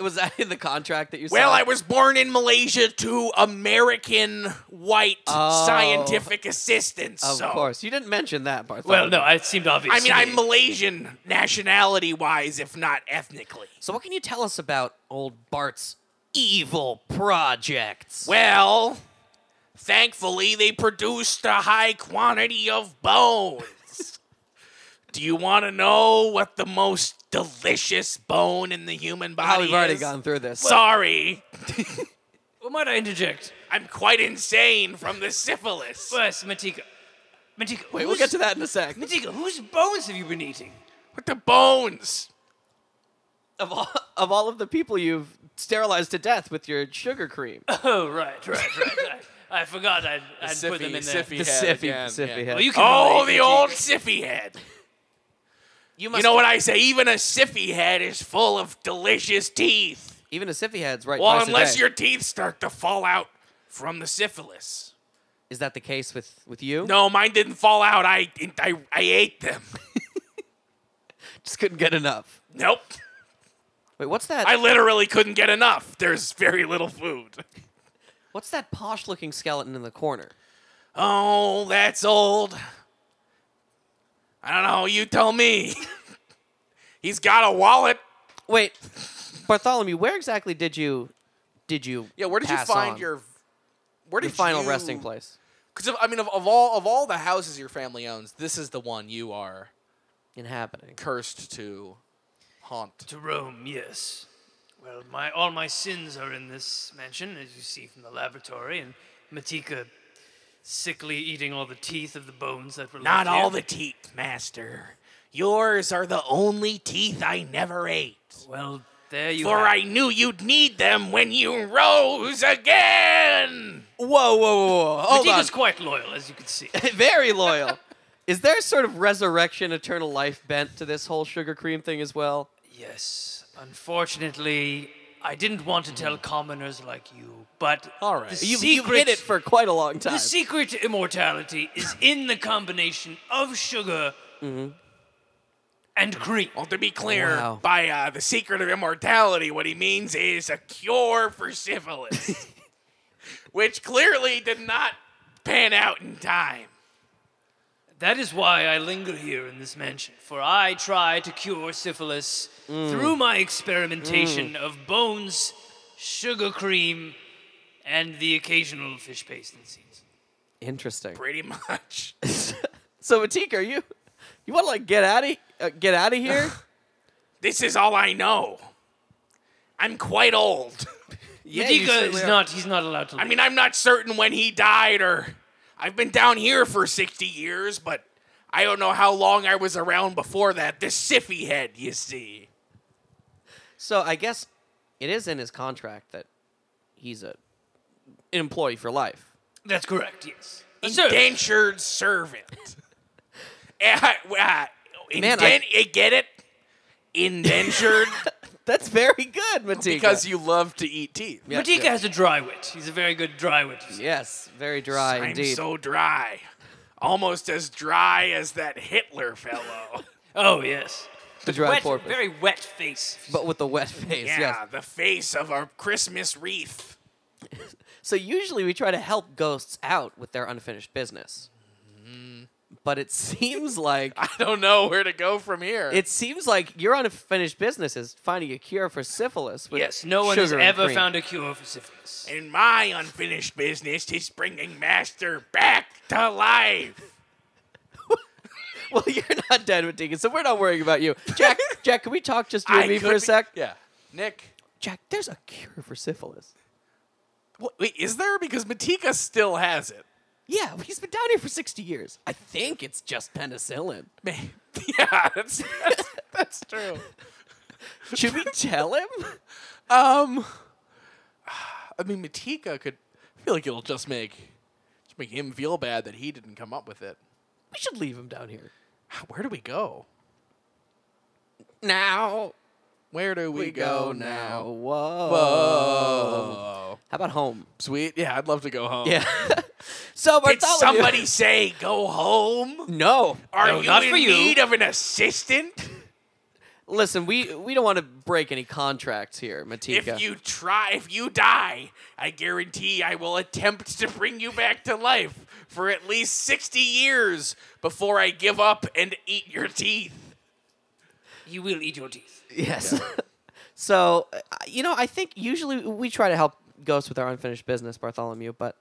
[SPEAKER 2] Was that in the contract that you
[SPEAKER 4] well,
[SPEAKER 2] signed?
[SPEAKER 4] I was born in Malaysia to American white
[SPEAKER 2] Oh.
[SPEAKER 4] scientific assistants.
[SPEAKER 2] Of
[SPEAKER 4] so.
[SPEAKER 2] course. You didn't mention that, Bartholomew.
[SPEAKER 3] Well, no, it seemed obvious.
[SPEAKER 4] I mean,
[SPEAKER 3] to
[SPEAKER 4] I'm
[SPEAKER 3] me.
[SPEAKER 4] Malaysian nationality wise, if not ethnically.
[SPEAKER 2] So, what can you tell us about old Bart's evil projects?
[SPEAKER 4] Well, thankfully, they produced a high quantity of bones. Do you want to know what the most delicious bone in the human body
[SPEAKER 2] Oh, we've already
[SPEAKER 4] is?
[SPEAKER 2] gone through this.
[SPEAKER 4] Sorry,
[SPEAKER 3] Well, might I interject?
[SPEAKER 4] I'm quite insane from the syphilis.
[SPEAKER 3] First, Matika. Matika,
[SPEAKER 2] Wait, we'll get to that in a sec.
[SPEAKER 3] Matika, whose bones have you been eating?
[SPEAKER 4] What the bones?
[SPEAKER 2] Of all, of all of the people you've sterilized to death with your sugar [LAUGHS] cream,
[SPEAKER 3] [LAUGHS] Oh, right, right, right. I, I forgot I'd, I'd put them in there.
[SPEAKER 2] the siffy, siffy head.
[SPEAKER 3] Well, you can
[SPEAKER 4] Oh,
[SPEAKER 3] relate,
[SPEAKER 4] the
[SPEAKER 3] Matika.
[SPEAKER 4] old siffy head. You know what I say? Even a siffy head is full of delicious teeth.
[SPEAKER 2] Even a siffy head's right.
[SPEAKER 4] Well,
[SPEAKER 2] twice a
[SPEAKER 4] unless
[SPEAKER 2] day.
[SPEAKER 4] your teeth start to fall out from the syphilis.
[SPEAKER 2] Is that the case with with you?
[SPEAKER 4] No, mine didn't fall out. I I, I ate them. [LAUGHS]
[SPEAKER 2] just couldn't get enough.
[SPEAKER 4] Nope.
[SPEAKER 2] Wait, what's that?
[SPEAKER 4] I literally couldn't get enough. There's very little food.
[SPEAKER 2] what's that posh-looking skeleton in the corner?
[SPEAKER 4] Oh, that's old. I don't know. You tell me. [LAUGHS] He's got a wallet.
[SPEAKER 2] Wait, [LAUGHS] Bartholomew, where exactly did you did you?
[SPEAKER 1] Yeah, where did you
[SPEAKER 2] pass
[SPEAKER 1] find
[SPEAKER 2] on?
[SPEAKER 1] your where did
[SPEAKER 2] your final
[SPEAKER 1] you- [LAUGHS]
[SPEAKER 2] resting place?
[SPEAKER 1] Because I mean, of, of all of all the houses your family owns, this is the one you are
[SPEAKER 2] Inhabiting.
[SPEAKER 1] cursed to haunt.
[SPEAKER 3] To Rome, yes. Well, my all my sins are in this mansion, as you see from the laboratory, and Matika sickly eating all the teeth of the bones that were
[SPEAKER 4] Not
[SPEAKER 3] left here.
[SPEAKER 4] all the teeth, master. Yours are the only teeth I never ate.
[SPEAKER 3] Well, there you
[SPEAKER 4] For
[SPEAKER 3] have
[SPEAKER 4] I knew you'd need them when you rose again.
[SPEAKER 2] Whoa, whoa, whoa, whoa! Hold
[SPEAKER 3] Matika's quite loyal, as you can see.
[SPEAKER 2] Very [LAUGHS] loyal. Is there sort of resurrection, eternal life bent to this whole sugar cream thing as well?
[SPEAKER 3] yes. Unfortunately, I didn't want to tell commoners like you, but
[SPEAKER 1] All right.
[SPEAKER 3] the
[SPEAKER 2] You, you've
[SPEAKER 3] secret
[SPEAKER 2] hid it for quite a long time.
[SPEAKER 3] The secret to immortality is in the combination of sugar and cream.
[SPEAKER 4] Well, to be clear,
[SPEAKER 2] Wow.
[SPEAKER 4] by uh, the secret of immortality, what he means is a cure for syphilis, which clearly did not pan out in time.
[SPEAKER 3] That is why I linger here in this mansion, for I try to cure syphilis
[SPEAKER 2] Mm.
[SPEAKER 3] through my experimentation of bones, sugar cream, and the occasional fish paste and seeds.
[SPEAKER 2] Interesting.
[SPEAKER 4] Pretty much.
[SPEAKER 2] So, Matika, are you you want to like get out of uh, get out of here?
[SPEAKER 4] this is all I know. I'm quite old.
[SPEAKER 2] [LAUGHS] yeah, you
[SPEAKER 3] Matika
[SPEAKER 2] certainly
[SPEAKER 3] is
[SPEAKER 2] are.
[SPEAKER 3] not, he's not allowed to
[SPEAKER 4] I
[SPEAKER 3] leave.
[SPEAKER 4] mean, I'm not certain when he died, or I've been down here for 60 years, but I don't know how long I was around before that. This siffy head, you see.
[SPEAKER 2] So I guess it is in his contract that he's a an employee for life.
[SPEAKER 3] That's correct, yes. A servant.
[SPEAKER 1] Indentured [LAUGHS] servant. Eh, uh,
[SPEAKER 2] Man, I-
[SPEAKER 1] indent- you get it? [LAUGHS] Indentured
[SPEAKER 2] That's very good, Matika.
[SPEAKER 1] because you love to eat teeth.
[SPEAKER 2] Yeah,
[SPEAKER 3] Matika
[SPEAKER 2] sure.
[SPEAKER 3] has a dry wit. He's a very good dry wit.
[SPEAKER 2] Yes, very dry
[SPEAKER 1] I'm
[SPEAKER 2] indeed.
[SPEAKER 1] so dry. Almost as dry as that Hitler fellow. [LAUGHS]
[SPEAKER 3] Oh, yes.
[SPEAKER 2] the dry
[SPEAKER 3] wet,
[SPEAKER 2] porpoise.
[SPEAKER 3] very wet face.
[SPEAKER 2] but with the wet face,
[SPEAKER 1] yeah,
[SPEAKER 2] yes.
[SPEAKER 1] the face of a Christmas wreath.
[SPEAKER 2] So usually we try to help ghosts out with their unfinished business. But it seems like
[SPEAKER 1] [LAUGHS] I don't know where to go from here.
[SPEAKER 2] it seems like your unfinished business is finding a cure for syphilis. With
[SPEAKER 3] Yes, no one has
[SPEAKER 2] sugar and
[SPEAKER 3] ever
[SPEAKER 2] cream.
[SPEAKER 3] found a cure for syphilis.
[SPEAKER 1] In my unfinished business is bringing Master back to life.
[SPEAKER 2] Well, [LAUGHS] you're not dead, Matika, so we're not worrying about you. Jack, Jack, can we talk just you and
[SPEAKER 1] I
[SPEAKER 2] me for
[SPEAKER 1] could
[SPEAKER 2] a
[SPEAKER 1] be-
[SPEAKER 2] sec?
[SPEAKER 1] Yeah. Nick.
[SPEAKER 2] Jack, there's a cure for syphilis.
[SPEAKER 1] Wh- Wait, is there? Because Matika still has it.
[SPEAKER 2] Yeah, he's been down here for 60 years. I think it's just penicillin.
[SPEAKER 1] [LAUGHS] Man. [LAUGHS] Yeah, that's, that's, that's true.
[SPEAKER 2] [LAUGHS] Should we tell him?
[SPEAKER 1] Um, I mean, Matika could. I feel like it'll just make, just make him feel bad that he didn't come up with it.
[SPEAKER 2] We should leave him down here.
[SPEAKER 1] Where do we go?
[SPEAKER 2] Now
[SPEAKER 1] Where do we, go, now?
[SPEAKER 2] Whoa.
[SPEAKER 1] Whoa.
[SPEAKER 2] How about home?
[SPEAKER 1] Sweet. Yeah, I'd love to go home.
[SPEAKER 2] Yeah. [LAUGHS] so
[SPEAKER 1] Did
[SPEAKER 2] Bartholomew.
[SPEAKER 1] somebody say go home?
[SPEAKER 2] No.
[SPEAKER 1] Are
[SPEAKER 3] No,
[SPEAKER 1] you
[SPEAKER 3] not
[SPEAKER 1] in
[SPEAKER 3] for you.
[SPEAKER 1] need of an
[SPEAKER 3] [LAUGHS]
[SPEAKER 1] assistant?
[SPEAKER 2] Listen, we we don't want to break any contracts here, Matika.
[SPEAKER 1] If you try, if you die, I guarantee I will attempt to bring you back to life for at least 60 years before I give up and eat your teeth.
[SPEAKER 3] You will eat your teeth.
[SPEAKER 2] [LAUGHS] Yes. so, uh, you know, I think usually we try to help ghosts with our unfinished business, Bartholomew, but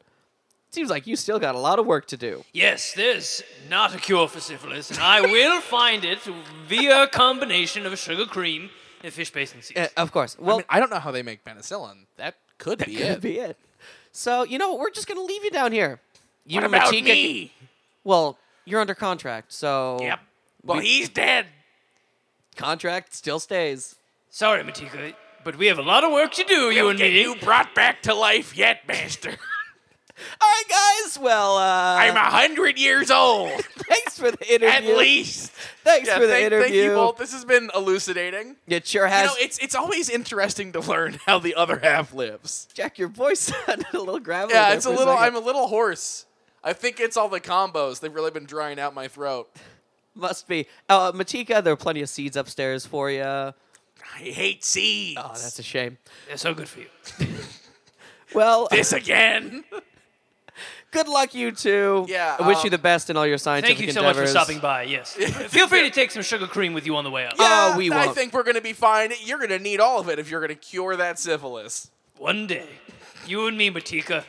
[SPEAKER 2] it seems like you still got a lot of work to do.
[SPEAKER 3] Yes, there's not a cure for syphilis, and I will find it via a combination of sugar cream and fish basin seeds.
[SPEAKER 2] Uh, of course. Well, [LAUGHS]
[SPEAKER 1] I don't know how they make penicillin. That could be
[SPEAKER 2] could be it. So, you know, what? we're just going to leave you down here. You
[SPEAKER 1] What
[SPEAKER 2] and
[SPEAKER 1] about
[SPEAKER 2] Matika-
[SPEAKER 1] me?
[SPEAKER 2] Well, you're under contract, so
[SPEAKER 1] Yep. Well, he's dead.
[SPEAKER 2] contract still stays.
[SPEAKER 3] Sorry, Matika, but we have a lot of work to do, you
[SPEAKER 1] We'll
[SPEAKER 3] and
[SPEAKER 1] get
[SPEAKER 3] me.
[SPEAKER 1] you brought back to life yet,
[SPEAKER 3] [LAUGHS]
[SPEAKER 1] master.
[SPEAKER 2] All right, guys. Well, uh,
[SPEAKER 1] I'm a hundred years old,
[SPEAKER 3] [LAUGHS]
[SPEAKER 2] thanks for the interview.
[SPEAKER 1] at least.
[SPEAKER 2] Thanks
[SPEAKER 1] Yeah,
[SPEAKER 2] for the
[SPEAKER 1] thank,
[SPEAKER 2] interview.
[SPEAKER 1] thank you both. This has been elucidating.
[SPEAKER 2] It sure
[SPEAKER 1] You
[SPEAKER 2] has.
[SPEAKER 1] know, it's it's always interesting to learn [LAUGHS] how the other half lives.
[SPEAKER 2] Jack, your voice [LAUGHS] sounded a little gravelly.
[SPEAKER 1] Yeah,
[SPEAKER 2] there
[SPEAKER 1] it's a
[SPEAKER 2] for
[SPEAKER 1] little.
[SPEAKER 2] second.
[SPEAKER 1] I'm a little hoarse. I think it's all the combos. They've really been drying out my throat.
[SPEAKER 2] Must be. Uh, Matika, there are plenty of seeds upstairs for you. Oh,
[SPEAKER 1] I hate seeds.
[SPEAKER 3] Oh.
[SPEAKER 2] that's a shame.
[SPEAKER 3] They're so good for you.
[SPEAKER 2] Well,
[SPEAKER 1] this
[SPEAKER 3] [LAUGHS]
[SPEAKER 1] again.
[SPEAKER 2] good luck, you two.
[SPEAKER 1] Yeah,
[SPEAKER 2] I wish you
[SPEAKER 1] um,
[SPEAKER 2] the best in all your
[SPEAKER 3] Thank
[SPEAKER 2] scientific
[SPEAKER 3] you so
[SPEAKER 2] endeavors.
[SPEAKER 3] much for stopping
[SPEAKER 1] [LAUGHS]
[SPEAKER 3] by, yes. Feel free to take some sugar cream with you on the way up.
[SPEAKER 2] Oh, we
[SPEAKER 1] I
[SPEAKER 2] won't.
[SPEAKER 1] think we're gonna be fine. You're gonna need all of it if you're gonna cure that syphilis.
[SPEAKER 3] One day, you and me, Matika,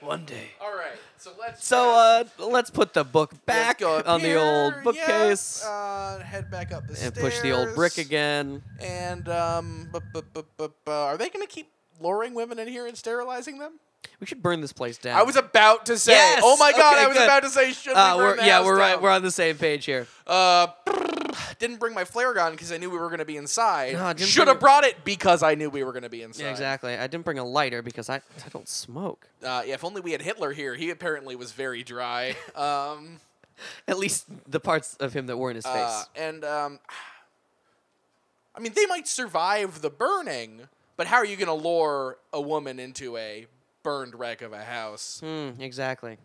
[SPEAKER 3] one day.
[SPEAKER 1] All right. So let's.
[SPEAKER 2] So uh, let's put the book
[SPEAKER 1] let's
[SPEAKER 2] back
[SPEAKER 1] go up
[SPEAKER 2] on the
[SPEAKER 1] here,
[SPEAKER 2] old
[SPEAKER 1] yeah,
[SPEAKER 2] bookcase
[SPEAKER 1] uh, head back up the
[SPEAKER 2] and push the old brick
[SPEAKER 1] stairs.
[SPEAKER 2] again.
[SPEAKER 1] And um, bu- bu- bu- bu- bu- uh, are they gonna keep luring women in here and sterilizing them?
[SPEAKER 2] We should burn this place down.
[SPEAKER 1] I was about to say.
[SPEAKER 2] Yes!
[SPEAKER 1] Oh my god!
[SPEAKER 2] Okay,
[SPEAKER 1] I was
[SPEAKER 2] good.
[SPEAKER 1] about to say. Should
[SPEAKER 2] Uh,
[SPEAKER 1] we burn
[SPEAKER 2] we're,
[SPEAKER 1] the
[SPEAKER 2] yeah,
[SPEAKER 1] house
[SPEAKER 2] we're right.
[SPEAKER 1] down?
[SPEAKER 2] We're on the same page here.
[SPEAKER 1] Uh, didn't bring my flare gun because I knew we were going to be inside.
[SPEAKER 2] No, I didn't
[SPEAKER 1] Should
[SPEAKER 2] bring
[SPEAKER 1] have
[SPEAKER 2] it.
[SPEAKER 1] brought it because I knew we were going to be inside.
[SPEAKER 2] Yeah, exactly. I didn't bring a lighter because I, I don't smoke.
[SPEAKER 1] Uh, yeah, if only we had Hitler here. He apparently was very
[SPEAKER 2] [LAUGHS]
[SPEAKER 1] dry. Um,
[SPEAKER 2] At least the parts of him that were in his face.
[SPEAKER 1] uh, and um, [SIGHS] I mean, they might survive the burning, but how are you going to lure a woman into a burned wreck of a house?
[SPEAKER 2] Hmm, exactly.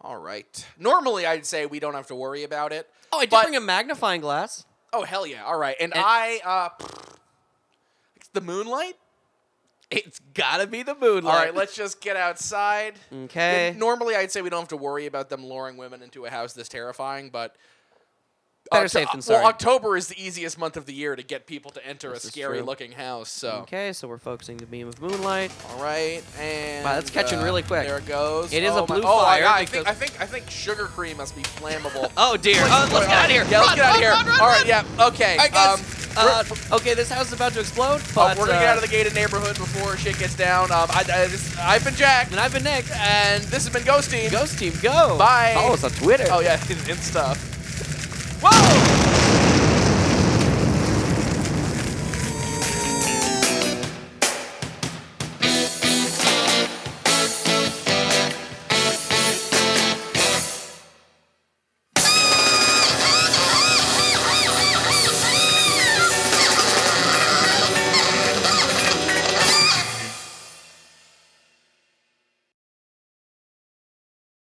[SPEAKER 1] All right. Normally, I'd say we don't have to worry about it.
[SPEAKER 2] Oh, I did
[SPEAKER 1] but-
[SPEAKER 2] bring a magnifying glass.
[SPEAKER 1] Oh hell yeah! All right, and, I uh, the moonlight.
[SPEAKER 2] It's gotta be the moonlight.
[SPEAKER 1] All right, let's just get outside.
[SPEAKER 2] [LAUGHS] Okay.
[SPEAKER 1] Yeah, normally, I'd say we don't have to worry about them luring women into a house this terrifying, but.
[SPEAKER 2] Better
[SPEAKER 1] Oct-
[SPEAKER 2] safe than
[SPEAKER 1] Well,
[SPEAKER 2] sorry.
[SPEAKER 1] October is the easiest month of the year to get people to enter
[SPEAKER 2] This
[SPEAKER 1] a
[SPEAKER 2] is
[SPEAKER 1] scary
[SPEAKER 2] true. Mm-hmm.
[SPEAKER 1] looking house. So,
[SPEAKER 2] Okay, so we're focusing the beam of moonlight.
[SPEAKER 1] all right, and
[SPEAKER 2] Wow, that's catching
[SPEAKER 1] uh,
[SPEAKER 2] really quick.
[SPEAKER 1] There it goes.
[SPEAKER 2] It is
[SPEAKER 1] oh
[SPEAKER 2] a blue
[SPEAKER 1] my, oh,
[SPEAKER 2] fire
[SPEAKER 1] I, I
[SPEAKER 2] because-
[SPEAKER 1] think I think I think sugar cream must be flammable.
[SPEAKER 2] Oh dear. Oh, [LAUGHS] let's get out of here.
[SPEAKER 1] Yeah, let's
[SPEAKER 2] Run,
[SPEAKER 1] get out of here.
[SPEAKER 2] run, run,
[SPEAKER 1] all
[SPEAKER 2] run,
[SPEAKER 1] right, yeah, okay.
[SPEAKER 2] I guess.
[SPEAKER 1] um,
[SPEAKER 2] uh, okay, this house is about to explode, but
[SPEAKER 1] uh, we're gonna get out of the gated neighborhood before shit gets down. Um, I, I, this, I've been Jack,
[SPEAKER 2] And I've been Nick.
[SPEAKER 1] and this has been Ghosting.
[SPEAKER 2] Ghost team, go.
[SPEAKER 1] Bye. [LAUGHS]
[SPEAKER 2] Oh, Follow us on Twitter.
[SPEAKER 1] Oh yeah, and stuff.
[SPEAKER 2] Whoa!